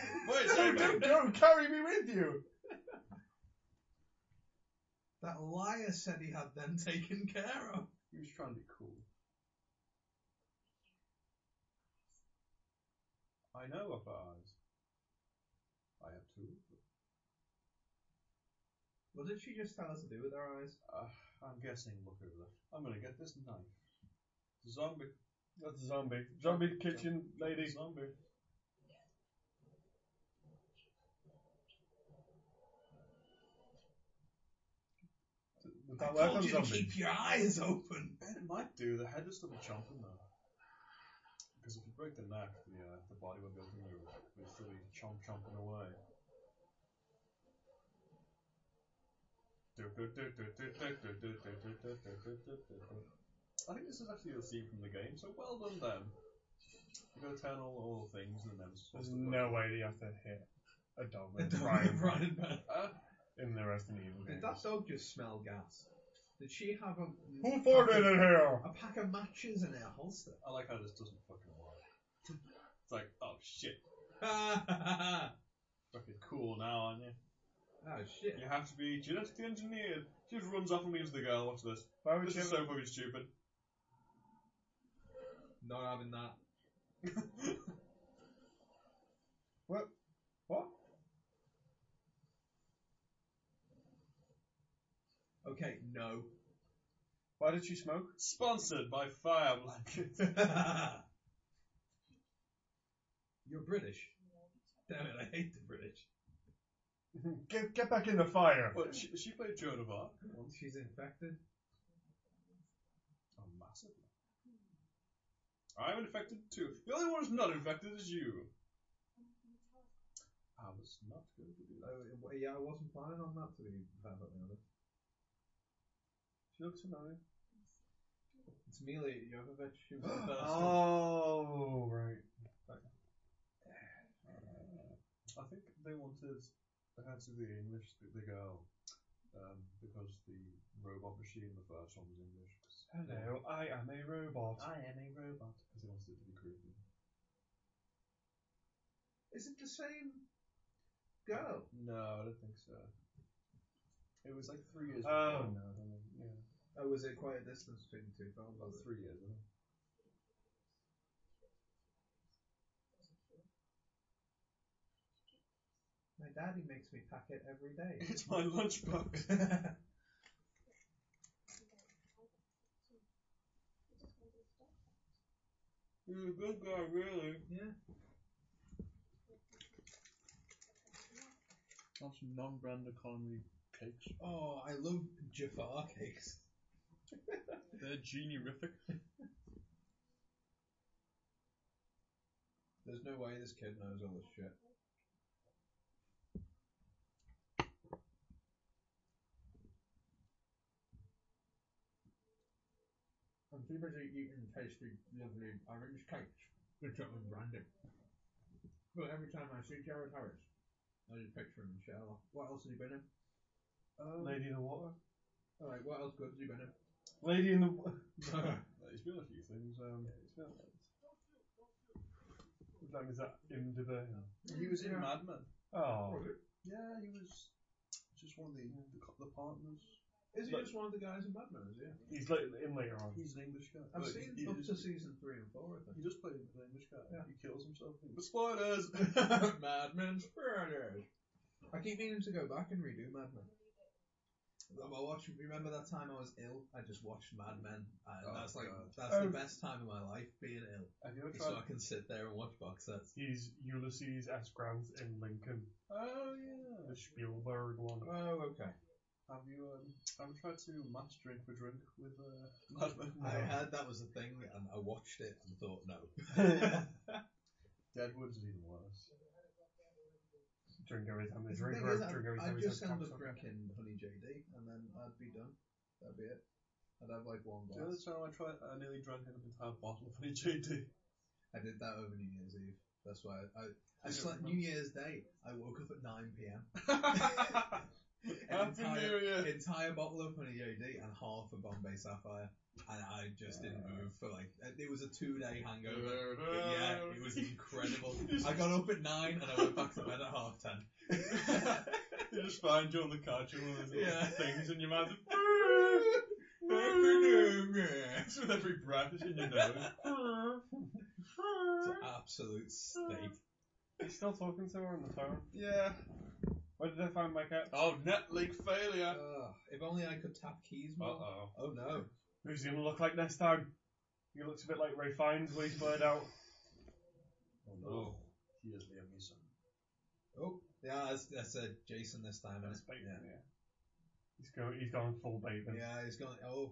[SPEAKER 2] No,
[SPEAKER 1] sorry,
[SPEAKER 2] don't go. Carry me with you.
[SPEAKER 3] That liar said he had them taken care of.
[SPEAKER 1] He was trying to be cool. I know of her eyes. I have two of them.
[SPEAKER 3] What did she just tell us to do with her eyes?
[SPEAKER 1] Uh, I'm guessing look over there. I'm gonna get this knife. The zombie.
[SPEAKER 2] That's a zombie. Zombie kitchen lady.
[SPEAKER 1] Zombie.
[SPEAKER 2] Would that work on
[SPEAKER 3] you to
[SPEAKER 2] zombie?
[SPEAKER 3] keep your eyes open.
[SPEAKER 1] And it might do. The head just doesn't jump in there. Because if you break the neck, the, uh, the body won't be able to move. It'll still be chomp chomping away. I think this is actually the scene from the game, so well done them. You gotta turn all, all the things and then.
[SPEAKER 2] There's no way that you have to hit a dog with a
[SPEAKER 3] Brian,
[SPEAKER 2] Brian
[SPEAKER 3] Brian, Brian.
[SPEAKER 1] Uh,
[SPEAKER 2] in the Resident Evil game.
[SPEAKER 3] Did that dog just smell gas? Did she have a
[SPEAKER 2] Who farted in here?
[SPEAKER 3] a pack of matches in her holster? [LAUGHS]
[SPEAKER 1] I like how this doesn't fucking work. It's like, oh shit,
[SPEAKER 3] oh
[SPEAKER 1] fucking cool now, aren't you?
[SPEAKER 3] shit!
[SPEAKER 1] You have to be genetically engineered. She just runs up and leaves the girl. Watch this.
[SPEAKER 2] Why would
[SPEAKER 1] This
[SPEAKER 2] you
[SPEAKER 1] is
[SPEAKER 2] have
[SPEAKER 1] so fucking stupid.
[SPEAKER 3] Not having that.
[SPEAKER 2] What?
[SPEAKER 3] Okay, no. [LAUGHS]
[SPEAKER 2] Why did she smoke?
[SPEAKER 1] Sponsored by Fire Blanket.
[SPEAKER 3] [LAUGHS] You're British. Damn it! I hate the British.
[SPEAKER 2] Mm-hmm. Get, get back in the fire. [GASPS]
[SPEAKER 1] But she, she played Joan of Arc.
[SPEAKER 3] Once she's infected,
[SPEAKER 1] Oh, massively. I'm infected too. The only one who's not infected is you. I was not going to do
[SPEAKER 3] I, Oh, yeah, I wasn't planning on that to be perfectly honest.
[SPEAKER 2] She looks familiar.
[SPEAKER 3] It's Mila Jovovich who
[SPEAKER 2] [GASPS]
[SPEAKER 3] was the first.
[SPEAKER 2] Oh, right.
[SPEAKER 1] that. I think they wanted her to be English, the, the girl, um, because the robot machine, the first one, was English.
[SPEAKER 2] Hello, I am a robot.
[SPEAKER 1] I am a robot. Because they wanted it to be creepy.
[SPEAKER 6] Is it the same girl?
[SPEAKER 1] No, I don't think so. It was like three years.
[SPEAKER 2] Oh,
[SPEAKER 1] before.
[SPEAKER 2] no, I don't know. Yeah.
[SPEAKER 3] Oh, was it quite a distance between the two films?
[SPEAKER 1] About
[SPEAKER 3] was it?
[SPEAKER 1] three years, wasn't it?
[SPEAKER 6] My daddy makes me pack it every day.
[SPEAKER 1] It's my lunchbox.
[SPEAKER 6] [LAUGHS]
[SPEAKER 1] You're a good guy, really.
[SPEAKER 3] [LAUGHS] Yeah.
[SPEAKER 1] Have some non-brand economy cakes.
[SPEAKER 3] Oh, I love Jafar cakes.
[SPEAKER 1] They're genierific.
[SPEAKER 3] There's no way this kid knows all this shit. I'm too busy eating tasty, lovely orange cakes with chocolate brandy. But every time I see Jared Harris, I just picture him in Sherlock. What else has he been in?
[SPEAKER 2] Lady in the water.
[SPEAKER 3] Alright, what else good has he been in?
[SPEAKER 2] Lady in the. [LAUGHS] wa-
[SPEAKER 1] It's been a few things. Um, it's been
[SPEAKER 2] As long as that in the vein.
[SPEAKER 1] He was in Mad Men.
[SPEAKER 2] Oh,
[SPEAKER 1] Yeah, he was just one of the the, co- the partners.
[SPEAKER 3] Is he
[SPEAKER 2] Look.
[SPEAKER 3] just one of the guys in Mad Men? Is he?
[SPEAKER 2] he's like in later on.
[SPEAKER 1] He's an English guy.
[SPEAKER 3] I've
[SPEAKER 1] Look,
[SPEAKER 3] seen
[SPEAKER 1] he, he
[SPEAKER 3] up
[SPEAKER 1] just,
[SPEAKER 3] to season three and four, I think.
[SPEAKER 1] He just played an English guy.
[SPEAKER 3] Yeah.
[SPEAKER 1] He kills himself. Spoilers.
[SPEAKER 3] [LAUGHS] Mad Men's Friday. I keep meaning to go back and redo Mad Men. Um, I watched. Remember that time I was ill? I just watched Mad Men, and
[SPEAKER 1] Oh,
[SPEAKER 3] that's like
[SPEAKER 1] God.
[SPEAKER 3] that's
[SPEAKER 2] Oh.
[SPEAKER 3] the best time of my life being ill,
[SPEAKER 1] Have you ever
[SPEAKER 3] so
[SPEAKER 1] tried?
[SPEAKER 3] I can sit there and watch box sets.
[SPEAKER 2] He's Ulysses S. Grant in Lincoln,
[SPEAKER 1] Oh yeah.
[SPEAKER 2] the Spielberg one.
[SPEAKER 3] Oh, okay.
[SPEAKER 1] Have you um? Have you tried to match drink for drink with uh? Mad Men?
[SPEAKER 3] I heard that was a thing, and I watched it and thought, no.
[SPEAKER 1] Deadwood's is even worse.
[SPEAKER 2] Drink every time they
[SPEAKER 3] The
[SPEAKER 2] drink, or
[SPEAKER 3] thing is,
[SPEAKER 2] drink every
[SPEAKER 3] I'd,
[SPEAKER 2] time
[SPEAKER 3] I'd
[SPEAKER 2] they
[SPEAKER 3] just
[SPEAKER 2] have
[SPEAKER 3] end
[SPEAKER 2] cocktail.
[SPEAKER 3] up drinking Honey JD, and then I'd be done. That'd be it. I'd have like one
[SPEAKER 1] The other
[SPEAKER 3] glass.
[SPEAKER 1] time I tried, I nearly drank an entire bottle of [LAUGHS] JD.
[SPEAKER 3] I did that over New Year's Eve. That's why I, I, I
[SPEAKER 1] don't
[SPEAKER 3] slept New
[SPEAKER 1] remember.
[SPEAKER 3] Year's Day. I woke up at 9 p.m.
[SPEAKER 1] Happy New
[SPEAKER 3] entire-
[SPEAKER 1] [LAUGHS] Year.
[SPEAKER 3] entire bottle of honey OD and half a Bombay Sapphire, and I just didn't move for like uh, it was a two day hangover. But yeah,
[SPEAKER 1] "Oh."
[SPEAKER 3] it [LAUGHS] was incredible. I got up at nine and I went back to bed at half ten.
[SPEAKER 1] You just find you on the couch and all those little
[SPEAKER 3] Yeah.
[SPEAKER 1] things in your mouth. [LAUGHS]
[SPEAKER 2] [LAUGHS]
[SPEAKER 1] It's with every breath it's in your nose.
[SPEAKER 3] It's an absolute state.
[SPEAKER 2] [LAUGHS] He's still talking to her on the phone.
[SPEAKER 4] Yeah.
[SPEAKER 2] Where did I find my cat?
[SPEAKER 1] Oh, net leak failure.
[SPEAKER 3] Ugh, if only I could tap keys more.
[SPEAKER 1] oh.
[SPEAKER 3] Oh no.
[SPEAKER 2] Who's he gonna look like next time? He looks a bit like Ray Fiennes when he's blurred out.
[SPEAKER 1] Oh. He is Liam Neeson.
[SPEAKER 3] Oh, yeah, that's, that's uh, Jason this time.
[SPEAKER 2] That's
[SPEAKER 3] isn't it?
[SPEAKER 2] Bateman, yeah. He's go he's gone full Bateman.
[SPEAKER 3] yeah. yeah, he's gone. Oh,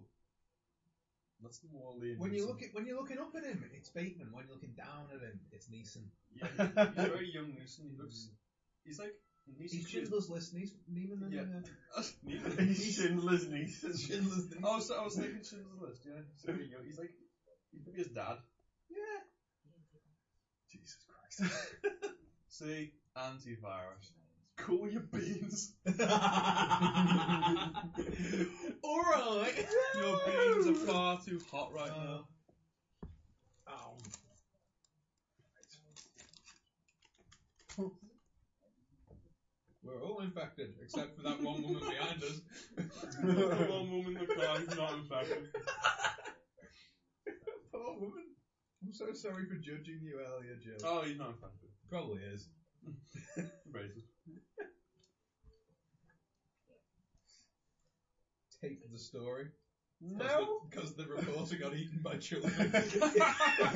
[SPEAKER 1] That's the more Liam
[SPEAKER 3] when you
[SPEAKER 1] Neeson.
[SPEAKER 3] look at when you're looking up at him, it's Bateman. When you're looking down at him, it's Neeson. [LAUGHS]
[SPEAKER 1] Yeah, he- he's very young Neeson. He looks. He's like. Neeson
[SPEAKER 3] He's Schindler's List. Neeson, Neiman and
[SPEAKER 1] Yeah.
[SPEAKER 3] uh, [LAUGHS]
[SPEAKER 1] Schindler's
[SPEAKER 2] [LAUGHS] He's Schindler's niece.
[SPEAKER 3] Schindler's List.
[SPEAKER 1] Oh, so I was thinking Schindler's List, yeah. He's very young. He's like. He could be his dad.
[SPEAKER 3] Yeah.
[SPEAKER 1] Jesus Christ. [LAUGHS] See, antivirus. Cool your [LAUGHS] beans.
[SPEAKER 3] All right.
[SPEAKER 1] Your beans are far too hot right now.
[SPEAKER 3] Oh. Ow. [LAUGHS] We're all infected, except for that one woman behind us.
[SPEAKER 1] the one woman in the car who's not infected.
[SPEAKER 3] Poor woman. I'm so sorry for judging you earlier, Jill.
[SPEAKER 1] Oh, he's not infected.
[SPEAKER 3] Probably is.
[SPEAKER 1] Racist.
[SPEAKER 3] Take the story.
[SPEAKER 2] No.
[SPEAKER 3] Because the reporter got eaten by children. [LAUGHS] I
[SPEAKER 1] [LAUGHS] I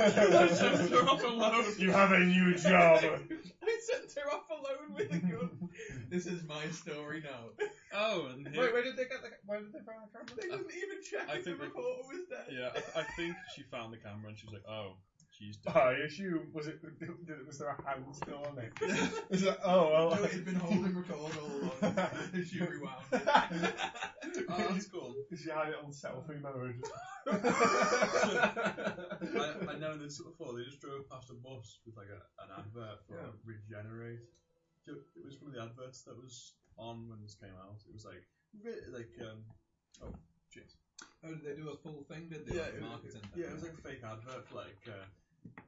[SPEAKER 1] sent her off alone.
[SPEAKER 2] [LAUGHS] You have a new job.
[SPEAKER 3] sent her off alone with a gun. this is my story now.
[SPEAKER 1] Oh, and here.
[SPEAKER 5] Wait, where did they get the? Where did they find the camera?
[SPEAKER 3] They didn't even check
[SPEAKER 1] I
[SPEAKER 3] if the
[SPEAKER 1] think they-
[SPEAKER 3] reporter was dead.
[SPEAKER 1] Yeah, I, I think she found the camera and she was like, oh, [LAUGHS] she's dead.
[SPEAKER 2] I assume was it was there a hand still on [LAUGHS] it? It's like, oh well. [LAUGHS]
[SPEAKER 3] No, he'd been holding record all along. [LAUGHS] she rewound. it.
[SPEAKER 1] Oh, that's cool.
[SPEAKER 2] She had it on selfie [LAUGHS] mode.
[SPEAKER 1] I, I know this before. They just drove past a bus with like a, an advert for
[SPEAKER 5] Yeah.
[SPEAKER 1] Regenerate. Do you- It was one of the adverts that was on when this came out. It was like, re- like um, oh, jeez.
[SPEAKER 3] Oh, did they do a full thing? Did they? like,
[SPEAKER 1] it was-
[SPEAKER 3] marketing.
[SPEAKER 1] yeah, it was like a fake advert for like uh,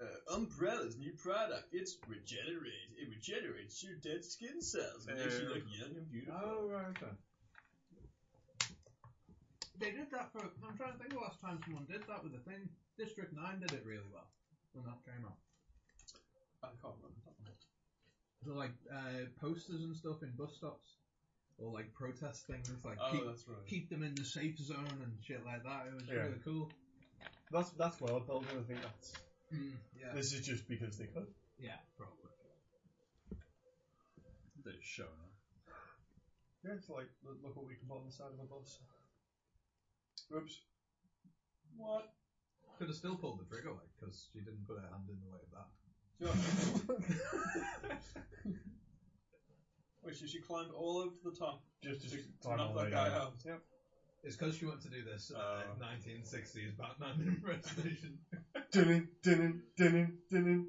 [SPEAKER 1] uh, Umbrella's new product. It's Regenerate. It regenerates your dead skin cells and makes you look young and beautiful.
[SPEAKER 3] Oh right, okay.
[SPEAKER 5] They did that for. I'm trying to think of the last time someone did that with a thing. District Nine did it really well when that came out.
[SPEAKER 1] I can't remember. that one.
[SPEAKER 5] So like uh, posters and stuff in bus stops, or like protest things like
[SPEAKER 1] Oh,
[SPEAKER 5] keep
[SPEAKER 1] that's right.
[SPEAKER 5] keep them in the safe zone and shit like that. It was
[SPEAKER 2] Yeah.
[SPEAKER 5] really cool.
[SPEAKER 2] That's that's well built. I think that's.
[SPEAKER 5] Mm, yeah,
[SPEAKER 2] This is just because they could.
[SPEAKER 5] yeah, probably.
[SPEAKER 1] They're showing off.
[SPEAKER 2] Yeah, it's like look, look what we can put on the side of a bus.
[SPEAKER 1] [LAUGHS]
[SPEAKER 2] Oops.
[SPEAKER 1] What?
[SPEAKER 3] Could have still pulled the trigger, like, because she didn't put her hand in the way of that.
[SPEAKER 1] Wait, so she climbed all over to the top.
[SPEAKER 2] Just
[SPEAKER 1] To-
[SPEAKER 2] to
[SPEAKER 1] to
[SPEAKER 2] climb
[SPEAKER 1] knock
[SPEAKER 2] all
[SPEAKER 1] that
[SPEAKER 2] the way
[SPEAKER 1] guy
[SPEAKER 2] down.
[SPEAKER 1] out.
[SPEAKER 2] Yep.
[SPEAKER 3] It's because she wanted to do this uh,
[SPEAKER 1] Oh.
[SPEAKER 3] 1960s Batman [LAUGHS] impersonation.
[SPEAKER 2] Dinin, dinin, dinin, dinin.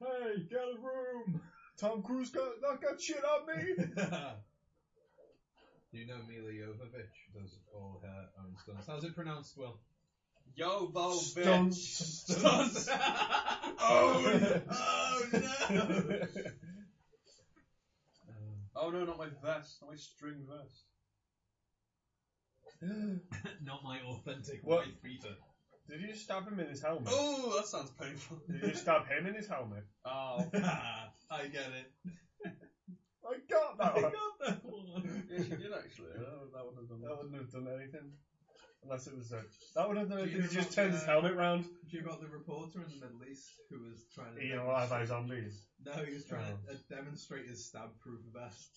[SPEAKER 2] Hey, get a room. Tom Cruise got not got shit on
[SPEAKER 1] [LAUGHS]
[SPEAKER 2] me.
[SPEAKER 3] [LAUGHS] you know Mila Jovovich does all her own stunts. How's it pronounced, Will?
[SPEAKER 1] Yo, bo,
[SPEAKER 2] Stunts.
[SPEAKER 3] [LAUGHS]
[SPEAKER 1] Stunts.
[SPEAKER 3] Uh,
[SPEAKER 1] oh, oh no! Oh no, not my vest, not my string vest.
[SPEAKER 3] Not my authentic
[SPEAKER 2] What?
[SPEAKER 3] white beater. [LAUGHS]
[SPEAKER 2] Did you just stab him in his helmet?
[SPEAKER 1] Oh, that sounds painful.
[SPEAKER 2] Did you just stab him in his helmet?
[SPEAKER 1] Oh,
[SPEAKER 3] I get it.
[SPEAKER 2] I got
[SPEAKER 3] [LAUGHS] I
[SPEAKER 2] that. one.
[SPEAKER 3] got that one.
[SPEAKER 1] yeah, she did actually. Oh, that would have done.
[SPEAKER 2] [LAUGHS] That wouldn't have done anything. Unless it was a. That would have done
[SPEAKER 3] Do you
[SPEAKER 2] anything. He
[SPEAKER 3] remember,
[SPEAKER 2] just turned his
[SPEAKER 3] uh,
[SPEAKER 2] helmet round.
[SPEAKER 3] She got the reporter in the Middle East who was trying to.
[SPEAKER 2] Eating a lot by zombies.
[SPEAKER 3] No, he was trying to uh, demonstrate his stab-proof vest.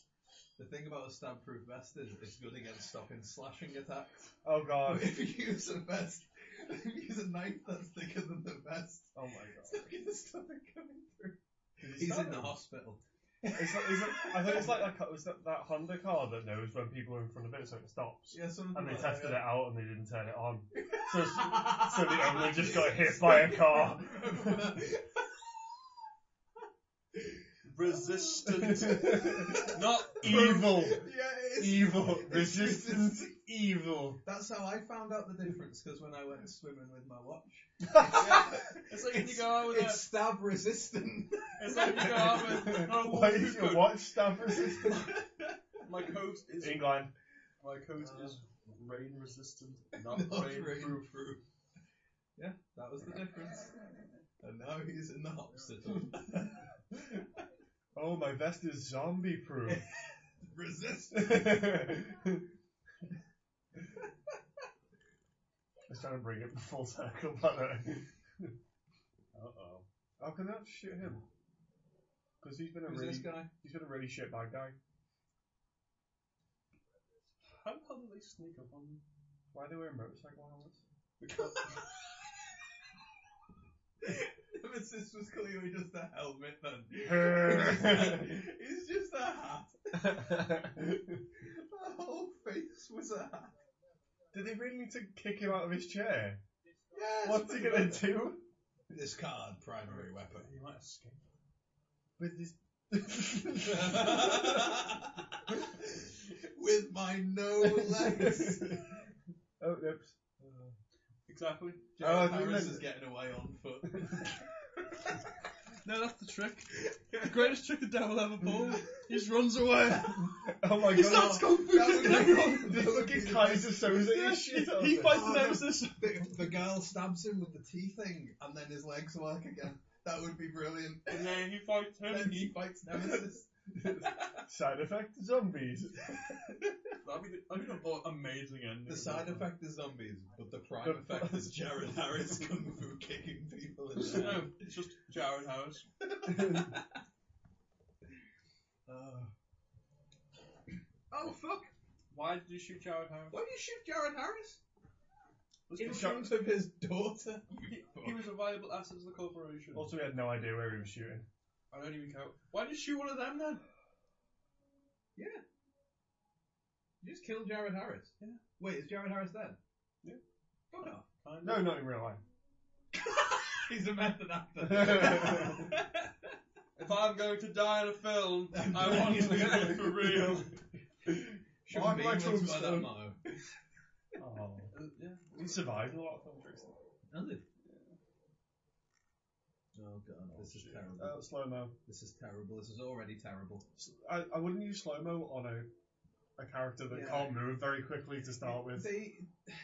[SPEAKER 3] The thing about a stab-proof vest is it's good against stopping slashing attacks.
[SPEAKER 2] Oh god.
[SPEAKER 3] If you use a vest, if you use a knife that's thicker than the vest,
[SPEAKER 2] Oh my
[SPEAKER 3] it's
[SPEAKER 2] god.
[SPEAKER 3] not going to stop it coming through.
[SPEAKER 2] Did he
[SPEAKER 3] He's
[SPEAKER 2] stab
[SPEAKER 3] in the
[SPEAKER 2] him?
[SPEAKER 3] hospital.
[SPEAKER 2] It's like, it's like, I think it's like that, ca- it's that, that Honda car that knows when people are in front of it, so it stops.
[SPEAKER 3] Yeah, something
[SPEAKER 2] And they
[SPEAKER 3] like
[SPEAKER 2] tested it
[SPEAKER 3] that,
[SPEAKER 2] out and they didn't turn it on. So, s-
[SPEAKER 3] yeah.
[SPEAKER 2] so
[SPEAKER 3] [LAUGHS]
[SPEAKER 2] the owner just got hit by a car.
[SPEAKER 1] Resistant,
[SPEAKER 3] [LAUGHS]
[SPEAKER 1] not
[SPEAKER 2] evil,
[SPEAKER 3] yeah, it is.
[SPEAKER 2] evil,
[SPEAKER 3] It's
[SPEAKER 2] resistant, evil. [LAUGHS]
[SPEAKER 3] That's how I found out the difference because when I went swimming with my watch,
[SPEAKER 1] It's like when you go out with
[SPEAKER 3] it's stab resistant.
[SPEAKER 1] a. It's like when you go out
[SPEAKER 2] [LAUGHS]
[SPEAKER 1] with. Oh,
[SPEAKER 2] Why is your watch stamp resistant?
[SPEAKER 1] My coat is.
[SPEAKER 2] England.
[SPEAKER 1] My coat
[SPEAKER 3] Uh,
[SPEAKER 1] is rain resistant, not
[SPEAKER 3] Not
[SPEAKER 1] rain proof.
[SPEAKER 3] rainproof. Yeah, that was the difference. And now how he's in
[SPEAKER 2] [LAUGHS]
[SPEAKER 3] the hospital.
[SPEAKER 2] Oh, my vest is zombie proof.
[SPEAKER 3] Resist.
[SPEAKER 2] I was trying to bring it full circle, but uh,
[SPEAKER 1] Uh oh.
[SPEAKER 2] how can that shit him? Because he's been a
[SPEAKER 3] Who's
[SPEAKER 2] really,
[SPEAKER 3] this guy?
[SPEAKER 2] he's been a really shit bad guy.
[SPEAKER 1] How the hell do they sneak up on them?
[SPEAKER 2] Why are they wearing motorcycle helmets?
[SPEAKER 3] [LAUGHS]
[SPEAKER 2] [LAUGHS]
[SPEAKER 3] [LAUGHS] Nemesis was clearly just a helmet [LAUGHS] then. it's just a hat. The whole face was a hat.
[SPEAKER 2] Did they really need to kick him out of his chair?
[SPEAKER 3] Yes,
[SPEAKER 2] What's he gonna do
[SPEAKER 3] This card, primary weapon.
[SPEAKER 1] He might escape.
[SPEAKER 2] with
[SPEAKER 3] [LAUGHS]
[SPEAKER 2] this?
[SPEAKER 3] [LAUGHS] With my no [LAUGHS] legs.
[SPEAKER 2] [LAUGHS] Oh, oops.
[SPEAKER 3] Uh.
[SPEAKER 1] Exactly.
[SPEAKER 2] Oh, I
[SPEAKER 3] Jared Harris
[SPEAKER 2] remember.
[SPEAKER 3] is getting away on foot.
[SPEAKER 5] No, that's the trick.
[SPEAKER 2] [LAUGHS]
[SPEAKER 5] The greatest trick the devil ever pulled. He just runs away.
[SPEAKER 2] Oh my
[SPEAKER 5] He
[SPEAKER 2] god!
[SPEAKER 5] starts
[SPEAKER 2] [LAUGHS]
[SPEAKER 5] kung fu.
[SPEAKER 3] [LAUGHS]
[SPEAKER 2] This fucking Kaiser Soze is shit. out of
[SPEAKER 5] He
[SPEAKER 2] it.
[SPEAKER 5] fights
[SPEAKER 3] Oh, no.
[SPEAKER 5] Nemesis.
[SPEAKER 3] The, the girl stabs him with the tea thing, and then his legs work again. That would be brilliant.
[SPEAKER 1] And then he fights
[SPEAKER 3] Then
[SPEAKER 1] him.
[SPEAKER 3] he fights Nemesis.
[SPEAKER 2] Side effect: zombies. [LAUGHS]
[SPEAKER 1] That'd be, the, that'd be an aw- amazing ending.
[SPEAKER 3] The side effect is zombies, but the prime
[SPEAKER 2] Good.
[SPEAKER 3] effect [LAUGHS] is Jared Harris kung fu kicking people in [LAUGHS] the head.
[SPEAKER 1] No, Um, it's just Jared Harris.
[SPEAKER 3] Uh,
[SPEAKER 5] Oh fuck!
[SPEAKER 1] Why did you shoot Jared Harris?
[SPEAKER 3] why do you shoot Jared Harris?
[SPEAKER 1] Let's
[SPEAKER 3] In
[SPEAKER 1] be
[SPEAKER 3] front of his daughter? You
[SPEAKER 1] sure. He
[SPEAKER 3] fuck.
[SPEAKER 1] was a viable asset to the corporation.
[SPEAKER 2] Also, we had no idea where he was shooting.
[SPEAKER 1] I don't even care. Why did you shoot one of them then?
[SPEAKER 3] You just killed Jared Harris? Yeah. Wait, is Jared Harris dead?
[SPEAKER 1] Yeah.
[SPEAKER 3] Fuck off.
[SPEAKER 1] Kind
[SPEAKER 2] No, not in real life.
[SPEAKER 3] [LAUGHS] He's a method [LAUGHS] actor.
[SPEAKER 2] That's
[SPEAKER 1] If I'm going to die in a [LAUGHS] film, I want to do it [LAUGHS] for real.
[SPEAKER 3] Should
[SPEAKER 2] Mark
[SPEAKER 3] be
[SPEAKER 2] my
[SPEAKER 3] once by that
[SPEAKER 2] tombstone.
[SPEAKER 3] motto.
[SPEAKER 2] [LAUGHS] Oh,
[SPEAKER 1] Uh, yeah.
[SPEAKER 2] he survived a lot of film tricks.
[SPEAKER 3] Oh god, this is terrible.
[SPEAKER 2] Uh, slow mo.
[SPEAKER 3] This is terrible. This is already terrible.
[SPEAKER 2] I, I wouldn't use slow mo on a a character that
[SPEAKER 6] Yeah.
[SPEAKER 2] can't move very quickly to start with.
[SPEAKER 3] They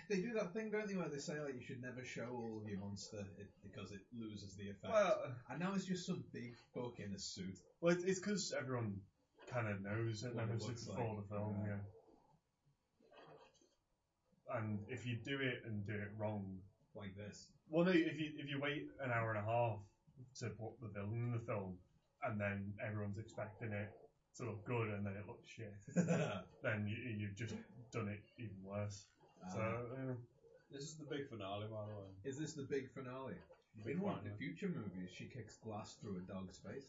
[SPEAKER 3] they do that thing, don't they, where they say like you should never show all of your monster it, because it loses the effect.
[SPEAKER 2] Well,
[SPEAKER 3] and now it's just some big fuck in a suit.
[SPEAKER 2] well, it- it's because everyone kind of knows it
[SPEAKER 3] What it
[SPEAKER 2] never
[SPEAKER 3] looks
[SPEAKER 2] since before
[SPEAKER 3] like.
[SPEAKER 2] the film,
[SPEAKER 3] Yeah.
[SPEAKER 2] yeah. And if you do it and do it wrong,
[SPEAKER 3] like this.
[SPEAKER 2] well, no, if you if you wait an hour and a half to put the villain in the film, and then everyone's expecting it to look good, and then it looks shit, then you, you've just done it even worse. So
[SPEAKER 3] [LAUGHS] Uh,
[SPEAKER 2] uh,
[SPEAKER 1] This is the big finale, by the way.
[SPEAKER 3] is this the big finale?
[SPEAKER 1] Big
[SPEAKER 3] In one of the
[SPEAKER 1] finale.
[SPEAKER 3] future movies, she kicks glass through a dog's face.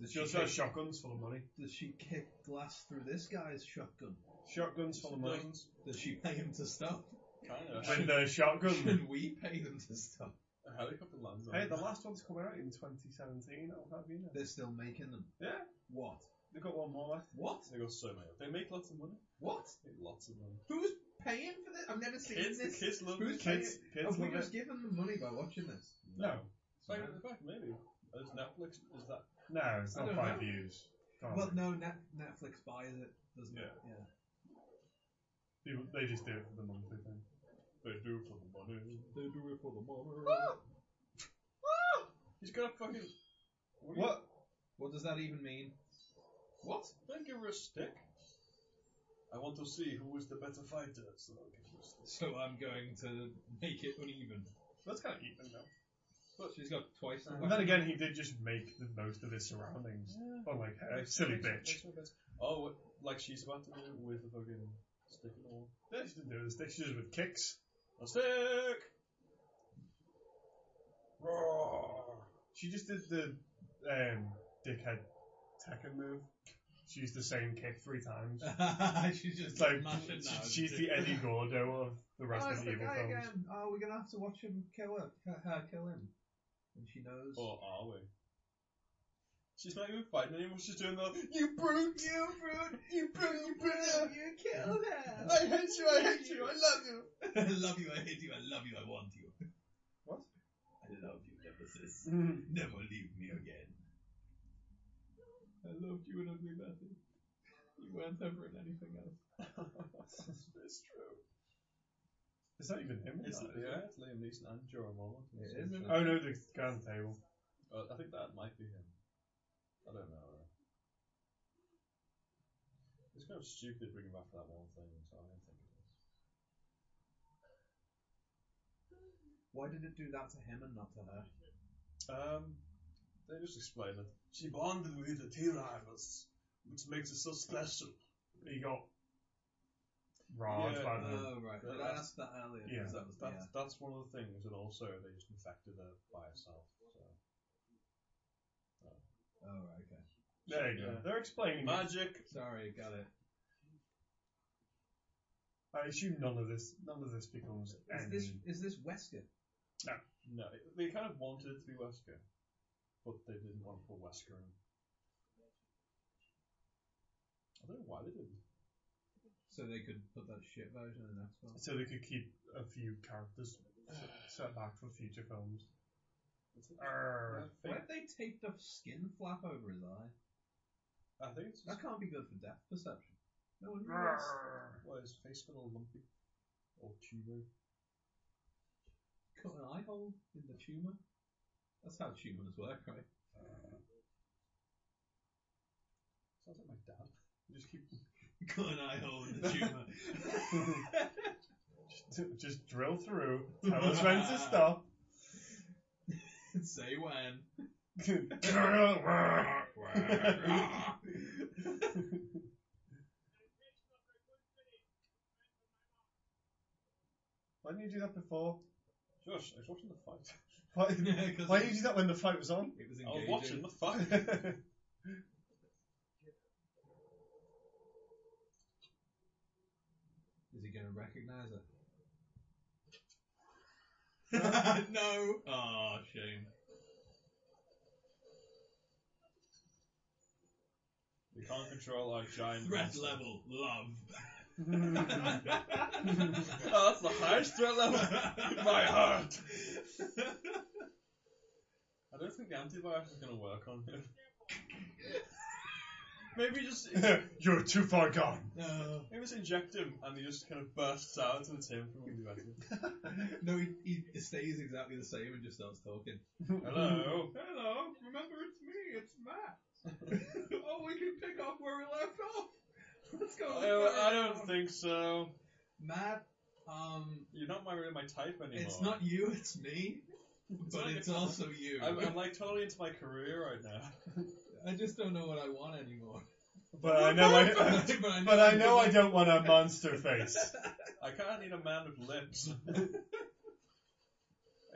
[SPEAKER 3] Does she,
[SPEAKER 2] just uh,
[SPEAKER 3] kick,
[SPEAKER 2] shotguns full of money.
[SPEAKER 3] does she kick glass through this guy's shotgun?
[SPEAKER 2] Shotguns full of money.
[SPEAKER 1] Doesn't-
[SPEAKER 3] Does she pay him to stop?
[SPEAKER 1] Kinda.
[SPEAKER 2] With [LAUGHS] the shotgun.
[SPEAKER 3] Should we pay them to stop?
[SPEAKER 1] A helicopter lands on
[SPEAKER 2] hey,
[SPEAKER 1] it.
[SPEAKER 2] the last one's coming out in 2017. I'll have you know.
[SPEAKER 3] They're still making them.
[SPEAKER 2] Yeah.
[SPEAKER 3] What?
[SPEAKER 2] They've got one more left.
[SPEAKER 3] What?
[SPEAKER 1] They got so many. They make lots of money.
[SPEAKER 3] What?
[SPEAKER 1] They make lots of money.
[SPEAKER 3] Who's paying for this? I've never seen
[SPEAKER 1] Kids,
[SPEAKER 3] this.
[SPEAKER 1] kids love
[SPEAKER 3] Who's
[SPEAKER 1] this.
[SPEAKER 3] paying-
[SPEAKER 2] Kids, kids
[SPEAKER 3] Have we
[SPEAKER 2] love
[SPEAKER 3] just
[SPEAKER 2] it.
[SPEAKER 3] given them money by watching this?
[SPEAKER 2] No,
[SPEAKER 1] In fact, in fact, maybe. Is Netflix, is that
[SPEAKER 2] no, it's
[SPEAKER 3] I
[SPEAKER 2] not
[SPEAKER 3] don't
[SPEAKER 2] five
[SPEAKER 3] know.
[SPEAKER 2] views. Can't
[SPEAKER 3] Well,
[SPEAKER 2] be.
[SPEAKER 3] no, Net- Netflix buys it, doesn't it? Yeah.
[SPEAKER 2] People, they just do it for the monthly thing.
[SPEAKER 1] they do it for the money? Ah!
[SPEAKER 3] They do it for the money.
[SPEAKER 1] He's got a fucking. What? do you-
[SPEAKER 2] What?
[SPEAKER 3] what does that even mean? What?
[SPEAKER 1] Don't give her a stick. I want to see who is the better fighter, so I'll give her a stick.
[SPEAKER 3] So I'm going to make it uneven.
[SPEAKER 2] That's kind of even though.
[SPEAKER 3] But she's got twice the
[SPEAKER 2] And then again, he did just make the most of his surroundings. Unlike her, silly bitch.
[SPEAKER 1] Oh, like she's about to do with the fucking stick and all.
[SPEAKER 2] No, she didn't do this. She did it with kicks.
[SPEAKER 1] A stick! Roar!
[SPEAKER 2] She just did the um, dickhead Tekken move. She used the same kick three
[SPEAKER 3] [LAUGHS]
[SPEAKER 2] times.
[SPEAKER 3] weapon. she's
[SPEAKER 2] It's
[SPEAKER 3] just
[SPEAKER 2] like
[SPEAKER 3] mashing now.
[SPEAKER 2] she's the Eddie
[SPEAKER 3] [LAUGHS]
[SPEAKER 2] Gordo of the
[SPEAKER 6] Oh,
[SPEAKER 2] Resident
[SPEAKER 6] it's the
[SPEAKER 2] Evil
[SPEAKER 6] guy
[SPEAKER 2] films.
[SPEAKER 6] again. Oh, we're gonna have to watch him kill her. Her, her kill him. And she knows.
[SPEAKER 1] Or are we? She's not even fighting anymore, she's doing the You brute! You brute! You brute! You brute!
[SPEAKER 6] You killed
[SPEAKER 3] [LAUGHS]
[SPEAKER 6] her.
[SPEAKER 1] I hate you! I hate
[SPEAKER 2] [LAUGHS]
[SPEAKER 1] you! I love you!
[SPEAKER 3] I love you, I hate you, I love you, I want you.
[SPEAKER 2] What?
[SPEAKER 3] I love you, Nemesis.
[SPEAKER 2] [LAUGHS] Mm.
[SPEAKER 3] Never leave me again. I loved you in Ugly Betty. You weren't ever in anything else.
[SPEAKER 1] It's true.
[SPEAKER 2] Is that even him? in
[SPEAKER 1] It's,
[SPEAKER 2] that?
[SPEAKER 1] yeah, it's Liam Neeson and Joe Mullen.
[SPEAKER 6] It is, isn't it?
[SPEAKER 2] Oh no, the grand table.
[SPEAKER 1] Uh, I think that might be him. I don't know. though. It's kind of stupid bringing back that one thing, so I don't think it is.
[SPEAKER 3] Why did it do that to him and not to her?
[SPEAKER 1] Um, they just explain it. She bonded with the tea rivals, which makes it so special.
[SPEAKER 2] He got robbed
[SPEAKER 1] Yeah,
[SPEAKER 2] by the.
[SPEAKER 3] Oh right,
[SPEAKER 1] That-
[SPEAKER 3] but I asked that earlier.
[SPEAKER 2] Yeah.
[SPEAKER 3] because
[SPEAKER 1] That,
[SPEAKER 3] that was
[SPEAKER 1] that's, that's one of the things, and also they just infected her by herself. So.
[SPEAKER 3] yeah. Oh right, okay.
[SPEAKER 2] there you go.
[SPEAKER 1] yeah.
[SPEAKER 2] They're explaining. it.
[SPEAKER 1] Magic!
[SPEAKER 3] Sorry, got it.
[SPEAKER 2] I assume none of this, none of this becomes.
[SPEAKER 3] Is
[SPEAKER 2] any-
[SPEAKER 3] this is this Wesker?
[SPEAKER 1] No, they kind of wanted it to be Wesker, but they didn't want to put Wesker in. I don't know why they didn't.
[SPEAKER 3] So they could put that shit version in the next one.
[SPEAKER 2] so they could keep a few characters set back for future films.
[SPEAKER 1] It's-
[SPEAKER 2] Arr.
[SPEAKER 1] I
[SPEAKER 3] Why
[SPEAKER 1] think,
[SPEAKER 3] have they taped a skin flap over his eye?
[SPEAKER 1] I think it's just
[SPEAKER 3] That can't be good for depth perception. No one knows.
[SPEAKER 1] Well, his face got all lumpy. Or tuber.
[SPEAKER 3] Cut an eye hole in the tumour. That's how tumours work, right? [LAUGHS]
[SPEAKER 1] Sounds like my dad. You just keep
[SPEAKER 3] Cut an eye hole in the tumour.
[SPEAKER 2] Just- [LAUGHS] Just drill through. Tell us when to
[SPEAKER 3] [LAUGHS]
[SPEAKER 2] stop.
[SPEAKER 3] Say [LAUGHS] when. [LAUGHS]
[SPEAKER 2] Why didn't you do that before?
[SPEAKER 1] Josh, I was watching the fight.
[SPEAKER 3] [LAUGHS]
[SPEAKER 2] Why,
[SPEAKER 3] Because
[SPEAKER 2] why didn't you do that when the fight was on? [LAUGHS]
[SPEAKER 3] It was
[SPEAKER 1] I was watching
[SPEAKER 3] engaging.
[SPEAKER 1] the
[SPEAKER 3] [LAUGHS]
[SPEAKER 1] fight.
[SPEAKER 3] Is he going to recognise her? no. Ah, shame.
[SPEAKER 1] we can't control our giant
[SPEAKER 3] Threat
[SPEAKER 1] monster.
[SPEAKER 3] level, love.
[SPEAKER 1] [LAUGHS] Oh, that's the highest threat
[SPEAKER 3] [LAUGHS]
[SPEAKER 1] level. my heart. I don't think the antivirus is going to work on
[SPEAKER 3] [LAUGHS]
[SPEAKER 1] him. Maybe just
[SPEAKER 2] You're too far gone.
[SPEAKER 3] no,
[SPEAKER 1] maybe just inject him and he just kind of bursts out and it's him from the
[SPEAKER 3] [LAUGHS] no he, he stays exactly the same and just starts talking. [LAUGHS]
[SPEAKER 1] Hello.
[SPEAKER 3] Hello, remember it's me, it's Matt. oh, we can pick up where we left off. Let's go.
[SPEAKER 1] Oh, I don't think so.
[SPEAKER 3] Matt, um,
[SPEAKER 1] You're not my really my type anymore.
[SPEAKER 3] it's not you, it's me, but
[SPEAKER 1] not
[SPEAKER 3] it's,
[SPEAKER 1] your-
[SPEAKER 3] also you.
[SPEAKER 1] I'm, I'm like totally into my career right now.
[SPEAKER 3] [LAUGHS] I just don't know what I want anymore.
[SPEAKER 2] But Uh, I
[SPEAKER 3] [LAUGHS]
[SPEAKER 2] know I. [LAUGHS]
[SPEAKER 3] I
[SPEAKER 2] But I know I don't want a monster face.
[SPEAKER 1] I kind of need a man with lips.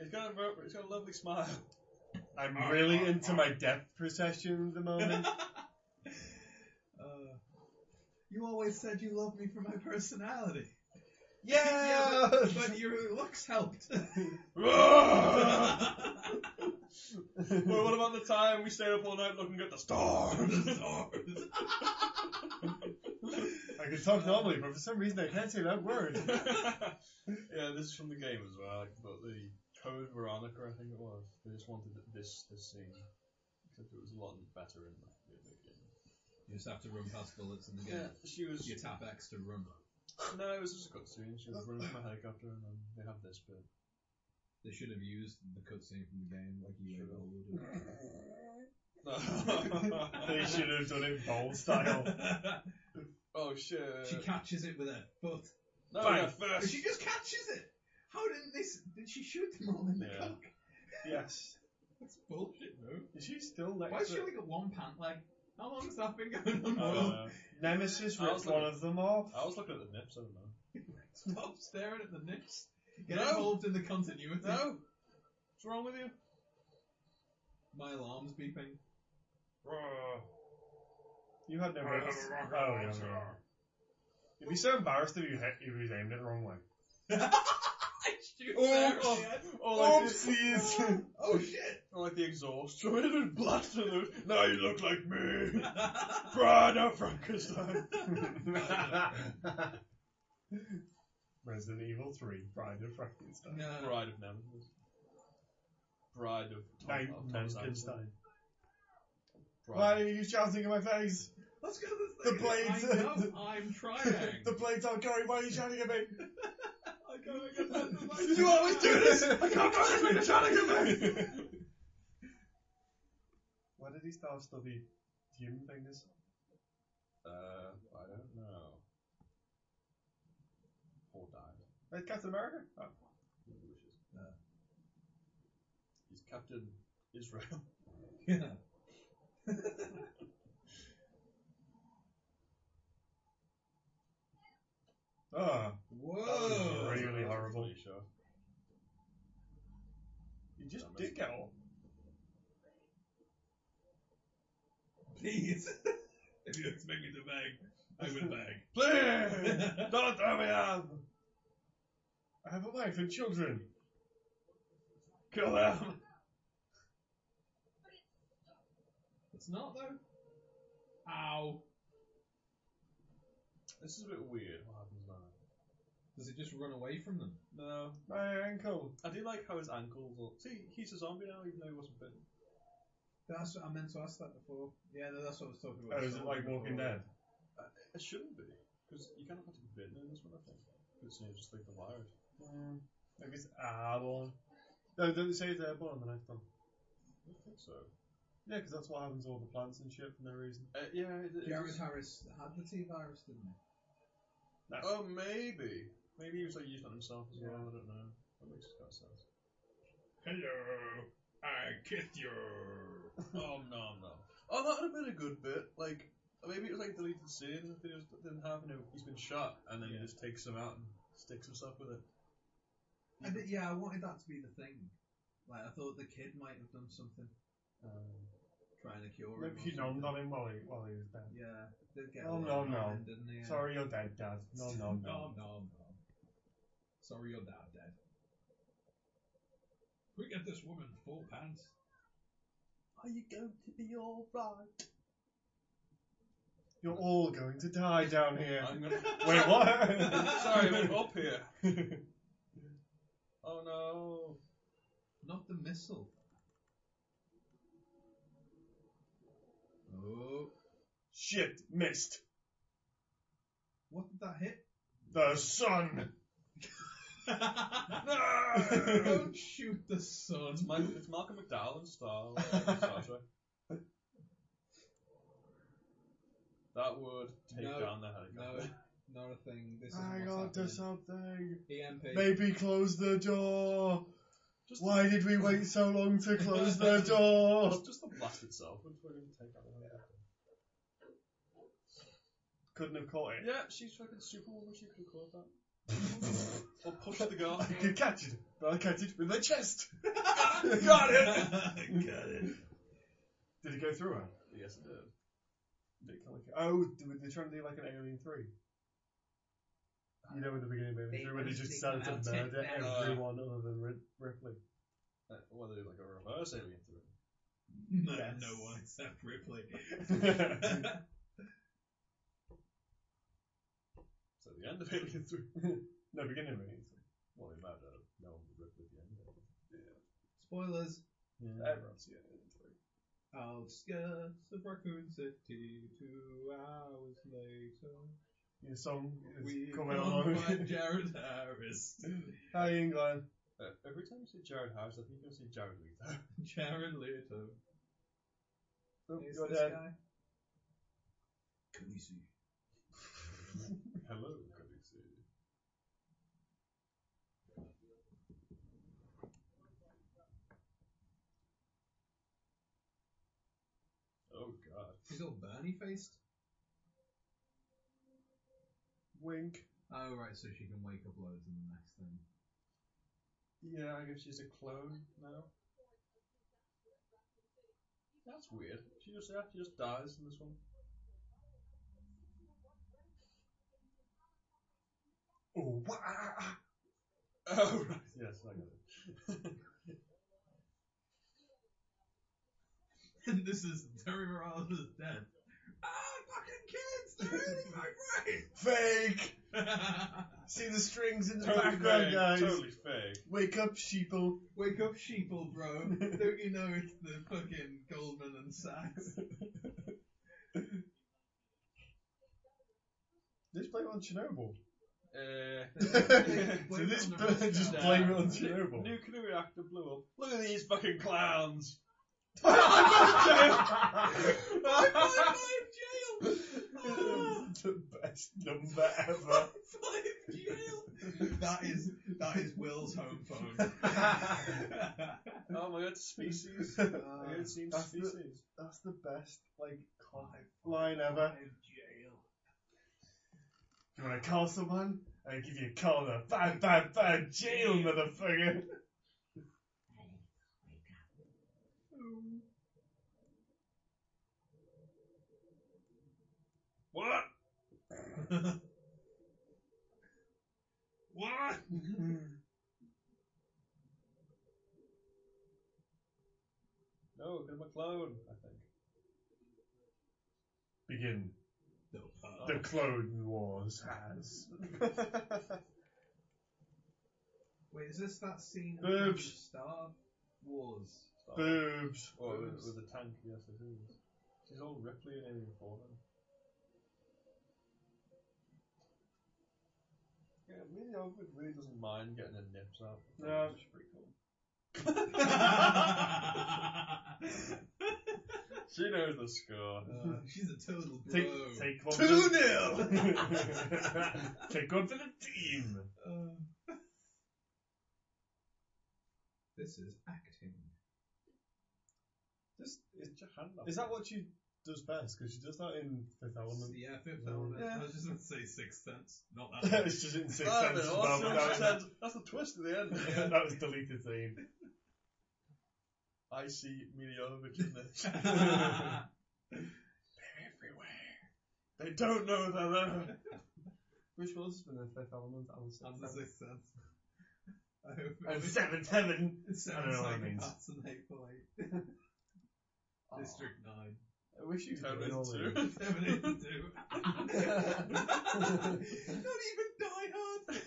[SPEAKER 1] he's got a ver- he's got a lovely smile. [LAUGHS]
[SPEAKER 2] I'm really into my depth procession at the moment.
[SPEAKER 3] Uh, you always said you loved me for my personality,
[SPEAKER 2] Yeah,
[SPEAKER 3] but your looks helped.
[SPEAKER 1] [LAUGHS]
[SPEAKER 3] [LAUGHS]
[SPEAKER 1] well, what about the time we stayed up all night looking at the stars? [LAUGHS]
[SPEAKER 2] I can talk normally, but for some reason I can't say that word.
[SPEAKER 1] yeah, this is from the game as well. But the Code Veronica, I think it was. They just wanted this this scene, except it was a lot better in the, in the game.
[SPEAKER 3] You just have to run past bullets in the game.
[SPEAKER 1] Yeah, she was.
[SPEAKER 3] You tap X to run.
[SPEAKER 1] No, it was just a cutscene. She was running from a helicopter, and then they have this bit. [LAUGHS]
[SPEAKER 3] They should have used the cutscene from the game, like you all
[SPEAKER 1] [LAUGHS]
[SPEAKER 3] would
[SPEAKER 2] They should have done it bowl style.
[SPEAKER 1] oh shit!
[SPEAKER 3] [LAUGHS] she catches it with her foot.
[SPEAKER 1] no,
[SPEAKER 2] Bang.
[SPEAKER 1] yeah, first.
[SPEAKER 3] She just catches it. How didn't they? s- Did she shoot them all in the
[SPEAKER 1] Yeah.
[SPEAKER 3] cock?
[SPEAKER 2] Yes.
[SPEAKER 3] That's bullshit, bro.
[SPEAKER 2] Is she still next
[SPEAKER 3] Why has
[SPEAKER 2] to
[SPEAKER 3] she only got one pant leg? How long has that been going on?
[SPEAKER 1] I don't know.
[SPEAKER 2] Nemesis
[SPEAKER 1] I
[SPEAKER 2] ripped
[SPEAKER 1] was
[SPEAKER 2] one
[SPEAKER 1] looking-
[SPEAKER 2] of them off?
[SPEAKER 1] I was looking at the nips. I don't know.
[SPEAKER 3] [LAUGHS] Stop staring at the nips. Get
[SPEAKER 1] No.
[SPEAKER 3] involved in the continuity.
[SPEAKER 1] No. What's wrong with you?
[SPEAKER 3] My alarm's
[SPEAKER 1] [LAUGHS]
[SPEAKER 3] beeping.
[SPEAKER 2] You had no rights. Oh, yeah, yeah. You'd be so embarrassed if you hit, if you was aimed it the wrong way.
[SPEAKER 3] I shoot
[SPEAKER 1] Oh,
[SPEAKER 3] her.
[SPEAKER 1] oh. Oh,
[SPEAKER 2] Oopsies!
[SPEAKER 3] oh shit!
[SPEAKER 1] Or like the exhaust [LAUGHS] from it and blast in the Now you look like me! [LAUGHS] Bride of Frankenstein!
[SPEAKER 2] [LAUGHS] Resident Evil 3, Bride of Frankenstein.
[SPEAKER 3] no.
[SPEAKER 1] Bride of Nemesis. Bride of Tom,
[SPEAKER 2] Name-
[SPEAKER 1] of Tom Sanson.
[SPEAKER 2] Frankenstein. Why
[SPEAKER 1] Bride.
[SPEAKER 2] are you shouting in my face?
[SPEAKER 3] Let's go to this
[SPEAKER 2] The
[SPEAKER 3] thing.
[SPEAKER 2] blades-
[SPEAKER 6] [LAUGHS]
[SPEAKER 2] [LAUGHS]
[SPEAKER 3] I know, I'm trying.
[SPEAKER 2] the blades aren't going, why are you shouting at me?
[SPEAKER 6] [LAUGHS]
[SPEAKER 3] I
[SPEAKER 1] Did you always do this? I can't concentrate. I'm trying to get back.
[SPEAKER 2] Why did he start study human fingers?
[SPEAKER 1] [LAUGHS] Uh, I don't know. Poor died.
[SPEAKER 2] Like Captain America? Oh.
[SPEAKER 1] He's Captain Israel.
[SPEAKER 2] oh.
[SPEAKER 1] Oh. [LAUGHS]
[SPEAKER 3] Whoa!
[SPEAKER 2] Really horrible.
[SPEAKER 1] Pretty sure.
[SPEAKER 2] You just
[SPEAKER 1] Dumbass.
[SPEAKER 2] did get all.
[SPEAKER 3] Please! if you expect me to beg, I will beg.
[SPEAKER 2] Please! Don't throw me out! I have a wife and children. Kill them!
[SPEAKER 3] It's not though. Ow!
[SPEAKER 1] This is a bit weird. What happens now?
[SPEAKER 3] Does it just run away from them?
[SPEAKER 1] No,
[SPEAKER 2] My ankle.
[SPEAKER 1] I do like how his ankles. Are... See, he's a zombie now, even though he wasn't bitten.
[SPEAKER 6] That's what I meant to ask that before.
[SPEAKER 3] Yeah, no, that's what I was talking
[SPEAKER 2] Oh, is it like Walking Dead?
[SPEAKER 1] It shouldn't be, because you kind of have to be bitten in this one, I think. It's you know, just like the virus.
[SPEAKER 2] Mm, maybe it's airborne. No, don't they say it's airborne in the next one?
[SPEAKER 1] I don't think so.
[SPEAKER 2] Yeah, because that's what happens to all the plants and shit for no reason.
[SPEAKER 1] Uh, yeah. It, it
[SPEAKER 6] Jared
[SPEAKER 1] was-
[SPEAKER 6] Harris had the T virus, didn't he?
[SPEAKER 1] oh, maybe. Maybe he was like using it himself as well. I don't know. That makes kind of sense.
[SPEAKER 3] Hello! I kissed you!
[SPEAKER 1] [LAUGHS] oh no, no. Oh, that would have been a good bit. Like maybe it was like deleted scene if they just didn't have. You know, he's been shot, and then he just takes him out and sticks himself with it.
[SPEAKER 6] I did, yeah, I wanted that to be the thing. Like, I thought the kid might have done something,
[SPEAKER 2] Um,
[SPEAKER 6] trying to cure him.
[SPEAKER 2] Maybe
[SPEAKER 6] or
[SPEAKER 2] she
[SPEAKER 6] something.
[SPEAKER 2] nommed on him while he, while he was dead.
[SPEAKER 6] Yeah, did get a
[SPEAKER 2] Oh, no,
[SPEAKER 6] little
[SPEAKER 2] no.
[SPEAKER 6] hand, didn't he?
[SPEAKER 2] Sorry you're dead, Dad. No, no,
[SPEAKER 3] [LAUGHS]
[SPEAKER 2] no.
[SPEAKER 3] No, no, no. Sorry, your dad dead. Can we get this woman full pants?
[SPEAKER 1] Are you going to be alright?
[SPEAKER 2] You're all going to die down here.
[SPEAKER 1] [LAUGHS] I'm gonna.
[SPEAKER 2] Wait, what?
[SPEAKER 1] [LAUGHS] Sorry, I'm up here. Oh no.
[SPEAKER 6] Not the
[SPEAKER 1] [LAUGHS]
[SPEAKER 6] missile. Oh,
[SPEAKER 2] Shit, missed.
[SPEAKER 6] what did that hit?
[SPEAKER 2] The sun. No!
[SPEAKER 3] Don't shoot the sun!
[SPEAKER 1] It's, Mike, it's Malcolm McDowell in Star, Star Trek. That would take
[SPEAKER 3] No,
[SPEAKER 1] down the
[SPEAKER 3] No,
[SPEAKER 1] helicopter.
[SPEAKER 3] not a thing. This is
[SPEAKER 2] I got uh,
[SPEAKER 3] what's
[SPEAKER 2] to
[SPEAKER 3] happening. E
[SPEAKER 2] something.
[SPEAKER 3] EMP.
[SPEAKER 2] Maybe close the door.
[SPEAKER 1] Just
[SPEAKER 2] Why did we wait so long to close the door?
[SPEAKER 1] Just, just the blast itself would fucking take out the helicopter.
[SPEAKER 2] Couldn't have caught
[SPEAKER 1] [LAUGHS]
[SPEAKER 2] it.
[SPEAKER 1] Yeah, she's fucking Superwoman. She could have caught that. or push the [LAUGHS] guard.
[SPEAKER 2] I could catch it, but I catch it with my chest.
[SPEAKER 1] [LAUGHS] Got it.
[SPEAKER 2] Got it. Did it go through her?
[SPEAKER 1] Yes, it did.
[SPEAKER 2] Did it come like- Oh, th- they're trying to do like an Alien 3. You know, in the beginning of Alien
[SPEAKER 6] They
[SPEAKER 2] 3, when they
[SPEAKER 6] must
[SPEAKER 2] just
[SPEAKER 6] take
[SPEAKER 2] decided
[SPEAKER 6] out
[SPEAKER 2] to murder
[SPEAKER 6] Ted
[SPEAKER 1] Danson.
[SPEAKER 2] everyone other than Rid- Ripley. [LAUGHS]
[SPEAKER 1] Uh, well, they did like a reverse alien through.
[SPEAKER 3] No,
[SPEAKER 2] Yes.
[SPEAKER 3] no one except Ripley.
[SPEAKER 1] So the end of [LAUGHS] Alien 3.
[SPEAKER 2] no, beginning of Alien
[SPEAKER 1] Well, they might have known the rip at the end. of it.
[SPEAKER 6] Spoilers.
[SPEAKER 2] Yeah. Everyone's seen Alien 3.
[SPEAKER 3] Outskirts of Raccoon City, two hours later.
[SPEAKER 2] Your song is
[SPEAKER 3] We
[SPEAKER 2] coming
[SPEAKER 3] come
[SPEAKER 2] along. [LAUGHS]
[SPEAKER 3] by Jared Harris.
[SPEAKER 2] Hi, England.
[SPEAKER 1] Uh, every time you see Jared Harris, I think you're going to see Jared Leto.
[SPEAKER 3] Jared Leto.
[SPEAKER 2] Oh,
[SPEAKER 6] Is
[SPEAKER 2] you're
[SPEAKER 6] this
[SPEAKER 2] dead.
[SPEAKER 6] guy?
[SPEAKER 3] Can you see?
[SPEAKER 1] Hello, good to see you. Oh god.
[SPEAKER 3] He's all Bernie faced.
[SPEAKER 2] Wink.
[SPEAKER 3] Oh, right, so she can wake up loads in the next thing. [LAUGHS]
[SPEAKER 1] Yeah, I guess she's a clone now. That's weird. She just yeah, she just dies in this one.
[SPEAKER 2] Oh, wah, ah, ah.
[SPEAKER 1] Oh right, yes, I got it.
[SPEAKER 3] And this is Terry Morales' death. Ah, fucking kids! They're eating my
[SPEAKER 2] Fake!
[SPEAKER 3] [LAUGHS] brain!
[SPEAKER 2] See the strings in the background,
[SPEAKER 1] fake,
[SPEAKER 2] guys.
[SPEAKER 1] Totally fake.
[SPEAKER 2] Wake up, sheeple.
[SPEAKER 3] Wake up, sheeple, bro.
[SPEAKER 2] [LAUGHS]
[SPEAKER 3] Don't you know it's the fucking Goldman and Sachs?
[SPEAKER 2] [LAUGHS] This play on Chernobyl.
[SPEAKER 4] Uh,
[SPEAKER 2] [LAUGHS]
[SPEAKER 1] [LAUGHS] so this brother just blame it on Chernobyl.
[SPEAKER 4] nuclear reactor blew up. Look at these fucking clowns. [LAUGHS] Oh
[SPEAKER 2] the best number ever.
[SPEAKER 3] that is that is Will's home phone.
[SPEAKER 4] oh my god,
[SPEAKER 1] [LAUGHS]
[SPEAKER 4] species. I haven't seen
[SPEAKER 2] that's the-
[SPEAKER 4] species.
[SPEAKER 2] That's the best like Clive line ever. Do you want to call someone? I give you a caller. Bam, bam, bam, jail, motherfucker.
[SPEAKER 4] What?
[SPEAKER 1] [LAUGHS]
[SPEAKER 4] what? no, give him a clone, I think.
[SPEAKER 2] Begin. The Clone Wars [LAUGHS] has.
[SPEAKER 6] Wait, is this that scene from
[SPEAKER 2] Boobs.
[SPEAKER 6] Star
[SPEAKER 2] [LAUGHS]
[SPEAKER 6] Wars?
[SPEAKER 2] Boobs.
[SPEAKER 1] Oh, with, with the tank, yes it is. She's all Ripley and Alien Foreman. Yeah, really, Ovid really doesn't mind getting her nips out.
[SPEAKER 2] No.
[SPEAKER 1] It's pretty cool. She knows the score.
[SPEAKER 6] Uh, she's a total bro.
[SPEAKER 2] Take, take one. Uh, Two nil. [LAUGHS] take one for the team.
[SPEAKER 3] Uh, [LAUGHS] this is acting.
[SPEAKER 2] Just,
[SPEAKER 1] It's Jahanna.
[SPEAKER 2] is that what she does best? Because she does that in Fifth [LAUGHS] Element.
[SPEAKER 3] Yeah, fifth
[SPEAKER 2] Yeah.
[SPEAKER 3] element. I was just going to say sixth sense. Not
[SPEAKER 2] [LAUGHS]
[SPEAKER 3] that. one.
[SPEAKER 2] it's just in Sixth
[SPEAKER 1] Ah,
[SPEAKER 2] Sense.
[SPEAKER 1] but
[SPEAKER 2] as
[SPEAKER 1] also
[SPEAKER 2] well, but [LAUGHS]
[SPEAKER 1] she
[SPEAKER 2] that,
[SPEAKER 1] said- [LAUGHS] That's the twist at the [LAUGHS] end.
[SPEAKER 2] was, that was deleted scene.
[SPEAKER 1] I see Miljovic in
[SPEAKER 2] [LAUGHS]
[SPEAKER 1] this. They don't know they're there.
[SPEAKER 2] Which one's been in Fifth Element? I was
[SPEAKER 3] That's the sixth sense. [LAUGHS] I hope
[SPEAKER 2] And Seventh Heaven. I
[SPEAKER 3] it
[SPEAKER 2] don't
[SPEAKER 3] sounds
[SPEAKER 2] know what
[SPEAKER 3] like
[SPEAKER 2] that means. Ah.
[SPEAKER 3] that's an 8.8. District 9.
[SPEAKER 2] Oh, I wish you
[SPEAKER 1] Seven is
[SPEAKER 2] [LAUGHS]
[SPEAKER 1] two.
[SPEAKER 3] 782. Not even Die Hard!
[SPEAKER 1] [LAUGHS]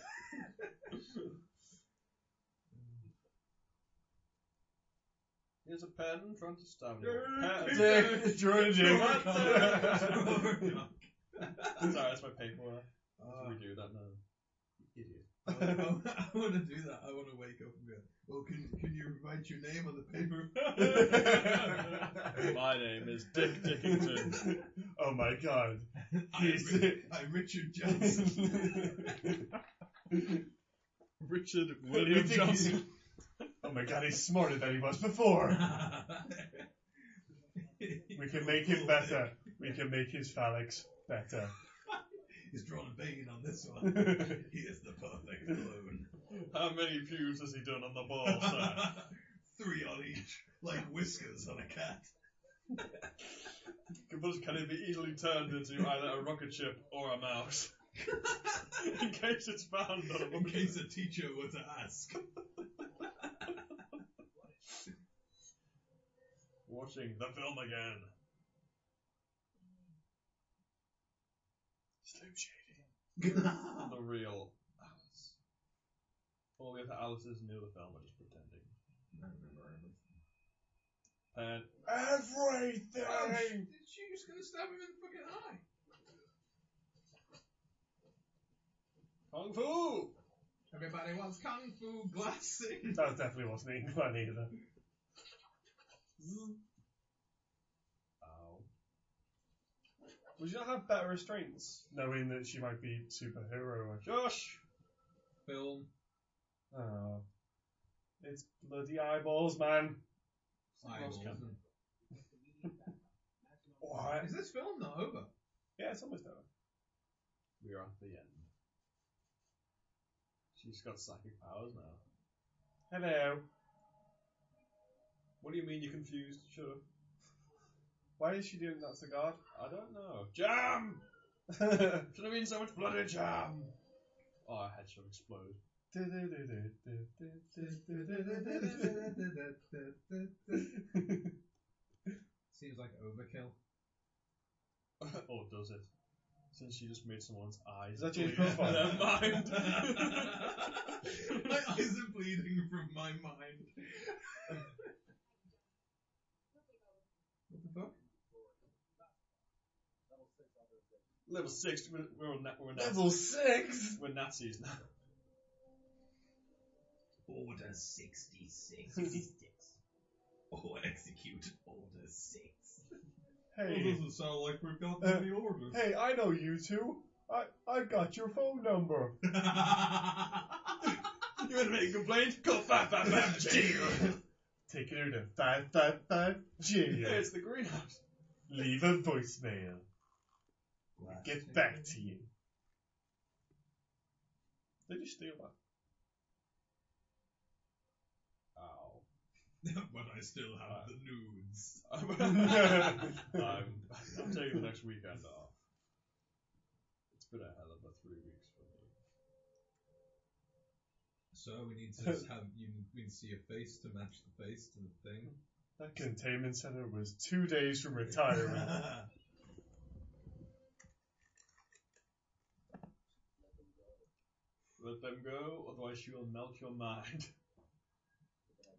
[SPEAKER 1] Here's a pen trying to stab me.
[SPEAKER 2] Dick, it's your dick.
[SPEAKER 1] What the-
[SPEAKER 3] Robert
[SPEAKER 1] [LAUGHS] Sorry, that's my paperwork.
[SPEAKER 3] Oh,
[SPEAKER 1] we
[SPEAKER 6] [LAUGHS]
[SPEAKER 1] do that now. Idiot. [LAUGHS]
[SPEAKER 3] I wanna-
[SPEAKER 6] Ah. I want to do that. I want to wake up and go, well, can, can you write your name on the
[SPEAKER 5] [LAUGHS]
[SPEAKER 6] paper?
[SPEAKER 1] My name is Dick Dickington.
[SPEAKER 2] oh my god. He's
[SPEAKER 6] I'm Richard Johnson. [LAUGHS]
[SPEAKER 2] [LAUGHS]
[SPEAKER 1] Richard
[SPEAKER 2] You think he's- [LAUGHS] Oh my god, he's smarter than he was
[SPEAKER 3] [LAUGHS]
[SPEAKER 2] before. We can make him better. We can make his phalanx better.
[SPEAKER 3] He's drawn a vein on this
[SPEAKER 5] [LAUGHS]
[SPEAKER 3] one.
[SPEAKER 2] Three
[SPEAKER 3] He is the perfect clone.
[SPEAKER 1] How many pews has he done [LAUGHS] on the ball, sir?
[SPEAKER 3] [LAUGHS] Three on each, like whiskers on a cat.
[SPEAKER 1] But can it be easily turned into either a rocket ship or a mouse? [LAUGHS] In case it's found on a
[SPEAKER 3] In
[SPEAKER 1] monkey.
[SPEAKER 3] case a teacher were to
[SPEAKER 1] [LAUGHS]
[SPEAKER 3] ask.
[SPEAKER 1] Watching the film again. Slim Shady. the real Alice. All the other Alice's in the other film are just pretending. Pen.
[SPEAKER 2] Everything!
[SPEAKER 6] she was going to stab him in the fucking eye.
[SPEAKER 1] Kung Fu!
[SPEAKER 6] Everybody wants kung fu glassing.
[SPEAKER 2] That definitely wasn't in plan either.
[SPEAKER 1] Ow.
[SPEAKER 4] Would you not have better restraints?
[SPEAKER 2] Knowing that she might be superhero.
[SPEAKER 1] Josh!
[SPEAKER 3] Film.
[SPEAKER 2] Oh. It's bloody eyeballs, man.
[SPEAKER 3] Eyeballs.
[SPEAKER 2] What?
[SPEAKER 6] Is this film not over?
[SPEAKER 2] Yeah, it's almost over.
[SPEAKER 1] We are at the end. She's got psychic powers now.
[SPEAKER 2] Hello.
[SPEAKER 1] What do you mean you're confused? Shut up.
[SPEAKER 2] Why is she doing that to God?
[SPEAKER 1] I don't know. Jam! [LAUGHS]
[SPEAKER 2] Do
[SPEAKER 1] Should have been so much bloody jam! Oh, our head should [LAUGHS] explode.
[SPEAKER 5] [LAUGHS]
[SPEAKER 3] Seems like overkill.
[SPEAKER 1] or does it? Since she just made someone's eyes.
[SPEAKER 2] Does that change
[SPEAKER 1] bleed.
[SPEAKER 2] profile?
[SPEAKER 1] Never mind. [LAUGHS]
[SPEAKER 3] My eyes are bleeding from my mind. what the fuck?
[SPEAKER 1] Level six. We're, we're, on, na- we're, Nazis.
[SPEAKER 7] Level six.
[SPEAKER 1] we're Nazis now. [LAUGHS]
[SPEAKER 5] Order 66. 66. [LAUGHS] or Oh, execute Order 6.
[SPEAKER 1] [LAUGHS]
[SPEAKER 2] Hey,
[SPEAKER 5] doesn't sound like we've got
[SPEAKER 2] Uh,
[SPEAKER 5] any orders.
[SPEAKER 2] hey, I know you two. I I've got your phone number.
[SPEAKER 1] You want to make a complaint? Go five five
[SPEAKER 5] [LAUGHS]
[SPEAKER 1] five G.
[SPEAKER 2] Take it to five five five G.
[SPEAKER 5] [LAUGHS]
[SPEAKER 1] [LAUGHS] Yeah, it's the greenhouse.
[SPEAKER 2] Leave a voicemail. We'll Get back to you.
[SPEAKER 1] Did you steal that? [LAUGHS] Ow.
[SPEAKER 5] but I still have the nudes.
[SPEAKER 1] I'm, I'm taking the next weekend off. It's been a hell of a three weeks for me.
[SPEAKER 5] So we need to just have you we need to see a face to match the face to the
[SPEAKER 6] [LAUGHS]
[SPEAKER 5] thing.
[SPEAKER 2] That containment center was two days from
[SPEAKER 3] [LAUGHS]
[SPEAKER 2] retirement.
[SPEAKER 1] Let them go, otherwise she will melt your mind.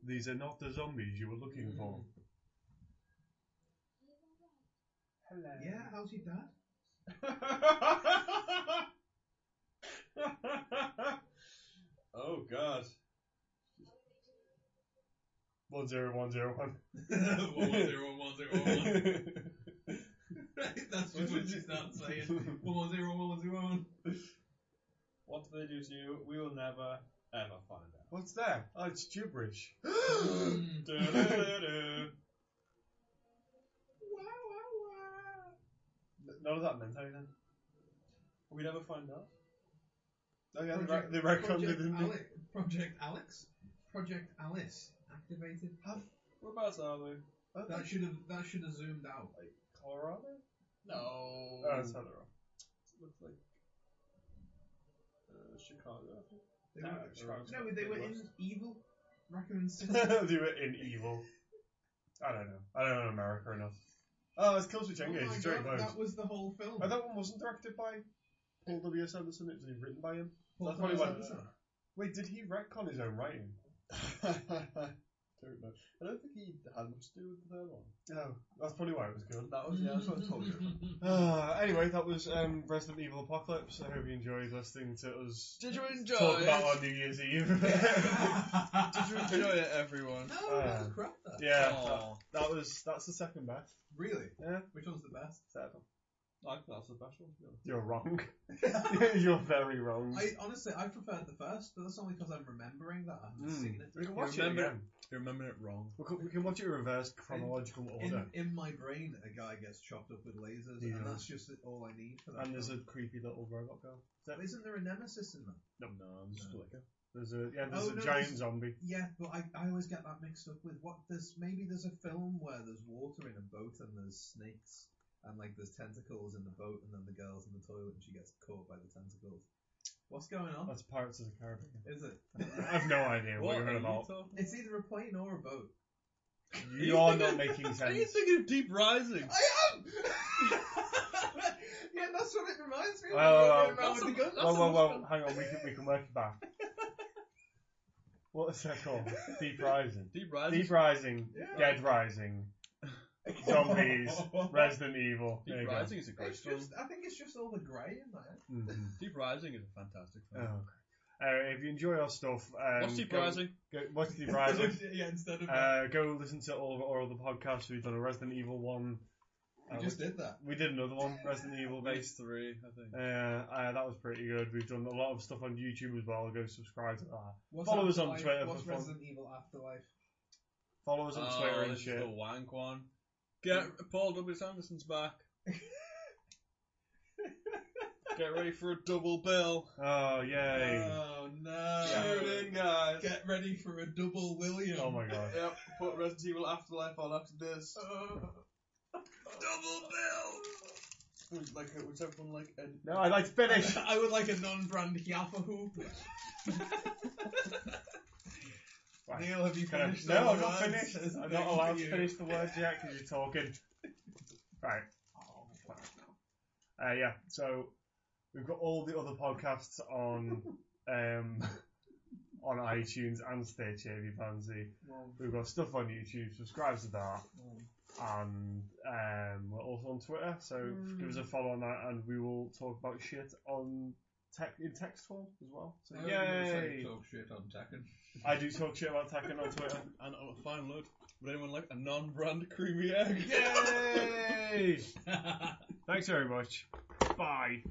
[SPEAKER 2] These are not the zombies you were looking for. Hello.
[SPEAKER 3] Yeah, how's your dad?
[SPEAKER 1] [LAUGHS] oh god.
[SPEAKER 2] One zero one zero one.
[SPEAKER 5] one zero one zero one.
[SPEAKER 1] [LAUGHS]
[SPEAKER 5] Right, That's just what she starts saying. One zero one zero one.
[SPEAKER 1] What do they do to you? We will never, ever find out.
[SPEAKER 2] What's that? Oh, it's
[SPEAKER 1] [GASPS]
[SPEAKER 2] gibberish. [LAUGHS]
[SPEAKER 1] Du-du-du-du.
[SPEAKER 2] None of that meant anything.
[SPEAKER 1] we never find out.
[SPEAKER 2] Oh yeah,
[SPEAKER 3] Project-
[SPEAKER 2] they, ra- they recommended
[SPEAKER 3] Project,
[SPEAKER 2] didn't they?
[SPEAKER 3] Ale- Project Alex? Project Alice activated.
[SPEAKER 1] Whereabouts are they?
[SPEAKER 2] Oh,
[SPEAKER 3] That should have that should have zoomed out.
[SPEAKER 2] Colorado?
[SPEAKER 1] No.
[SPEAKER 2] Oh, that's further up.
[SPEAKER 1] It looks like uh, Chicago, I think.
[SPEAKER 3] They
[SPEAKER 1] No,
[SPEAKER 3] were,
[SPEAKER 1] Chicago's
[SPEAKER 3] no,
[SPEAKER 1] not
[SPEAKER 3] they were
[SPEAKER 1] Midwest.
[SPEAKER 3] in evil.
[SPEAKER 2] [LAUGHS]
[SPEAKER 3] Raccoon City.
[SPEAKER 2] they were in evil. I don't know. I don't know America enough. Oh, it's Kills with
[SPEAKER 3] Oh
[SPEAKER 2] Jenga.
[SPEAKER 3] my
[SPEAKER 2] it's very
[SPEAKER 3] God,
[SPEAKER 2] close.
[SPEAKER 3] that was the whole film.
[SPEAKER 2] Oh, that one wasn't directed by Paul W. S. Anderson. It was written by him.
[SPEAKER 3] Paul
[SPEAKER 2] that's probably
[SPEAKER 3] Thomas
[SPEAKER 2] why-
[SPEAKER 3] Anderson.
[SPEAKER 2] [LAUGHS] Wait, did he retcon his own
[SPEAKER 1] [LAUGHS]
[SPEAKER 2] writing?
[SPEAKER 1] don't know. I don't think he had much to do with the third one.
[SPEAKER 2] Oh, that's probably why it was good.
[SPEAKER 1] That was yeah, that's what I told you.
[SPEAKER 2] [LAUGHS]
[SPEAKER 3] [LAUGHS]
[SPEAKER 2] Uh, anyway, that was um, Resident Evil Apocalypse. I hope you enjoyed listening to us
[SPEAKER 7] Did you enjoy
[SPEAKER 2] talk about
[SPEAKER 7] it?
[SPEAKER 2] our New Year's Eve. [LAUGHS]
[SPEAKER 7] Did you [LAUGHS] enjoy it, everyone?
[SPEAKER 3] No, that was
[SPEAKER 2] Uh,
[SPEAKER 3] crap. That.
[SPEAKER 2] yeah,
[SPEAKER 1] Oh.
[SPEAKER 2] that,
[SPEAKER 7] Aw.
[SPEAKER 2] that was that's the second best.
[SPEAKER 3] Really?
[SPEAKER 2] Yeah.
[SPEAKER 3] Which one's the
[SPEAKER 2] [LAUGHS]
[SPEAKER 3] best?
[SPEAKER 1] I think that's the best one to be honest.
[SPEAKER 2] You're wrong. [LAUGHS] You're very wrong.
[SPEAKER 3] I honestly I preferred the first, but that's only because I'm remembering that I haven't
[SPEAKER 2] Mm.
[SPEAKER 3] seen it.
[SPEAKER 2] We can watch
[SPEAKER 7] remember-
[SPEAKER 2] it again.
[SPEAKER 7] You're remembering it wrong.
[SPEAKER 2] We can, we can watch it in reverse chronological order.
[SPEAKER 3] In, in my brain, a guy gets chopped up with lasers,
[SPEAKER 2] Yeah.
[SPEAKER 3] and that's just all I need for that.
[SPEAKER 2] and there's
[SPEAKER 3] film.
[SPEAKER 2] a creepy little robot girl. Is that-
[SPEAKER 3] Isn't there a nemesis in that?
[SPEAKER 1] No, no, I'm just
[SPEAKER 3] No.
[SPEAKER 1] like a
[SPEAKER 2] There's a yeah. There's
[SPEAKER 3] Oh,
[SPEAKER 2] a
[SPEAKER 3] no,
[SPEAKER 2] giant
[SPEAKER 3] there's-
[SPEAKER 2] zombie.
[SPEAKER 3] Yeah, but I, I always get that mixed up with what there's maybe there's a film where there's water in a boat and there's snakes and like there's tentacles in the boat and then the girl's in the toilet and she gets caught by the tentacles. What's going on?
[SPEAKER 2] That's Pirates of the Caribbean.
[SPEAKER 3] Is it?
[SPEAKER 2] I've no idea what, you're on about.
[SPEAKER 3] It's either a plane or a boat.
[SPEAKER 2] You, are not making
[SPEAKER 7] Are you
[SPEAKER 2] sense.
[SPEAKER 7] thinking of Deep Rising?
[SPEAKER 3] I am. [LAUGHS] yeah, that's what it reminds me of.
[SPEAKER 2] Well,
[SPEAKER 3] when you're running around with the gun.
[SPEAKER 2] Whoa, whoa, whoa! Hang on, we can we can work it [LAUGHS] back. What is that called? Deep Rising.
[SPEAKER 7] Deep Rising?
[SPEAKER 2] Deep Rising.
[SPEAKER 3] Yeah.
[SPEAKER 2] Dead Rising. Zombies.
[SPEAKER 3] [LAUGHS]
[SPEAKER 2] Resident Evil.
[SPEAKER 7] Deep
[SPEAKER 2] there you go.
[SPEAKER 7] Rising is a great
[SPEAKER 3] It's
[SPEAKER 7] film.
[SPEAKER 3] just, I think it's just all the grey in there.
[SPEAKER 2] Mhm.
[SPEAKER 1] Mm-hmm.
[SPEAKER 7] Deep Rising is a fantastic
[SPEAKER 2] [LAUGHS] Oh,
[SPEAKER 7] film.
[SPEAKER 2] okay. Uh, if you enjoy our stuff, um,
[SPEAKER 7] What's Deep
[SPEAKER 2] go-
[SPEAKER 7] Rising?
[SPEAKER 2] Go, watch
[SPEAKER 7] [LAUGHS]
[SPEAKER 2] Deep Rising.
[SPEAKER 3] [LAUGHS]
[SPEAKER 5] yeah, instead of
[SPEAKER 2] Uh, go listen to all of our other podcasts. We've done a Resident Evil one.
[SPEAKER 3] We
[SPEAKER 2] Uh,
[SPEAKER 3] just did that.
[SPEAKER 2] we did another one,
[SPEAKER 7] [LAUGHS]
[SPEAKER 2] Resident Evil
[SPEAKER 7] Base
[SPEAKER 2] based.
[SPEAKER 7] 3, I think.
[SPEAKER 2] Uh, uh, that was pretty good. We've done a lot of stuff on YouTube as well. Go subscribe to that.
[SPEAKER 3] What's
[SPEAKER 2] Follow us on
[SPEAKER 3] Afterlife?
[SPEAKER 2] Twitter
[SPEAKER 3] What's
[SPEAKER 2] for fun.
[SPEAKER 3] Resident Evil Afterlife?
[SPEAKER 2] Follow us on
[SPEAKER 7] Oh,
[SPEAKER 2] Twitter and
[SPEAKER 7] this is
[SPEAKER 2] shit.
[SPEAKER 7] the wank one. Get Paul W. Sanderson's
[SPEAKER 3] [LAUGHS]
[SPEAKER 7] back. Get ready for a double bill.
[SPEAKER 2] Oh yay!
[SPEAKER 7] Uh,
[SPEAKER 5] Oh no.
[SPEAKER 1] Tune in, guys.
[SPEAKER 5] Get ready for a double William.
[SPEAKER 2] oh
[SPEAKER 7] [LAUGHS]
[SPEAKER 2] my god.
[SPEAKER 1] Yep, put Resident Evil Afterlife on after this.
[SPEAKER 5] Oh. Double bill!
[SPEAKER 1] Would, like, uh, would everyone like an
[SPEAKER 2] No, I'd like to finish.
[SPEAKER 5] I would like a non-brand Yaffa hoop.
[SPEAKER 2] Right.
[SPEAKER 5] Neil, have you
[SPEAKER 2] Can I-
[SPEAKER 5] finished?
[SPEAKER 2] no,
[SPEAKER 5] all
[SPEAKER 2] I'm
[SPEAKER 5] the
[SPEAKER 2] not
[SPEAKER 5] words?
[SPEAKER 2] finished.
[SPEAKER 5] There's
[SPEAKER 2] I'm
[SPEAKER 5] nothing
[SPEAKER 2] not allowed
[SPEAKER 5] for
[SPEAKER 2] to
[SPEAKER 5] you.
[SPEAKER 2] finish the words yet because you're talking. Right. Uh, yeah. So we've got all the other podcasts on um, [LAUGHS] on iTunes and Stitcher if you fancy. We've got stuff on YouTube. Subscribe to that. and um, we're also on Twitter. So give us a follow on that, and we will talk about shit on tech in text form as well. So
[SPEAKER 3] I was gonna say
[SPEAKER 2] yay!
[SPEAKER 3] Talk shit on Tekken.
[SPEAKER 2] I do talk shit about Tekken on Twitter.
[SPEAKER 1] And oh, a fine load. Would anyone like a non-brand creamy egg?
[SPEAKER 2] Yay! Thanks very much. Bye.